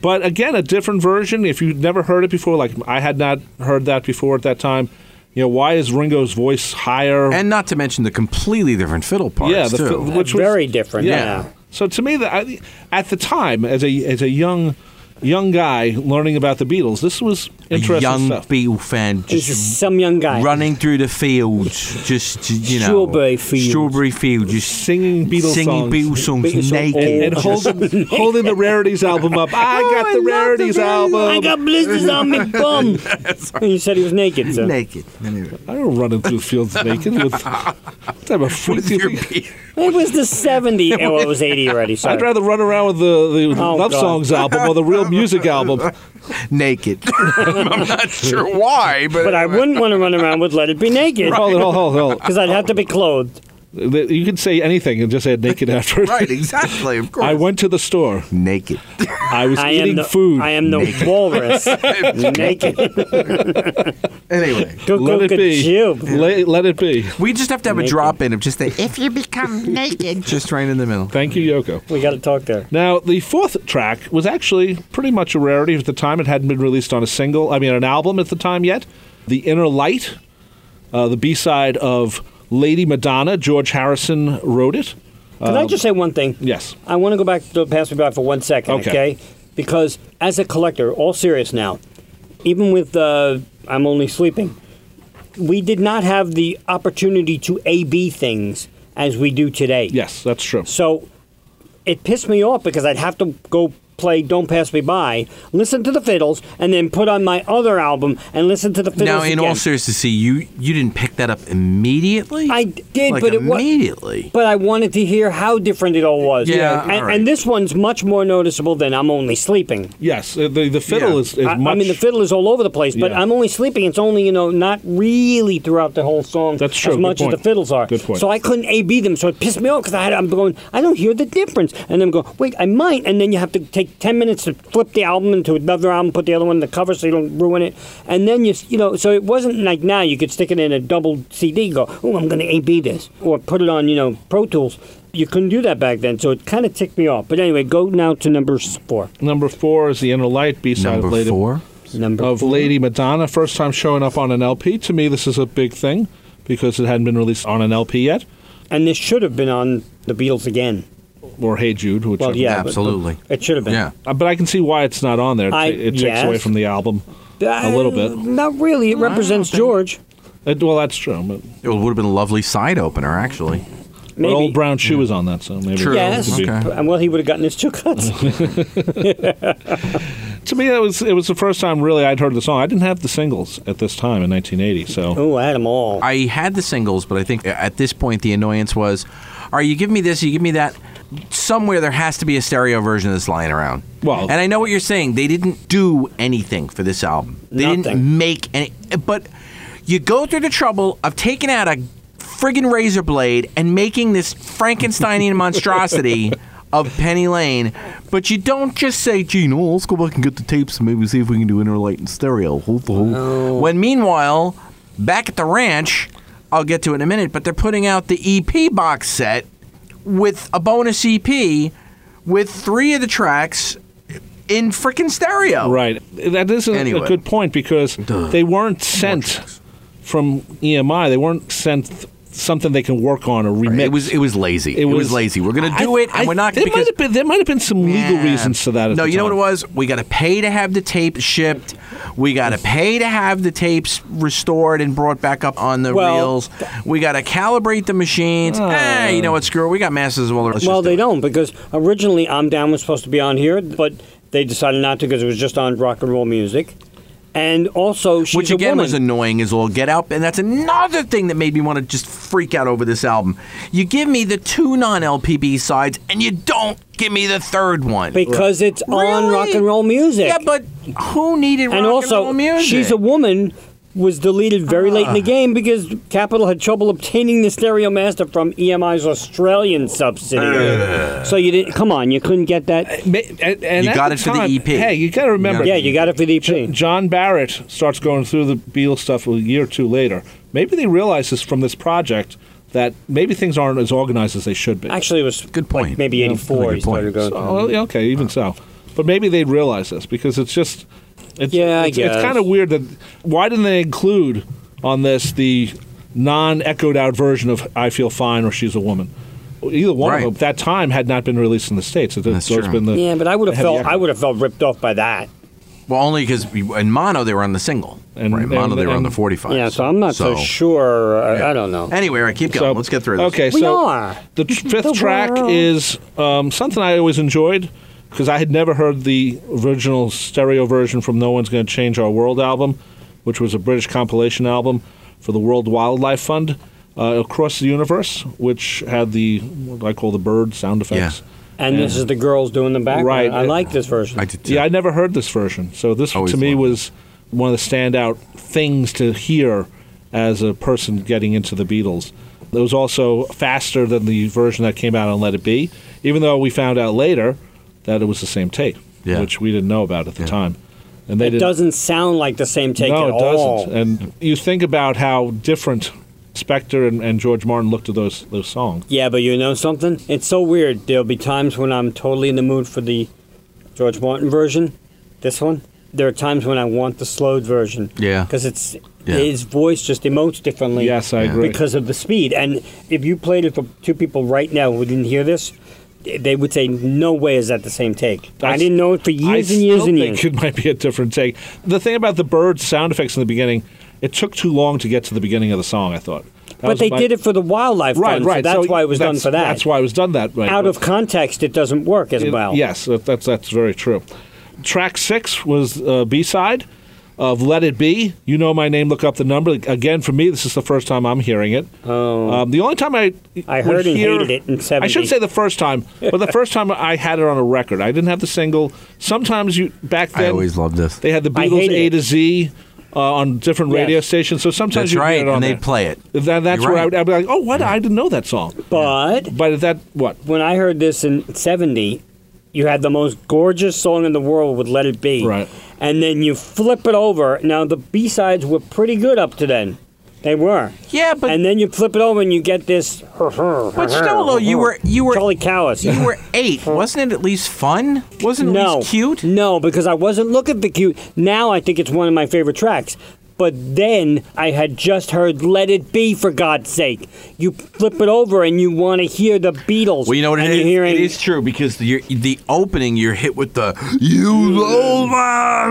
Speaker 3: but again a different version. If you'd never heard it before, like I had not heard that before at that time. You know why is Ringo's voice higher?
Speaker 2: And not to mention the completely different fiddle parts
Speaker 3: yeah, the,
Speaker 2: too.
Speaker 3: fi- which was
Speaker 1: Very different. Yeah.
Speaker 3: So to me, that I, at the time, as a as a young young guy learning about the Beatles, this was
Speaker 2: a
Speaker 3: interesting
Speaker 2: young
Speaker 3: stuff.
Speaker 2: Beatle fan
Speaker 1: This
Speaker 2: just
Speaker 1: is some young guy.
Speaker 2: running through the fields, just you know,
Speaker 1: Strawberry fields.
Speaker 2: strawberry fields, just
Speaker 3: Singing Beatles
Speaker 2: singing
Speaker 3: songs.
Speaker 2: Beatles songs
Speaker 1: Beatles songs.
Speaker 2: naked,
Speaker 3: and, and
Speaker 2: just-
Speaker 3: holding, holding the rarities album up. I
Speaker 2: Oh,
Speaker 3: got
Speaker 2: I love
Speaker 3: the
Speaker 2: the
Speaker 3: rarities
Speaker 2: Rarities.
Speaker 3: album.
Speaker 1: I got blisters on my bum. and you said he was naked. So.
Speaker 2: naked. Anyway.
Speaker 3: I don't run into the fields naked with what type of freak
Speaker 2: With
Speaker 3: you
Speaker 2: your
Speaker 3: think?
Speaker 2: beard.
Speaker 1: It was the 70. oh, it was 80 already. Sorry.
Speaker 3: I'd rather run around with the, the
Speaker 1: Oh,
Speaker 3: Love
Speaker 1: God.
Speaker 3: Songs album or the Real music album.
Speaker 2: naked. I'm not sure why, but,
Speaker 1: But I wouldn't want to run around with Let It Be Naked.
Speaker 3: Hold it, hold, hold, hold.
Speaker 1: Because I'd have to be clothed.
Speaker 3: Th- You could say anything and just add naked after it.
Speaker 2: right, exactly. Of course,
Speaker 3: I went to the store.
Speaker 2: naked.
Speaker 3: I was
Speaker 1: I
Speaker 3: eating
Speaker 1: am the
Speaker 3: food.
Speaker 1: I am the walrus, naked.
Speaker 2: anyway,
Speaker 1: Go,
Speaker 3: let
Speaker 1: go,
Speaker 3: it
Speaker 1: good
Speaker 3: be.
Speaker 1: job.
Speaker 3: Let, let it be.
Speaker 2: we just have to have a
Speaker 1: Naked.
Speaker 2: drop in of just the if you become naked, just right in the middle.
Speaker 3: Thank you, Yoko.
Speaker 1: We got to talk there.
Speaker 3: Now, the fourth track was actually pretty much a rarity at the time. It hadn't been released on a single, I mean, an album at the time yet. The Inner Light, uh, the B side of Lady Madonna. George Harrison wrote it.
Speaker 1: Can
Speaker 3: Um,
Speaker 1: I just say one thing?
Speaker 3: Yes.
Speaker 1: I want to go back to Pass Me By for one second,
Speaker 3: Okay.
Speaker 1: okay? Because as a collector, all serious now, even with uh, I'm Only Sleeping, we did not have the opportunity to A-B things as we do today.
Speaker 3: Yes, that's true.
Speaker 1: So it pissed me off because I'd have to go play Don't Pass Me By, listen to the fiddles, and then put on my other album and listen to the fiddles
Speaker 2: Now, in
Speaker 1: again.
Speaker 2: all seriousness, see you you didn't pick that up immediately.
Speaker 1: I did,
Speaker 2: Like,
Speaker 1: but it was
Speaker 2: immediately.
Speaker 1: But I wanted to hear how different it all was.
Speaker 2: Yeah,
Speaker 1: and,
Speaker 2: alright.
Speaker 1: and this one's much more noticeable than I'm only sleeping.
Speaker 3: Yes, uh, the, the fiddle
Speaker 2: Yeah.
Speaker 3: is, is
Speaker 1: I, I
Speaker 3: much.
Speaker 1: mean, the fiddle is all over the place, but
Speaker 3: Yeah.
Speaker 1: I'm only sleeping. It's only you know not really throughout the whole song
Speaker 3: That's true.
Speaker 1: as
Speaker 3: Good
Speaker 1: much as
Speaker 3: point.
Speaker 1: the fiddles are.
Speaker 3: Good point.
Speaker 1: So I couldn't A B them, so it pissed me off because I had, I'm going I don't hear the difference, and then I'm going wait I might, and then you have to take ten minutes to flip the album into another album, put the other one in the cover so you don't ruin it, and then you s- you know so it wasn't like now you could stick it in a double CD, and go oh I'm going to A B this or put it on you know Pro Tools. You couldn't do that back then, so it kind of ticked me off. But anyway, go now to number s- four.
Speaker 3: Number four is the Inner Light B side of
Speaker 2: Number
Speaker 3: Lady
Speaker 2: four.
Speaker 1: Number
Speaker 3: of
Speaker 1: four.
Speaker 3: Lady Madonna. First time showing up on an LP. To me, this is a big thing because it hadn't been released on an LP yet,
Speaker 1: And this should have been on the Beatles again.
Speaker 3: or Hey Jude, which
Speaker 1: Well, yeah, but- but
Speaker 2: Absolutely.
Speaker 1: it should have been.
Speaker 2: Yeah.
Speaker 3: Uh, but I can see why it's not on there. It,
Speaker 1: I-
Speaker 3: it takes
Speaker 1: yes.
Speaker 3: away from the album a little bit.
Speaker 1: Uh, Not really. It represents George.
Speaker 3: It, well, that's true. But,
Speaker 2: It would have been a lovely side opener, actually.
Speaker 3: but
Speaker 1: Maybe.
Speaker 3: Old Brown Shoe is on that, so maybe.
Speaker 2: True.
Speaker 1: Yes.
Speaker 3: It could be.
Speaker 2: Okay.
Speaker 1: And well, he would have gotten his two cuts.
Speaker 3: To me, it was it was the first time really I'd heard the song. I didn't have the singles at this time in 1980, so
Speaker 1: oh, I had them all.
Speaker 2: I had the singles, but I think at this point the annoyance was, "Are you giving me this? Are you giving me that?" Somewhere there has to be a stereo version of this lying around.
Speaker 3: Well-
Speaker 2: and I know what you're saying. They didn't do anything for this album. They
Speaker 1: Nothing.
Speaker 2: didn't make any. But you go through the trouble of taking out a friggin' razor blade and making this Frankensteinian monstrosity. Of Penny Lane, but you don't just say, "Gee, no, let's go back and get the tapes and maybe see if we can do interlight and stereo." Hold the hold. When meanwhile, back at the ranch, I'll get to it in a minute, but they're putting out the EP box set with a bonus EP with three of the tracks in freaking stereo.
Speaker 3: right. That is a,
Speaker 2: Oh. Anyway.
Speaker 3: a good point because they weren't sent from EMI. They weren't sent th- something they can work on or remix.
Speaker 2: It was it was lazy. It, was, lazy. We're gonna
Speaker 3: I-
Speaker 2: do it, and
Speaker 3: I-
Speaker 2: we're not
Speaker 3: There
Speaker 2: because
Speaker 3: might have been there might have been some legal
Speaker 2: Yeah.
Speaker 3: reasons to that. At
Speaker 2: no,
Speaker 3: the
Speaker 2: you know what
Speaker 3: time.
Speaker 2: it was. We got to pay to have the tape shipped. We got to pay to have the tapes restored and brought back up on the
Speaker 1: Well,
Speaker 2: reels. We got to calibrate the machines.
Speaker 3: Oh.
Speaker 2: hey, you know what? Screw it. We got masses of all. Let's
Speaker 1: well,
Speaker 2: just do
Speaker 1: they
Speaker 2: it.
Speaker 1: don't because originally "I'm Down" was supposed to be on here, but they decided not to because it was just on rock and roll music. And also, she's
Speaker 2: Which
Speaker 1: a
Speaker 2: again
Speaker 1: woman.
Speaker 2: was annoying as all get out, and that's another thing that made me want to just freak out over this album. You give me the two non-LPB sides, and you don't give me the third one.
Speaker 1: because it's on
Speaker 2: Really?
Speaker 1: rock and roll music.
Speaker 2: yeah, but who needed rock
Speaker 1: and also,
Speaker 2: roll music?
Speaker 1: she's a woman. Was deleted very late in the game because Capitol had trouble obtaining the stereo master from EMI's Australian subsidiary. so you didn't. Come on, you couldn't get that.
Speaker 3: Ma- and, and
Speaker 2: You
Speaker 3: at
Speaker 2: got
Speaker 3: the
Speaker 2: it for the E
Speaker 3: time-
Speaker 2: EP.
Speaker 3: Hey, you got to remember.
Speaker 1: Yeah, you got it for the EP.
Speaker 3: John Barrett starts going through the Beatles stuff a year or two later. Maybe they realize this from this project that maybe things aren't as organized as they should be.
Speaker 1: Actually, it was
Speaker 2: Good point.
Speaker 1: Like maybe
Speaker 2: Yeah,
Speaker 1: eighty four.
Speaker 2: good
Speaker 1: he started
Speaker 2: point.
Speaker 1: going.
Speaker 3: Oh, well, yeah, okay, even so, but maybe they realize this because it's just it's,
Speaker 1: Yeah, I
Speaker 3: it's, it's
Speaker 1: guess.
Speaker 3: kind of weird that why didn't they include on this the non-echoed out version of "I Feel Fine" or "She's a Woman." Either one
Speaker 2: Right.
Speaker 3: of them at that time had not been released in the states. It,
Speaker 2: That's
Speaker 3: those
Speaker 2: true.
Speaker 3: Been the,
Speaker 1: yeah, but I would have
Speaker 3: heavy
Speaker 1: felt
Speaker 3: echo.
Speaker 1: I would have felt ripped off by that.
Speaker 2: well, only because in mono they were on the single,
Speaker 3: And-
Speaker 2: right? Mono
Speaker 3: and-
Speaker 2: they were on the
Speaker 3: and-
Speaker 2: 45.
Speaker 1: Yeah, so I'm not so, sure. uh, I, I don't know.
Speaker 2: Anyway, all right, keep going. Let's get through this.
Speaker 3: Okay,
Speaker 1: We
Speaker 3: so
Speaker 1: are.
Speaker 3: the tr- fifth
Speaker 1: The
Speaker 3: track
Speaker 1: world.
Speaker 3: is um, something I always enjoyed because I had never heard the original stereo version from No One's Going to Change Our World album, which was a British compilation album for the World Wildlife Fund uh, across the universe, which had the what I call the bird sound effects.
Speaker 1: and this is the girls doing the background.
Speaker 3: Right.
Speaker 1: I like this version.
Speaker 2: I did too.
Speaker 3: Yeah, I never heard this version. So this
Speaker 2: Always
Speaker 3: to me
Speaker 2: loved it.
Speaker 3: was one of the standout things to hear as a person getting into the Beatles. It was also faster than the version that came out on Let It Be, even though we found out later that it was the same tape,
Speaker 2: Yeah.
Speaker 3: which we didn't know about at the time. And they
Speaker 1: it
Speaker 3: didn't-
Speaker 1: doesn't sound like the same take
Speaker 3: no,
Speaker 1: at
Speaker 3: it
Speaker 1: all.
Speaker 3: doesn't. And you think about how different Spector and, and George Martin looked at those those songs.
Speaker 1: Yeah, but you know something? It's so weird. There'll be times when I'm totally in the mood for the George Martin version, this one. There are times when I want the slowed version.
Speaker 2: Yeah.
Speaker 1: Because it's
Speaker 2: Yeah.
Speaker 1: his voice just emotes differently.
Speaker 3: Yes, I agree.
Speaker 1: Because of the speed. And if you played it for two people right now who didn't hear this, they would say, no way is that the same take. I,
Speaker 3: s-
Speaker 1: didn't know it for years
Speaker 3: I
Speaker 1: and years
Speaker 3: still
Speaker 1: and
Speaker 3: think
Speaker 1: years.
Speaker 3: it might be a different take. The thing about the bird sound effects in the beginning, it took too long to get to the beginning of the song. I thought, That
Speaker 1: but
Speaker 3: was
Speaker 1: they
Speaker 3: my-
Speaker 1: did it for the wildlife
Speaker 3: right,
Speaker 1: fund,
Speaker 3: right.
Speaker 1: so that's
Speaker 3: So
Speaker 1: why it was done
Speaker 3: that's-
Speaker 1: for that.
Speaker 3: That's why it was done that way.
Speaker 1: Out
Speaker 3: But
Speaker 1: of context, it doesn't work as
Speaker 3: it-
Speaker 1: well.
Speaker 3: yes, that- that's that's very true. Track six was uh, B side of Let It Be. You know my name. Look up the number again. For me, this is the first time I'm hearing it. Oh, um, the only time I
Speaker 1: I
Speaker 3: would
Speaker 1: heard and
Speaker 3: hear-
Speaker 1: hated it in
Speaker 3: I
Speaker 1: 70.
Speaker 3: should say the first time, but the first time I had it on a record. I didn't have the single. Sometimes you back then
Speaker 2: I always loved this.
Speaker 3: They had the
Speaker 1: I
Speaker 3: Beatles
Speaker 1: hated
Speaker 3: A
Speaker 1: it.
Speaker 3: to Z uh, on different
Speaker 1: Yes.
Speaker 3: radio stations. So sometimes
Speaker 2: That's
Speaker 3: you'd hear
Speaker 2: right,
Speaker 3: it on
Speaker 2: and
Speaker 3: there.
Speaker 2: they'd play it.
Speaker 3: That, that's
Speaker 2: You're
Speaker 3: where
Speaker 2: right.
Speaker 3: I would, I'd be like, "Oh, what? I didn't know that song."
Speaker 1: But
Speaker 3: But at that what?
Speaker 1: when I heard this in '70, you had the most gorgeous song in the world with "Let It Be,"
Speaker 3: Right.
Speaker 1: And then you flip it over. Now the B sides were pretty good up to then, they were.
Speaker 2: Yeah, but-
Speaker 1: and then you flip it over and you get this.
Speaker 2: But still, though, you were you were
Speaker 1: Charlie Cowis.
Speaker 2: you were eight. Wasn't it at least fun? Wasn't it at
Speaker 1: no
Speaker 2: least cute?
Speaker 1: No, because I wasn't looking for cute. Now I think it's one of my favorite tracks. But then I had just heard "Let It Be" for God's sake. You flip it over and you want to hear the Beatles.
Speaker 2: Well, you know what
Speaker 1: and
Speaker 2: it is.
Speaker 1: you're hearing-
Speaker 2: it is true because the the opening you're hit with the you know my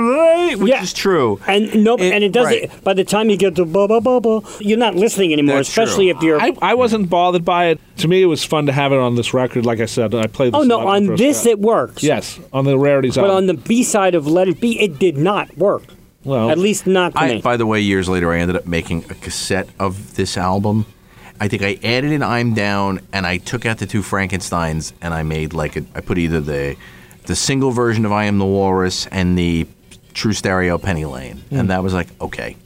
Speaker 2: name," which
Speaker 1: Yeah.
Speaker 2: is true.
Speaker 1: And nope,
Speaker 2: It-
Speaker 1: and it doesn't.
Speaker 2: right.
Speaker 1: By the time you get to blah blah blah blah, you're not listening anymore.
Speaker 2: That's
Speaker 1: especially
Speaker 2: true.
Speaker 1: if you're.
Speaker 3: I, I wasn't bothered by it. To me, it was fun to have it on this record. Like I said, I played. This
Speaker 1: oh no,
Speaker 3: a lot when
Speaker 1: on
Speaker 3: first
Speaker 1: this
Speaker 3: got-
Speaker 1: it works.
Speaker 3: yes, on the rarities
Speaker 1: but
Speaker 3: album.
Speaker 1: on the B side of Let It Be, it did not work.
Speaker 3: Well-
Speaker 1: at least not to
Speaker 2: I,
Speaker 1: me.
Speaker 2: by the way, years later, I ended up making a cassette of this album. I think I added an "I'm Down" and I took out the two Frankenstein's and I made like a, I put either the the single version of "I Am the Walrus" and the True Stereo Penny Lane, and that was like okay,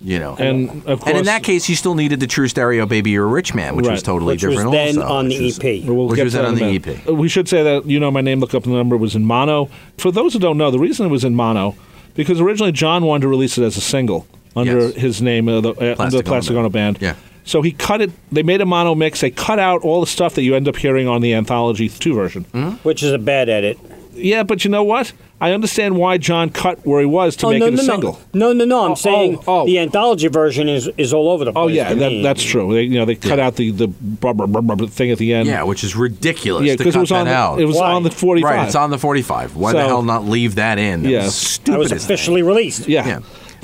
Speaker 2: you know.
Speaker 3: Hmm. And, of
Speaker 2: and in
Speaker 3: course-
Speaker 2: that case, you still needed the True Stereo "Baby You're a Rich Man," which was
Speaker 3: Right.
Speaker 2: totally
Speaker 1: Which was
Speaker 2: different.
Speaker 1: then
Speaker 2: also,
Speaker 1: on the
Speaker 2: which was-
Speaker 1: EP.
Speaker 3: E We'll
Speaker 2: which
Speaker 3: get
Speaker 2: was
Speaker 3: to
Speaker 2: then
Speaker 3: that
Speaker 2: on
Speaker 3: in a
Speaker 2: the E
Speaker 3: minute.
Speaker 2: EP.
Speaker 3: Uh, We should say that you know my name. Look up the number was in mono. For those who don't know, the reason it was in mono because originally John wanted to release it as a single under
Speaker 2: Yes.
Speaker 3: his name, uh, the, uh, under the
Speaker 2: Plastic
Speaker 3: Plastic
Speaker 2: Ono
Speaker 3: Ono Band.
Speaker 2: Yeah.
Speaker 3: So he cut it. They made a mono mix. They cut out all the stuff that you end up hearing on the anthology two version.
Speaker 2: Mm-hmm.
Speaker 1: which is a bad edit.
Speaker 3: Yeah, but you know what? I understand why John cut where he was to
Speaker 1: oh
Speaker 3: make
Speaker 1: no
Speaker 3: it a
Speaker 1: no
Speaker 3: single.
Speaker 1: no no no no! I'm
Speaker 3: Oh,
Speaker 1: saying
Speaker 3: oh, oh.
Speaker 1: the anthology version is is all over the place.
Speaker 3: Oh yeah,
Speaker 1: to
Speaker 3: that,
Speaker 1: me.
Speaker 3: that's true. They, you know, they cut out the the blah, blah, blah, blah, blah thing at the end.
Speaker 2: Yeah, which is ridiculous.
Speaker 3: yeah,
Speaker 2: to
Speaker 3: because it
Speaker 2: cut
Speaker 3: was on
Speaker 2: that out.
Speaker 3: the, it was
Speaker 1: Why?
Speaker 3: on the forty five.
Speaker 2: Right, it's on the 45. Why the
Speaker 3: So-
Speaker 2: hell not leave that in? That
Speaker 3: Yeah.
Speaker 2: was
Speaker 1: That was
Speaker 2: stupidest thing.
Speaker 1: officially released.
Speaker 3: yeah.
Speaker 2: Yeah.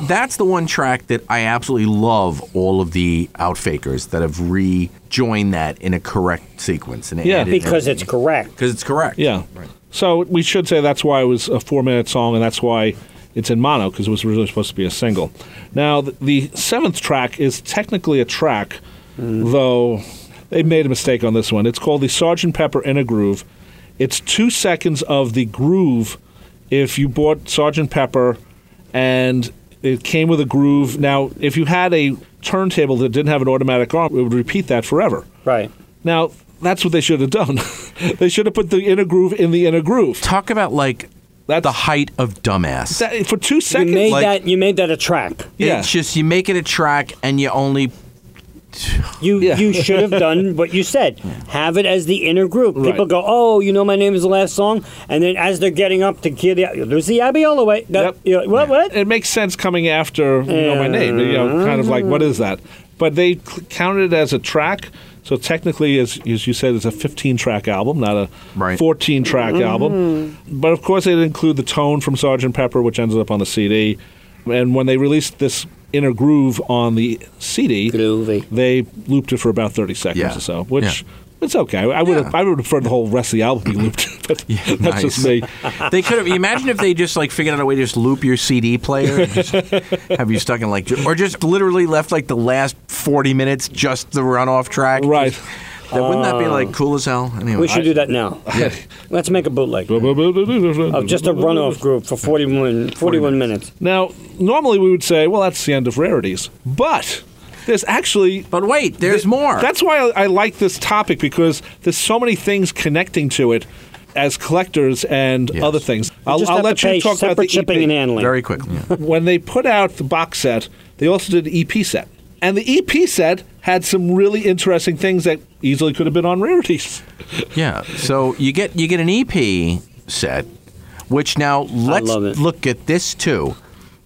Speaker 2: That's the one track that I absolutely love all of the outfakers that have rejoined that in a correct sequence. And
Speaker 3: Yeah.
Speaker 1: because it's correct.
Speaker 2: Because it's correct.
Speaker 3: Yeah. So we should say that's why it was a four minute song, and that's why it's in mono because it was originally supposed to be a single. Now th- the seventh track is technically a track, though they made a mistake on this one. It's called the Sergeant Pepper in a Groove. It's two seconds of the groove. If you bought Sergeant Pepper, and it came with a groove. Now, if you had a turntable that didn't have an automatic arm, it would repeat that forever.
Speaker 1: Right.
Speaker 3: Now, that's what they should have done. they should have put the inner groove in the inner groove.
Speaker 2: Talk about like
Speaker 3: That's-
Speaker 2: the height of dumbass.
Speaker 3: That- for two
Speaker 1: You
Speaker 3: seconds.
Speaker 1: made
Speaker 2: like-
Speaker 1: that. You made that a track.
Speaker 3: yeah.
Speaker 2: It's just you make it a track and you only.
Speaker 1: You
Speaker 3: Yeah.
Speaker 1: you should have done what you said. Have it as the inner group. People
Speaker 3: Right.
Speaker 1: go, oh, you know, my name is the last song, and then as they're getting up to hear the there's the Abbey all the way. That,
Speaker 3: Yep.
Speaker 1: you're like, what what?
Speaker 3: it makes sense coming after you know my name. You know, kind of like what is that? But they cl- counted it as a track. So technically, as, as you said, it's a 15 track album, not a
Speaker 2: Right.
Speaker 3: 14 track album. But of course, they didn't include the tone from Sgt. Pepper, which ended up on the CD. And when they released this inner groove on the CD,
Speaker 1: Groovy.
Speaker 3: they looped it for about 30 seconds
Speaker 2: Yeah.
Speaker 3: or so, which.
Speaker 2: Yeah.
Speaker 3: It's okay. I would have,
Speaker 2: Yeah.
Speaker 3: I would have preferred the whole rest of the album be looped. But that's just me.
Speaker 2: nice. they could have. Imagine if they just like figured out a way to just loop your CD player, and just have you stuck in like, or just literally left like the last forty minutes just the runoff track.
Speaker 3: Right. Uh,
Speaker 2: Just- That, wouldn't that be like cool as hell? Anyway,
Speaker 1: We should do that now. Let's make a bootleg of Oh, just a runoff group for 41, 41 minutes.
Speaker 3: Now, normally we would say, well, that's the end of rarities, but there's actually.
Speaker 2: But wait, there's more.
Speaker 3: That's why I, I like this topic because there's so many things connecting to it as collectors and
Speaker 2: Yes.
Speaker 3: other things. I'll,
Speaker 1: just
Speaker 3: I'll
Speaker 1: have
Speaker 3: let
Speaker 1: to pay
Speaker 3: you talk
Speaker 1: separate
Speaker 3: about the E
Speaker 1: shipping
Speaker 3: EP.
Speaker 1: and handling.
Speaker 2: very quickly. Yeah.
Speaker 3: when they put out the box set, they also did an EP set. And the EP set had some really interesting things that easily could have been on rarities.
Speaker 2: Yeah. So you get you get an EP set, which now let's
Speaker 1: love it.
Speaker 2: look at this too.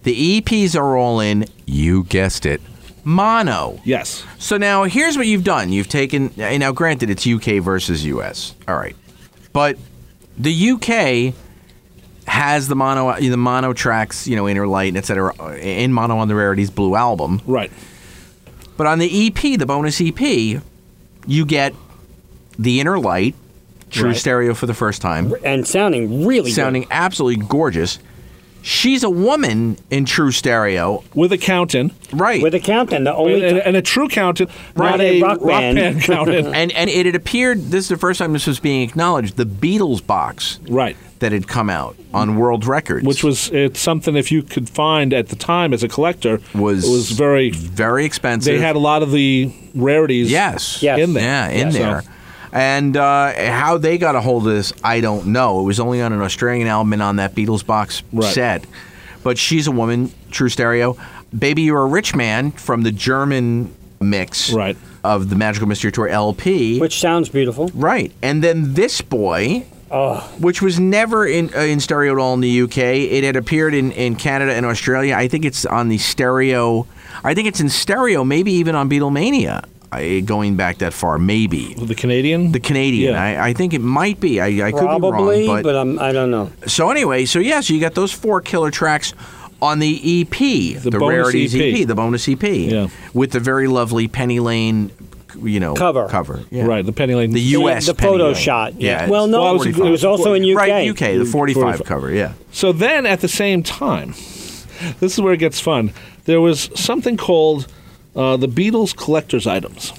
Speaker 2: The EPs are all in. You guessed it, mono.
Speaker 3: Yes.
Speaker 2: So now here's what you've done. You've taken and now granted it's UK versus US. All right. But the UK has the mono the mono tracks, you know, Inner Light, etc. eh, in mono on the Rarities Blue album.
Speaker 3: Right.
Speaker 2: But on the EP, the bonus EP, you get the Inner Light True
Speaker 3: Right.
Speaker 2: Stereo for the first time
Speaker 1: And sounding really
Speaker 2: sounding absolutely gorgeous. She's a woman in True Stereo.
Speaker 3: With a count in.
Speaker 2: Right.
Speaker 1: good. With a countdown, the
Speaker 3: And,
Speaker 1: only
Speaker 3: and-
Speaker 1: time.
Speaker 3: and a true count in.
Speaker 1: Right,
Speaker 3: Not
Speaker 1: a
Speaker 3: a
Speaker 1: rock
Speaker 3: rock
Speaker 1: band.
Speaker 3: band, count in.
Speaker 2: and and it had appeared this is the first time this was being acknowledged the beatles box
Speaker 3: Right.
Speaker 2: that had come out on world records
Speaker 3: Which was it's something if you could find at the time as a collector
Speaker 2: was
Speaker 3: it was very
Speaker 2: very expensive
Speaker 3: they had a lot of the rarities
Speaker 2: yes
Speaker 1: Yes.
Speaker 3: in there.
Speaker 2: yeah in
Speaker 3: So-
Speaker 2: there and uh, how they got a hold of this i don't know it was only on an australian album and on that beatles box
Speaker 3: Right.
Speaker 2: set but she's a woman true stereo baby you're a rich man from the german mix
Speaker 3: Right.
Speaker 2: of the magical mystery tour lp
Speaker 1: Which sounds beautiful.
Speaker 2: Right, and then this boy, which was never in uh, in stereo at all in the UK. It had appeared in, in Canada and Australia. I think it's on the stereo. I think it's in stereo, maybe even on Beatlemania. I, going back that far, maybe
Speaker 3: the Canadian
Speaker 2: the Canadian.
Speaker 3: Yeah.
Speaker 2: I, I think it might be. I, I could
Speaker 1: Probably,
Speaker 2: be wrong,
Speaker 1: but, I'm, I don't know.
Speaker 2: so anyway, so yeah, so you got those four killer tracks on the EP, the,
Speaker 3: bonus
Speaker 2: rarities EP.
Speaker 3: EP.
Speaker 2: the bonus EP,
Speaker 3: Yeah.
Speaker 2: with the very lovely Penny Lane, you know,
Speaker 1: Cover.
Speaker 2: cover, yeah.
Speaker 3: Right, the Penny Lane
Speaker 2: The U.S.
Speaker 1: The
Speaker 2: Penny
Speaker 1: photo
Speaker 2: Lane.
Speaker 1: shot.
Speaker 2: Yeah.
Speaker 1: Well,
Speaker 2: it's
Speaker 1: no,
Speaker 3: Well, it was- it
Speaker 2: 45.
Speaker 1: was also in UK.
Speaker 2: Right, UK, the 45,
Speaker 3: 45.
Speaker 2: cover, yeah.
Speaker 3: So then at the same time, this is where it gets fun. There was something called uh, the Beatles collector's items.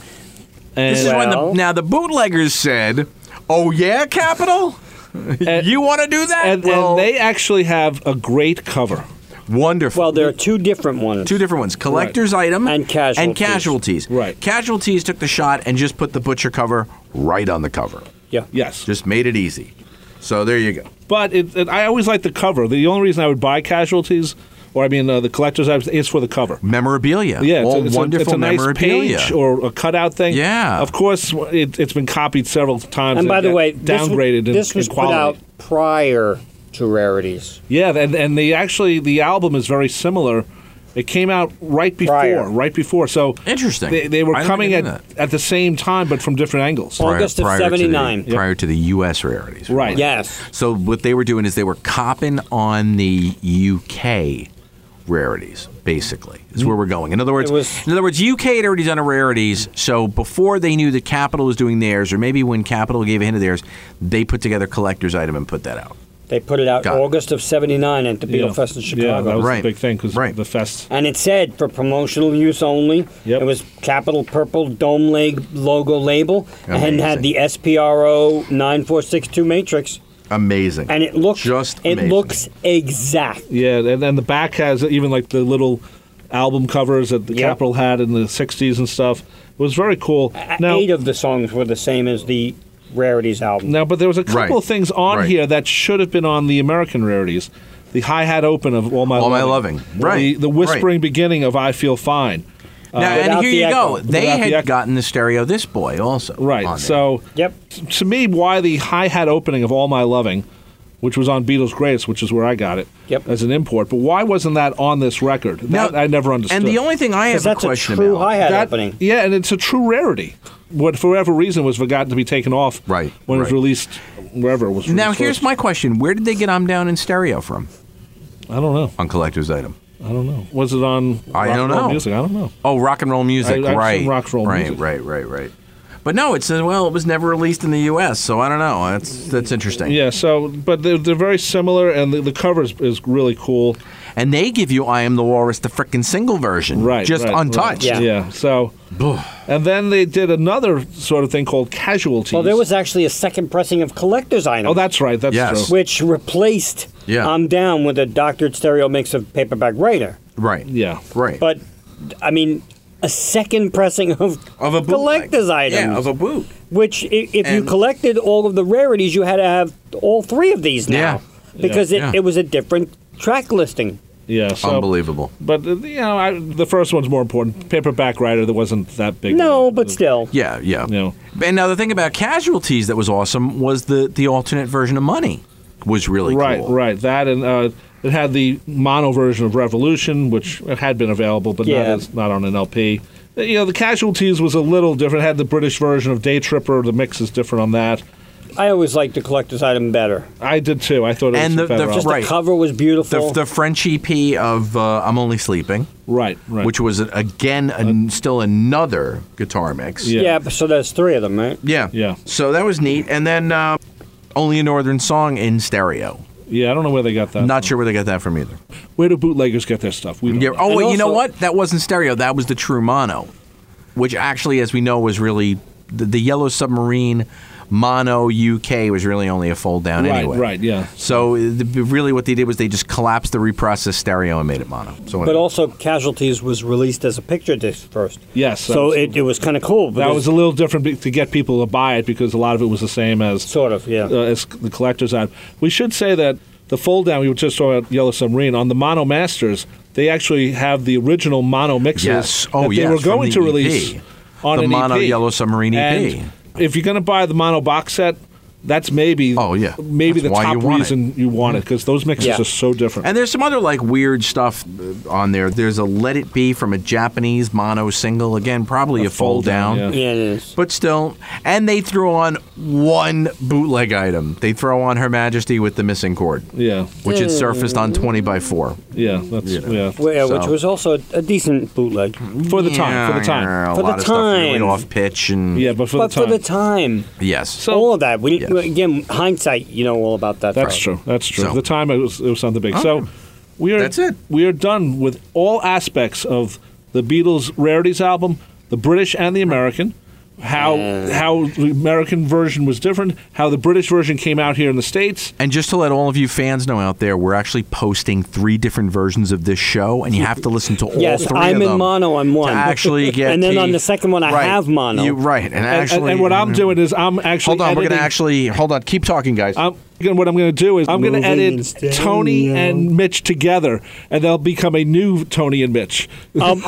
Speaker 3: And
Speaker 2: This is when the,
Speaker 1: Well-
Speaker 2: now the bootleggers said, "Oh yeah, Capital,
Speaker 3: and-
Speaker 2: you want to do that?"
Speaker 3: and, and
Speaker 2: well,
Speaker 3: they actually have a great cover.
Speaker 2: wonderful.
Speaker 1: Well, there are two different ones.
Speaker 2: Two different ones: collector's item
Speaker 1: And
Speaker 2: And
Speaker 1: casualties.
Speaker 2: casualties.
Speaker 3: Right.
Speaker 2: Casualties took the shot and just put the butcher cover right on the cover.
Speaker 1: yeah.
Speaker 3: Yes.
Speaker 2: Just made it easy. So there you go.
Speaker 3: But it, it, I always like the cover. The only reason I would buy casualties, or I mean uh, the collector's items, is for the cover.
Speaker 2: Memorabilia.
Speaker 3: Yeah,
Speaker 2: all
Speaker 3: it's, a, it's,
Speaker 2: wonderful
Speaker 3: a, it's a nice
Speaker 2: memorabilia.
Speaker 3: page or a cutout thing.
Speaker 2: Yeah.
Speaker 3: Of course, it, it's been copied several times.
Speaker 1: And by the
Speaker 3: got
Speaker 1: way, this w-
Speaker 3: downgraded in-
Speaker 1: This was
Speaker 3: in
Speaker 1: put
Speaker 3: quality.
Speaker 1: out prior to Rarities.
Speaker 3: Yeah, and and they actually the album is very similar. It came out right before,
Speaker 1: Prior.
Speaker 3: right before. So
Speaker 2: Interesting.
Speaker 3: They, they were
Speaker 2: I didn't
Speaker 3: coming
Speaker 2: even
Speaker 3: at
Speaker 2: know
Speaker 3: at the same time, but from different angles.
Speaker 1: August of
Speaker 2: to the-
Speaker 1: 79.
Speaker 2: prior to the U.S. rarities.
Speaker 3: Right.
Speaker 1: Yes.
Speaker 2: So what they were doing is they were copping on the UK rarities, basically. Is where we're going. In other words,
Speaker 1: It was-
Speaker 2: in other words, UK had already done a rarities. So before they knew that Capital was doing theirs, or maybe when Capital gave a hint of theirs, they put together collector's item and put that out.
Speaker 1: They put it out
Speaker 2: Got it.
Speaker 1: August of 79 at the Beatle
Speaker 3: Yeah.
Speaker 1: Fest in
Speaker 3: Yeah, that
Speaker 1: Chicago.
Speaker 3: was
Speaker 2: Right.
Speaker 3: the big thing because
Speaker 2: Right.
Speaker 3: the fest.
Speaker 1: and it said for promotional use only.
Speaker 3: Yep.
Speaker 1: It was capital purple dome leg logo label
Speaker 2: Amazing.
Speaker 1: and had the SPRO 9462 matrix
Speaker 2: Amazing.
Speaker 1: and it looks
Speaker 2: just
Speaker 1: it
Speaker 2: amazing.
Speaker 1: looks exact.
Speaker 3: Yeah, and then the back has even like the little album covers that the
Speaker 1: Yeah.
Speaker 3: Capitol had in the '60s and stuff. It was very cool. Now,
Speaker 1: Eight of the songs were the same as the Rarities album.
Speaker 3: now, but there was a couple
Speaker 2: Right.
Speaker 3: of things on
Speaker 2: Right.
Speaker 3: here that should have been on the American rarities. The hi hat open of All My
Speaker 2: All My
Speaker 3: Loving.
Speaker 2: Loving. Right.
Speaker 3: The, the whispering beginning of I Feel Fine.
Speaker 2: now, and
Speaker 1: uh, without
Speaker 2: here
Speaker 1: the
Speaker 2: you go.
Speaker 1: echo.
Speaker 2: They
Speaker 3: Without the
Speaker 2: had
Speaker 3: echo.
Speaker 2: gotten the stereo this boy also. on
Speaker 3: Right.
Speaker 2: there.
Speaker 3: So
Speaker 1: Yep.
Speaker 3: t- to me, why the hi hat opening of All My Loving, which was on Beatles Greatest, which is where I got it
Speaker 1: Yep.
Speaker 3: as an import, but why wasn't that on this record? That I never understood.
Speaker 2: And the only thing I have
Speaker 1: Because that's
Speaker 2: a
Speaker 1: a
Speaker 2: question
Speaker 1: true
Speaker 2: about.
Speaker 1: hi hat
Speaker 3: That-
Speaker 1: opening.
Speaker 3: Yeah, and it's a true rarity. What, for whatever reason, was forgotten to be taken off
Speaker 2: Right,
Speaker 3: when it was
Speaker 2: right.
Speaker 3: released, wherever it was released.
Speaker 2: now here's
Speaker 3: first.
Speaker 2: my question: Where did they get "I'm Down in Stereo" from?
Speaker 3: I don't know.
Speaker 2: On collector's item.
Speaker 3: I don't know. Was it on
Speaker 2: I
Speaker 3: Rock
Speaker 2: don't
Speaker 3: and Roll
Speaker 2: know.
Speaker 3: Music? I don't know.
Speaker 2: Oh, rock and roll music,
Speaker 3: I- I
Speaker 2: right?
Speaker 3: assume rock and roll
Speaker 2: right,
Speaker 3: music.
Speaker 2: right, right, right. But no, it says well, it was never released in the U.S., so I don't know. That's that's interesting.
Speaker 3: Yeah, so, but they're, they're very similar, and the, the cover is, is really cool.
Speaker 2: And and they give you I Am the Walrus the frickin' single version,
Speaker 3: right,
Speaker 2: Just
Speaker 3: right, right.
Speaker 2: untouched.
Speaker 1: Yeah.
Speaker 3: Yeah. So, and then they did another sort of thing called casualties.
Speaker 1: Well, there was actually a second pressing of collector's item.
Speaker 3: Oh, that's right. That's
Speaker 2: Yes.
Speaker 3: true.
Speaker 1: which replaced
Speaker 2: Yeah.
Speaker 1: I'm Down with a doctored stereo mix of Paperback Writer.
Speaker 2: Right.
Speaker 3: Yeah.
Speaker 2: Right.
Speaker 1: But, I mean, a second pressing of,
Speaker 2: of a boot
Speaker 1: collector's items.
Speaker 2: Yeah, of a boot.
Speaker 1: Which, i- if you
Speaker 2: And-
Speaker 1: collected all of the rarities, you had to have all three of these now.
Speaker 3: Yeah.
Speaker 1: Because
Speaker 2: Yeah.
Speaker 1: It, it was a different track listing.
Speaker 3: Yeah. So,
Speaker 2: Unbelievable.
Speaker 3: But uh, you know, I, the first one's more important. Paperback Writer. There wasn't that big.
Speaker 1: No, but still.
Speaker 2: Yeah, yeah.
Speaker 3: No.
Speaker 2: And now the thing about casualties that was awesome was the the alternate version of Money was really
Speaker 3: Right.
Speaker 2: cool.
Speaker 3: Right. That and uh, it had the mono version of Revolution, which it had been available, but not
Speaker 1: Yeah.
Speaker 3: as, not on an LP. You know, the casualties was a little different. It had the British version of Day Tripper. The mix is different on that.
Speaker 1: I always liked the collector's item better.
Speaker 3: I did too. I thought it
Speaker 2: And
Speaker 3: was
Speaker 2: the- the-
Speaker 3: better.
Speaker 2: just
Speaker 1: Just
Speaker 3: album.
Speaker 2: Oh, Right.
Speaker 1: the cover was
Speaker 2: The,
Speaker 1: beautiful.
Speaker 2: the French EP of uh, I'm Only Sleeping,
Speaker 3: right. Right. Uh,
Speaker 2: which was again an, still another guitar mix.
Speaker 3: Yeah.
Speaker 1: yeah, so there's three of them, right?
Speaker 2: Yeah.
Speaker 3: Yeah.
Speaker 2: So that was neat. And then uh, Only a Northern Song in stereo.
Speaker 3: yeah. I don't know where they got that.
Speaker 2: Not sure where they got that from either.
Speaker 3: Where do bootleggers get their stuff? We don't
Speaker 2: Yeah.
Speaker 3: know.
Speaker 2: Oh,
Speaker 1: And
Speaker 2: wait, you know
Speaker 1: also-
Speaker 2: what? That wasn't stereo. That was the true mono, which actually, as we know, was really the, the Yellow Submarine mono UK was really only a fold down
Speaker 3: Right,
Speaker 2: oh, anyway.
Speaker 3: right, yeah.
Speaker 2: So the, really, what they did was they just collapsed the reprocessed stereo and made it mono. So
Speaker 1: But also, Casualties was released as a picture disc first.
Speaker 3: Yes,
Speaker 1: So
Speaker 3: absolutely.
Speaker 1: it, it was kind of cool.
Speaker 3: That
Speaker 1: because-
Speaker 3: was a little different be- to get people to buy it because a lot of it was the same as
Speaker 1: Sort of, yeah.
Speaker 3: uh, as the collector's item. We should say that the fold down we were just talking about Yellow Submarine on the Mono Masters, they actually have the original Mono mixes
Speaker 2: Yes. Oh,
Speaker 3: that
Speaker 2: yes,
Speaker 3: they were
Speaker 2: from
Speaker 3: going
Speaker 2: the
Speaker 3: to
Speaker 2: EP.
Speaker 3: release on
Speaker 2: The
Speaker 3: an
Speaker 2: Mono
Speaker 3: EP.
Speaker 2: Yellow Submarine E EP.
Speaker 3: And if you're going to buy the Mono box set, that's maybe
Speaker 2: Oh, yeah.
Speaker 3: maybe
Speaker 2: That's
Speaker 3: the
Speaker 2: why
Speaker 3: top
Speaker 2: you want it.
Speaker 3: reason you want it because those mixes
Speaker 1: Yeah.
Speaker 3: are so different.
Speaker 2: And there's some other like weird stuff uh, on there. There's a Let It Be from a Japanese mono single. Again, probably a, fold down.
Speaker 3: yeah.
Speaker 1: Yeah, it is.
Speaker 2: But still, and they throw on one bootleg item. They throw on Her Majesty with the missing chord,
Speaker 3: yeah,
Speaker 2: which had surfaced on 20 by 4.
Speaker 3: yeah, that's yeah.
Speaker 1: Well, yeah, which
Speaker 2: So-
Speaker 1: was also a, a decent bootleg.
Speaker 3: for the time, for the time.
Speaker 2: Yeah, a
Speaker 1: For the
Speaker 2: lot of stuff really
Speaker 1: time.
Speaker 2: off pitch and
Speaker 3: Yeah, but for
Speaker 1: but
Speaker 3: the time.
Speaker 1: for the time,
Speaker 2: yes.
Speaker 1: all of that. We
Speaker 2: Yes.
Speaker 1: again hindsight. You know all about that.
Speaker 3: That's
Speaker 1: Frank.
Speaker 3: true. That's true.
Speaker 2: So-
Speaker 3: The time it was, it was something big. So we are
Speaker 2: That's it.
Speaker 3: We are done with all aspects of the Beatles rarities album, the British and the American. How how the American version was different. How the British version came out here in the states.
Speaker 2: And just to let all of you fans know out there, we're actually posting three different versions of this show, and you have to listen to all
Speaker 1: Yes,
Speaker 2: three
Speaker 1: I'm
Speaker 2: of
Speaker 1: in
Speaker 2: them
Speaker 1: mono on
Speaker 2: to
Speaker 1: one.
Speaker 2: actually get.
Speaker 1: And then on
Speaker 2: the-
Speaker 1: the second one, I
Speaker 2: Right.
Speaker 1: have mono.
Speaker 2: You, right, and,
Speaker 3: And- and-
Speaker 2: actually, mm-hmm.
Speaker 3: and, what I'm doing is I'm actually
Speaker 2: Hold on, we're gonna
Speaker 3: editing-
Speaker 2: actually hold on. Keep talking, guys.
Speaker 3: I'm gonna, what I'm going to do is I'm going to
Speaker 1: Moving
Speaker 3: edit
Speaker 1: in stereo.
Speaker 3: Tony and Mitch together, and they'll become a new Tony and Mitch.
Speaker 1: Um,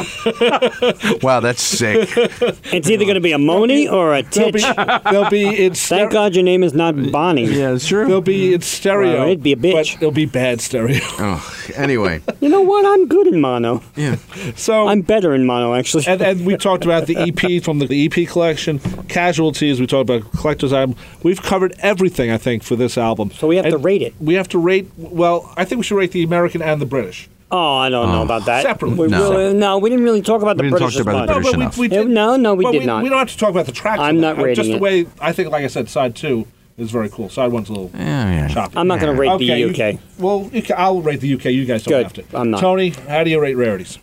Speaker 2: wow, that's sick.
Speaker 1: it's either going to be a Moni or a
Speaker 3: They'll be,
Speaker 1: Titch.
Speaker 3: they'll be it's
Speaker 1: Thank God your name is not Bonnie.
Speaker 2: it's true.
Speaker 3: They'll be in stereo.
Speaker 1: Well, it'd be a bitch.
Speaker 3: But it'll be bad stereo.
Speaker 2: anyway,
Speaker 1: You know what? I'm good in mono.
Speaker 3: So
Speaker 1: I'm better in mono actually.
Speaker 3: Oh. and, and we talked about the EP from the, the EP collection, casualties. We talked about collector's album. We've covered everything, I think, for this album.
Speaker 1: So we have to rate it.
Speaker 3: We have to rate. Well, I think we should rate the American and the British.
Speaker 1: oh, I don't know about that.
Speaker 3: Separately.
Speaker 1: We
Speaker 2: No.
Speaker 1: really- no, we didn't really talk about
Speaker 2: We
Speaker 1: the
Speaker 2: didn't
Speaker 1: British
Speaker 2: talk
Speaker 1: as
Speaker 2: about the
Speaker 1: much.
Speaker 2: British.
Speaker 1: Yeah,
Speaker 2: enough.
Speaker 1: no, no, we
Speaker 3: well,
Speaker 1: did not.
Speaker 3: We don't have to talk about the tracks.
Speaker 1: I'm
Speaker 3: on
Speaker 1: not
Speaker 3: that.
Speaker 1: rating
Speaker 3: Just the
Speaker 1: it.
Speaker 3: way I think, like I said, side two is very cool. Side one's a little
Speaker 2: Yeah, yeah.
Speaker 3: choppy.
Speaker 1: I'm not going to rate
Speaker 3: okay,
Speaker 1: the
Speaker 3: you-
Speaker 1: UK.
Speaker 3: well, you ca I'll rate the UK. You guys don't
Speaker 1: Good.
Speaker 3: have to.
Speaker 1: I'm not.
Speaker 3: Tony, how do you rate rarities?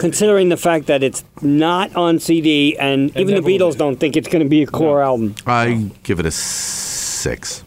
Speaker 1: considering the fact that it's not on CD, and, even
Speaker 3: never
Speaker 1: the
Speaker 3: will
Speaker 1: Beatles
Speaker 3: be.
Speaker 1: don't think it's going to be a core album.
Speaker 2: I give it a six.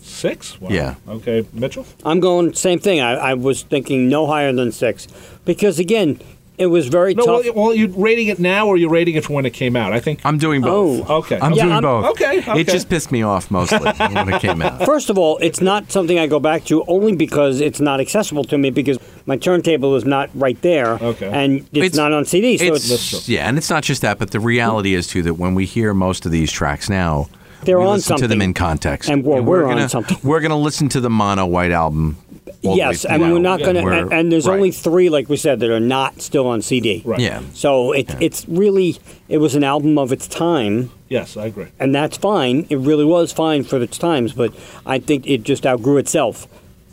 Speaker 3: Six. Wow.
Speaker 2: Yeah.
Speaker 3: Okay, Mitchell.
Speaker 1: I'm going same thing. I, I was thinking no higher than six, because again, it was very
Speaker 3: No,
Speaker 1: tough.
Speaker 3: well, well, you're rating it now, or you're rating it from when it came out. I think.
Speaker 2: I'm doing both.
Speaker 1: Oh.
Speaker 3: Okay.
Speaker 2: I'm
Speaker 1: Yeah,
Speaker 2: doing
Speaker 1: I'm-
Speaker 2: both.
Speaker 3: okay, okay.
Speaker 2: It just pissed me off mostly when it came out.
Speaker 1: First of all, it's not something I go back to only because it's not accessible to me because my turntable is not right there,
Speaker 3: Okay.
Speaker 1: and it's,
Speaker 2: It's-
Speaker 1: not on CD. So it's,
Speaker 2: It's, yeah, and it's not just that, but the reality is too that when we hear most of these tracks now,
Speaker 1: They're
Speaker 2: we
Speaker 1: on
Speaker 2: listen to them
Speaker 1: something.
Speaker 2: in context,
Speaker 1: And we're- we're on
Speaker 2: gonna,
Speaker 1: something.
Speaker 2: We're going to listen to the Mono White album. all the
Speaker 1: yes,
Speaker 2: way
Speaker 1: and
Speaker 2: through.
Speaker 1: we're not going to.
Speaker 2: We're-
Speaker 1: And, and there's
Speaker 2: right.
Speaker 1: only three, like we said, that are not still on CD.
Speaker 3: Right.
Speaker 2: Yeah.
Speaker 1: So it, it's really it was an album of its time.
Speaker 3: Yes, I agree.
Speaker 1: and that's fine. It really was fine for its times, but I think it just outgrew itself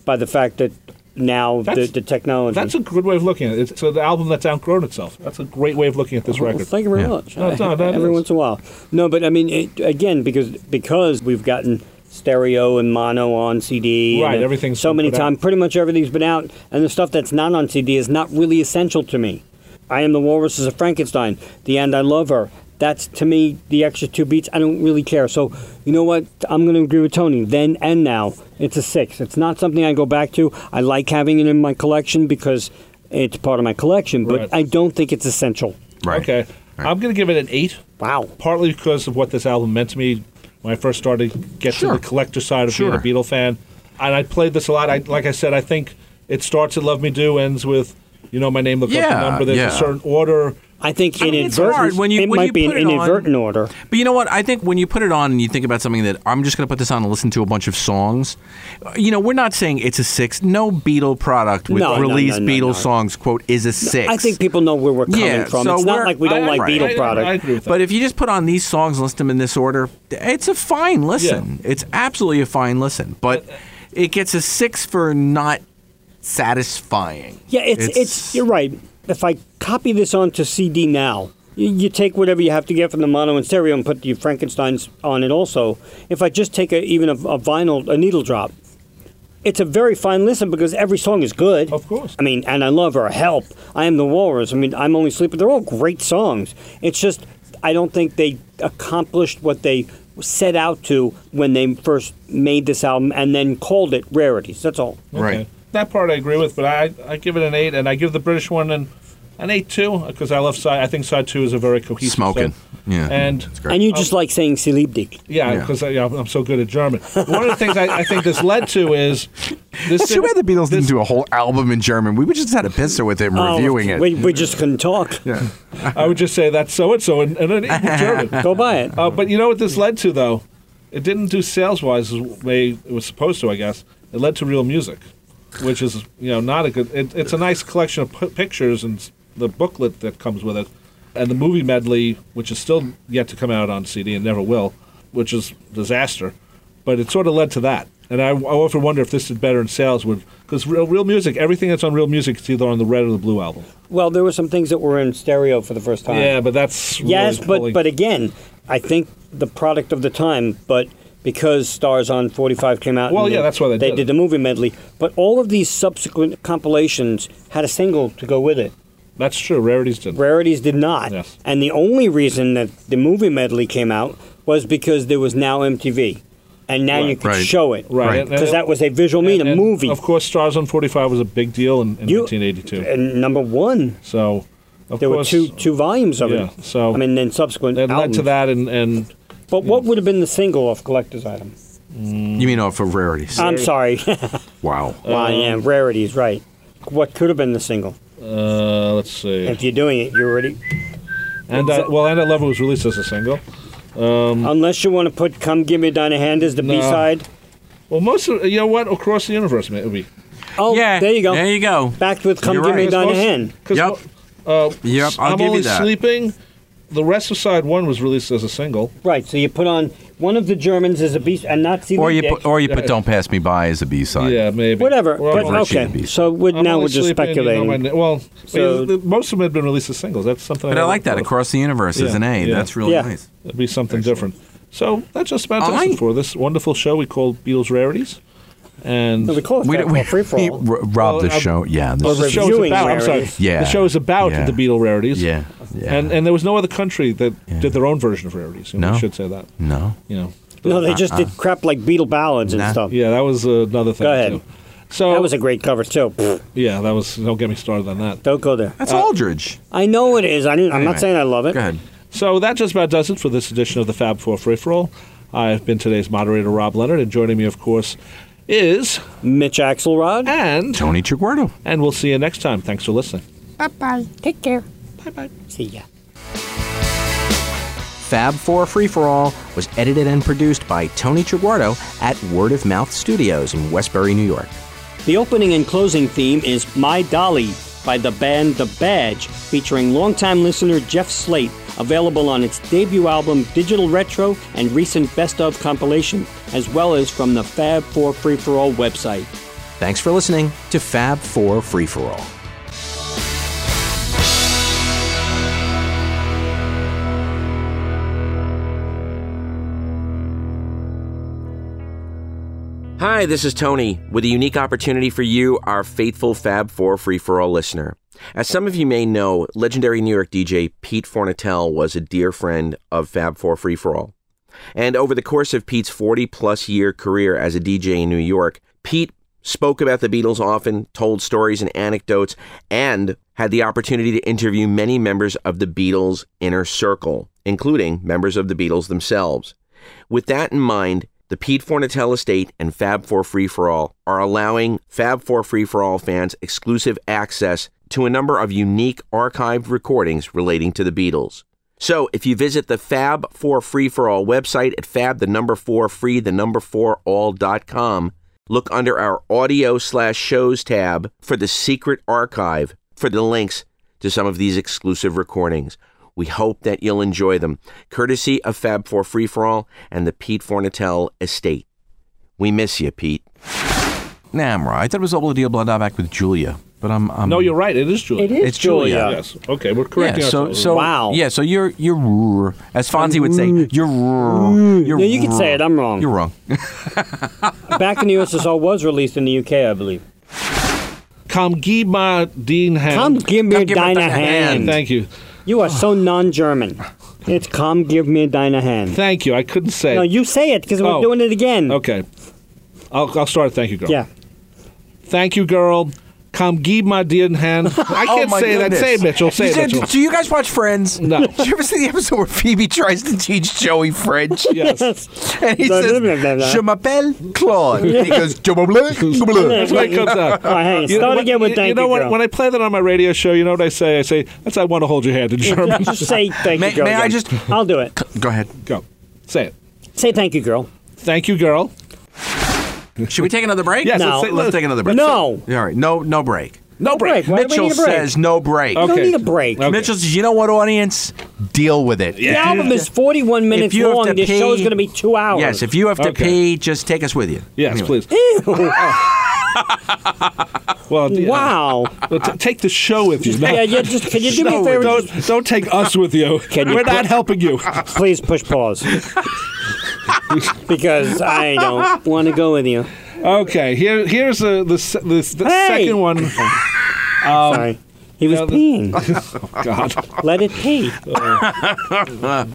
Speaker 1: by the fact that now the,
Speaker 3: That's-
Speaker 1: the technology.
Speaker 3: That's a good way of looking at it. It's an album that's outgrown itself. That's a great way of looking at this
Speaker 1: Oh, Well,
Speaker 3: record.
Speaker 1: Thank you very
Speaker 2: Yeah.
Speaker 1: much.
Speaker 3: No, it's not- that
Speaker 1: Every
Speaker 3: is.
Speaker 1: once in a while. No, but I mean, it, again, because because we've gotten stereo and mono on CD.
Speaker 3: Right,
Speaker 1: and
Speaker 3: everything's
Speaker 1: so
Speaker 3: been
Speaker 1: many
Speaker 3: put out.
Speaker 1: times. Pretty much everything's been out, and the stuff that's not on CD is not really essential to me. I am the Walrus is a Frankenstein. The end, I love her. That's to me the extra two beats. I don't really care. So you know what? I'm going to agree with Tony. Then and now, it's a six. It's not something I go back to. I like having it in my collection because it's part of my collection, but
Speaker 3: Right.
Speaker 1: I don't think it's essential.
Speaker 2: Right.
Speaker 3: Okay. I'm going to give it an eight.
Speaker 1: Wow.
Speaker 3: Partly because of what this album meant to me when I first started to get
Speaker 2: Sure.
Speaker 3: to the collector side of
Speaker 2: Sure.
Speaker 3: being a Beatle fan, and I played this a lot. I like I said, I think it starts at "Love Me Do," ends with "You Know My Name," look up
Speaker 2: Yeah,
Speaker 3: the number. There's
Speaker 2: yeah.
Speaker 3: a certain order.
Speaker 1: I think
Speaker 2: I mean, it's
Speaker 1: inadvertent.
Speaker 2: hard when you-
Speaker 1: it
Speaker 2: when
Speaker 1: might
Speaker 2: you
Speaker 1: be an
Speaker 2: put it on-
Speaker 1: inadvertent order.
Speaker 2: But you know what? I think when you put it on and you think about something that I'm just going to put this on and listen to a bunch of songs, uh, you know, we're not saying it's a six. No Beatle product with
Speaker 1: No, no,
Speaker 2: released
Speaker 1: no, no,
Speaker 2: Beatle
Speaker 1: no.
Speaker 2: songs, quote, is a six.
Speaker 1: I think people know where we're coming
Speaker 2: Yeah,
Speaker 1: from.
Speaker 2: so
Speaker 1: it's
Speaker 2: we're-
Speaker 1: not like we don't
Speaker 3: I-
Speaker 1: like
Speaker 3: I-
Speaker 1: Beatle
Speaker 3: I-
Speaker 1: product.
Speaker 3: I agree with that.
Speaker 2: But if you just put on these songs, listen to them in this order, it's a fine listen. It's absolutely a fine listen. But it gets a six for not satisfying.
Speaker 1: yeah, it's, it's you're right. If I copy this onto CD now, you, you take whatever you have to get from the mono and stereo and put your Frankenstein's on it. Also, if I just take a, even a, a vinyl, a needle drop, it's a very fine listen because every song is good.
Speaker 3: Of course.
Speaker 1: I mean, and I love her. Help. I am the walrus. I mean, I'm only sleeping. They're all great songs. It's just I don't think they accomplished what they set out to when they first made this album and then called it rarities. That's all.
Speaker 5: Right.
Speaker 3: Okay. That part I agree with, but I, I give it an eight, and I give the British one an, an eight too because I love side. I think side two is a very cohesive
Speaker 2: Smoking.
Speaker 3: set.
Speaker 2: Yeah.
Speaker 3: and
Speaker 2: great.
Speaker 1: And you just like saying Silibdig.
Speaker 3: yeah,
Speaker 2: Yeah.
Speaker 3: because I'm so good at German. One of the things I, I think this led to is this.
Speaker 2: It's too bad the Beatles didn't do a whole album in German. We would just had a pizza with him
Speaker 1: Oh,
Speaker 2: reviewing it.
Speaker 1: We, we just couldn't talk.
Speaker 2: Yeah.
Speaker 3: I would just say that's so and so in in an equal German.
Speaker 1: Go buy it.
Speaker 3: Uh, but you know what this led to though? It didn't do sales wise as they it was supposed to. I guess it led to real music, which is you know not a good. It, it's a nice collection of p- pictures and s- the booklet that comes with it, and the movie medley, which is still yet to come out on CD and never will, which is disaster. But it sort of led to that. And I, I often wonder if this did better in sales, would because real, real music, everything that's on real music is either on the red or the blue album.
Speaker 1: Well, there were some things that were in stereo for the first time.
Speaker 3: Yeah, but that's
Speaker 1: Yes,
Speaker 3: really
Speaker 1: but
Speaker 3: pulling-
Speaker 1: but again, I think the product of the time, but because Stars on 45 came out,
Speaker 3: Well,
Speaker 1: and
Speaker 3: yeah, that's why they did it.
Speaker 1: the movie medley. But all of these subsequent compilations had a single to go with it.
Speaker 3: that's true. Rarities did.
Speaker 1: Rarities did not.
Speaker 3: Yes.
Speaker 1: And the only reason that the movie medley came out was because there was now MTV, and now you
Speaker 3: Right.
Speaker 1: could
Speaker 2: Right.
Speaker 1: show it,
Speaker 3: Right. And-
Speaker 1: Because
Speaker 3: and-
Speaker 1: that was a visual medium,
Speaker 3: And-
Speaker 1: movie.
Speaker 3: Of course, Stars on 45 was a big deal in, in
Speaker 1: You-
Speaker 3: 1982.
Speaker 1: and number one.
Speaker 3: So, of
Speaker 1: There
Speaker 3: course,
Speaker 1: were two two volumes of
Speaker 3: Yeah,
Speaker 1: it.
Speaker 3: so-
Speaker 1: I mean, then subsequent.
Speaker 3: that led
Speaker 1: albums.
Speaker 3: to that, and, and
Speaker 1: But what would have been the single off collector's item?
Speaker 2: You mean off of rarities?
Speaker 1: I'm sorry.
Speaker 2: wow.
Speaker 1: Um, Well,
Speaker 3: Um,
Speaker 1: yeah, rarities, right. What could have been the single?
Speaker 3: uh, let's see.
Speaker 1: If you're doing it, you're already.
Speaker 3: And uh, well, and at Level was released as a single.
Speaker 1: Unless you want to put "Come Give Me Dinah Hand" as the
Speaker 3: Um, No.
Speaker 1: B-side.
Speaker 3: Well, most of you know what across the universe, maybe.
Speaker 1: Oh,
Speaker 2: yeah.
Speaker 1: there you go.
Speaker 2: There you go.
Speaker 1: Back with "Come
Speaker 2: You're
Speaker 1: Give
Speaker 2: right.
Speaker 1: Me Dinah Hand."
Speaker 2: Yep. Yep. I'll
Speaker 3: am
Speaker 2: give
Speaker 3: only
Speaker 2: you that.
Speaker 3: uh, sleeping. The rest of side one was released as a single.
Speaker 1: Right. So you put on one of the Germans as a B, and not see
Speaker 2: Or
Speaker 1: the
Speaker 2: you
Speaker 1: dick.
Speaker 2: put, or you put "Don't Pass Me By" as a B side.
Speaker 3: Yeah, maybe.
Speaker 1: whatever.
Speaker 3: Well,
Speaker 1: But
Speaker 3: I'm-
Speaker 2: Virtue and
Speaker 1: okay.
Speaker 2: Beast.
Speaker 1: So we're,
Speaker 3: I'm
Speaker 1: now
Speaker 3: only
Speaker 1: we're just
Speaker 3: sleeping, you know,
Speaker 1: speculating.
Speaker 3: and- well,
Speaker 1: So-
Speaker 3: the- most of them had been released as singles. That's something.
Speaker 2: But I like that
Speaker 3: thought of.
Speaker 2: across the universe as
Speaker 3: Yeah,
Speaker 2: an A.
Speaker 3: yeah.
Speaker 2: That's really
Speaker 1: Yeah.
Speaker 2: nice.
Speaker 3: It'd be something different. So that just about does
Speaker 2: Aye.
Speaker 3: it for this wonderful show we call Beatles Rarities. And
Speaker 1: No, we call it that called free for all.
Speaker 2: R- Rob,
Speaker 3: Well,
Speaker 2: the
Speaker 3: I'm-
Speaker 2: show. Yeah.
Speaker 3: Oh,
Speaker 2: This
Speaker 3: the
Speaker 2: is,
Speaker 3: show is
Speaker 1: Reviewing
Speaker 3: about. I'm
Speaker 1: rarities.
Speaker 3: sorry.
Speaker 2: Yeah,
Speaker 3: The show is about
Speaker 2: yeah.
Speaker 3: the Beatles Rarities.
Speaker 2: Yeah, yeah.
Speaker 3: And and there was no other country that did their own version of Rarities. You know,
Speaker 2: No.
Speaker 3: We should say that.
Speaker 2: no.
Speaker 3: You know.
Speaker 1: No, they just did crap like Beatle ballads and
Speaker 2: Uh-uh. Nah.
Speaker 1: stuff.
Speaker 3: Yeah, that was another thing.
Speaker 1: Go ahead.
Speaker 3: Too. So
Speaker 1: That was a great cover too. Pfft,
Speaker 3: yeah, that was. Don't get me started on that.
Speaker 1: Don't go there.
Speaker 2: That's Aldridge.
Speaker 1: I know it is. I didn't, I'm
Speaker 2: Anyway,
Speaker 1: not saying I love it.
Speaker 2: Go ahead.
Speaker 3: So that just about does it for this edition of the Fab Four Free for All. I've been today's moderator, Rob Leonard, and joining me, of course, is
Speaker 1: Mitch Axelrod.
Speaker 3: and
Speaker 2: Tony Chiguardo.
Speaker 3: and we'll see you next time. Thanks for listening.
Speaker 1: See ya.
Speaker 6: Fab 4 Free For All was edited and produced by Tony Triguardo at Word of Mouth Studios in Westbury, New York.
Speaker 1: The opening and closing theme is My Dolly by the band The Badge, featuring longtime listener Jeff Slate, available on its debut album Digital Retro and recent Best of compilation, as well as from the Fab 4 Free For All website.
Speaker 6: Thanks for listening to Fab 4 Free For All.
Speaker 7: Hi, this is Tony with a unique opportunity for you, our faithful Fab Four Free for All listener. As some of you may know, legendary New York DJ Pete Fornatel was a dear friend of Fab Four Free for All. And over the course of Pete's 40 plus year career as a DJ in New York, Pete spoke about the Beatles often, told stories and anecdotes, and had the opportunity to interview many members of the Beatles' inner circle, including members of the Beatles themselves. With that in mind, the Pete Fornatel Estate and Fab 4 Free for All are allowing Fab 4 Free for All fans exclusive access to a number of unique archived recordings relating to the Beatles. So if you visit the Fab 4 Free for All website at fab the number 4 free the number 4 all.com, look under our audio slash shows tab for the secret archive for the links to some of these exclusive recordings. We hope that you'll enjoy them, courtesy of Fab 4 Free for All and the Pete Fornatel estate. We miss you, Pete.
Speaker 2: Namra. I thought it was Obla Deal Blah back with Julia, but I'm, I'm
Speaker 3: No, you're right. It is Julia.
Speaker 1: It is
Speaker 2: It's Julia.
Speaker 1: Julia.
Speaker 3: Yes. Okay, we're correcting
Speaker 2: yeah, so,
Speaker 3: ourselves.
Speaker 2: so
Speaker 1: Wow.
Speaker 2: Yeah, so you're you're roar. as Fonzie would say,
Speaker 3: Mm.
Speaker 2: you're roar. You're
Speaker 1: Yeah, you can
Speaker 2: roar.
Speaker 1: say it, I'm wrong.
Speaker 2: You're wrong.
Speaker 1: Back in the USSR was released in the UK, I believe.
Speaker 3: Come give my Dean hand.
Speaker 1: Come give me
Speaker 2: Come give me
Speaker 1: deine
Speaker 2: deine
Speaker 1: hand.
Speaker 2: hand.
Speaker 3: Thank you.
Speaker 1: You are so non-German. It's come give me deine hand.
Speaker 3: Thank you. I couldn't say.
Speaker 1: No,
Speaker 3: it.
Speaker 1: you say it because we're
Speaker 3: Oh.
Speaker 1: doing it again.
Speaker 3: okay. I'll, I'll start. Thank you, girl.
Speaker 1: Yeah.
Speaker 3: Thank you, girl. Come give my Dean hand. I
Speaker 2: Oh,
Speaker 3: can't
Speaker 2: my
Speaker 3: say
Speaker 2: goodness.
Speaker 3: that. Say it, Mitchell. Say
Speaker 2: You
Speaker 3: it,
Speaker 2: said-
Speaker 3: Mitchell.
Speaker 2: do you guys watch Friends?
Speaker 3: No.
Speaker 2: Did you ever see the episode where Phoebe tries to teach Joey French?
Speaker 3: Yes.
Speaker 2: And he
Speaker 1: No,
Speaker 2: says,
Speaker 1: no, no, no, no.
Speaker 2: Je m'appelle Claude. And he goes, Je m'appelle Claude.
Speaker 3: That's why it comes out.
Speaker 1: All right, hang on.
Speaker 3: You know
Speaker 1: Start
Speaker 3: what-
Speaker 1: again with
Speaker 3: you-
Speaker 1: thank
Speaker 3: You know
Speaker 1: you,
Speaker 3: what?
Speaker 1: girl.
Speaker 3: When I play that on my radio show, you know what I say? I say, that's I want to hold your hand in German.
Speaker 1: Just say thank
Speaker 2: May-
Speaker 1: you, girl.
Speaker 2: may I
Speaker 1: again.
Speaker 2: just-
Speaker 1: I'll do it.
Speaker 2: Go ahead.
Speaker 3: Go. Say it.
Speaker 1: Say thank you, girl.
Speaker 3: Thank you, girl.
Speaker 2: Should we take another break?
Speaker 3: Yes,
Speaker 1: No.
Speaker 3: let's, say,
Speaker 2: Let's take another break.
Speaker 1: No.
Speaker 2: All right. No, no break.
Speaker 3: No break.
Speaker 1: Why do we
Speaker 2: Mitchell
Speaker 1: need a break?
Speaker 2: says no break.
Speaker 1: We
Speaker 3: Okay.
Speaker 1: don't need a break.
Speaker 3: Okay.
Speaker 2: Mitchell says, you know what, audience? Deal with it.
Speaker 1: The album is 41 minutes
Speaker 2: you have
Speaker 1: long.
Speaker 2: to
Speaker 1: This show is
Speaker 2: pee-
Speaker 1: going to be two hours.
Speaker 2: Yes, if you have to
Speaker 3: Okay.
Speaker 2: pee, just take us with you.
Speaker 3: Yes,
Speaker 2: Anyway.
Speaker 3: please. Well, yeah.
Speaker 1: Wow.
Speaker 3: Well, t- take the show with you. No.
Speaker 1: yeah, yeah, just, can you do me a
Speaker 3: No,
Speaker 1: favor? Just-
Speaker 3: don't, don't take us with you.
Speaker 1: Can you
Speaker 3: We're
Speaker 1: quit?
Speaker 3: not helping you.
Speaker 1: Please push pause. because I don't want to go with you.
Speaker 3: Okay, here, here's uh the, se- the, the
Speaker 1: Hey!
Speaker 3: second one.
Speaker 1: Sorry. He was
Speaker 3: no, the-
Speaker 1: peeing.
Speaker 3: God.
Speaker 1: Let it pee.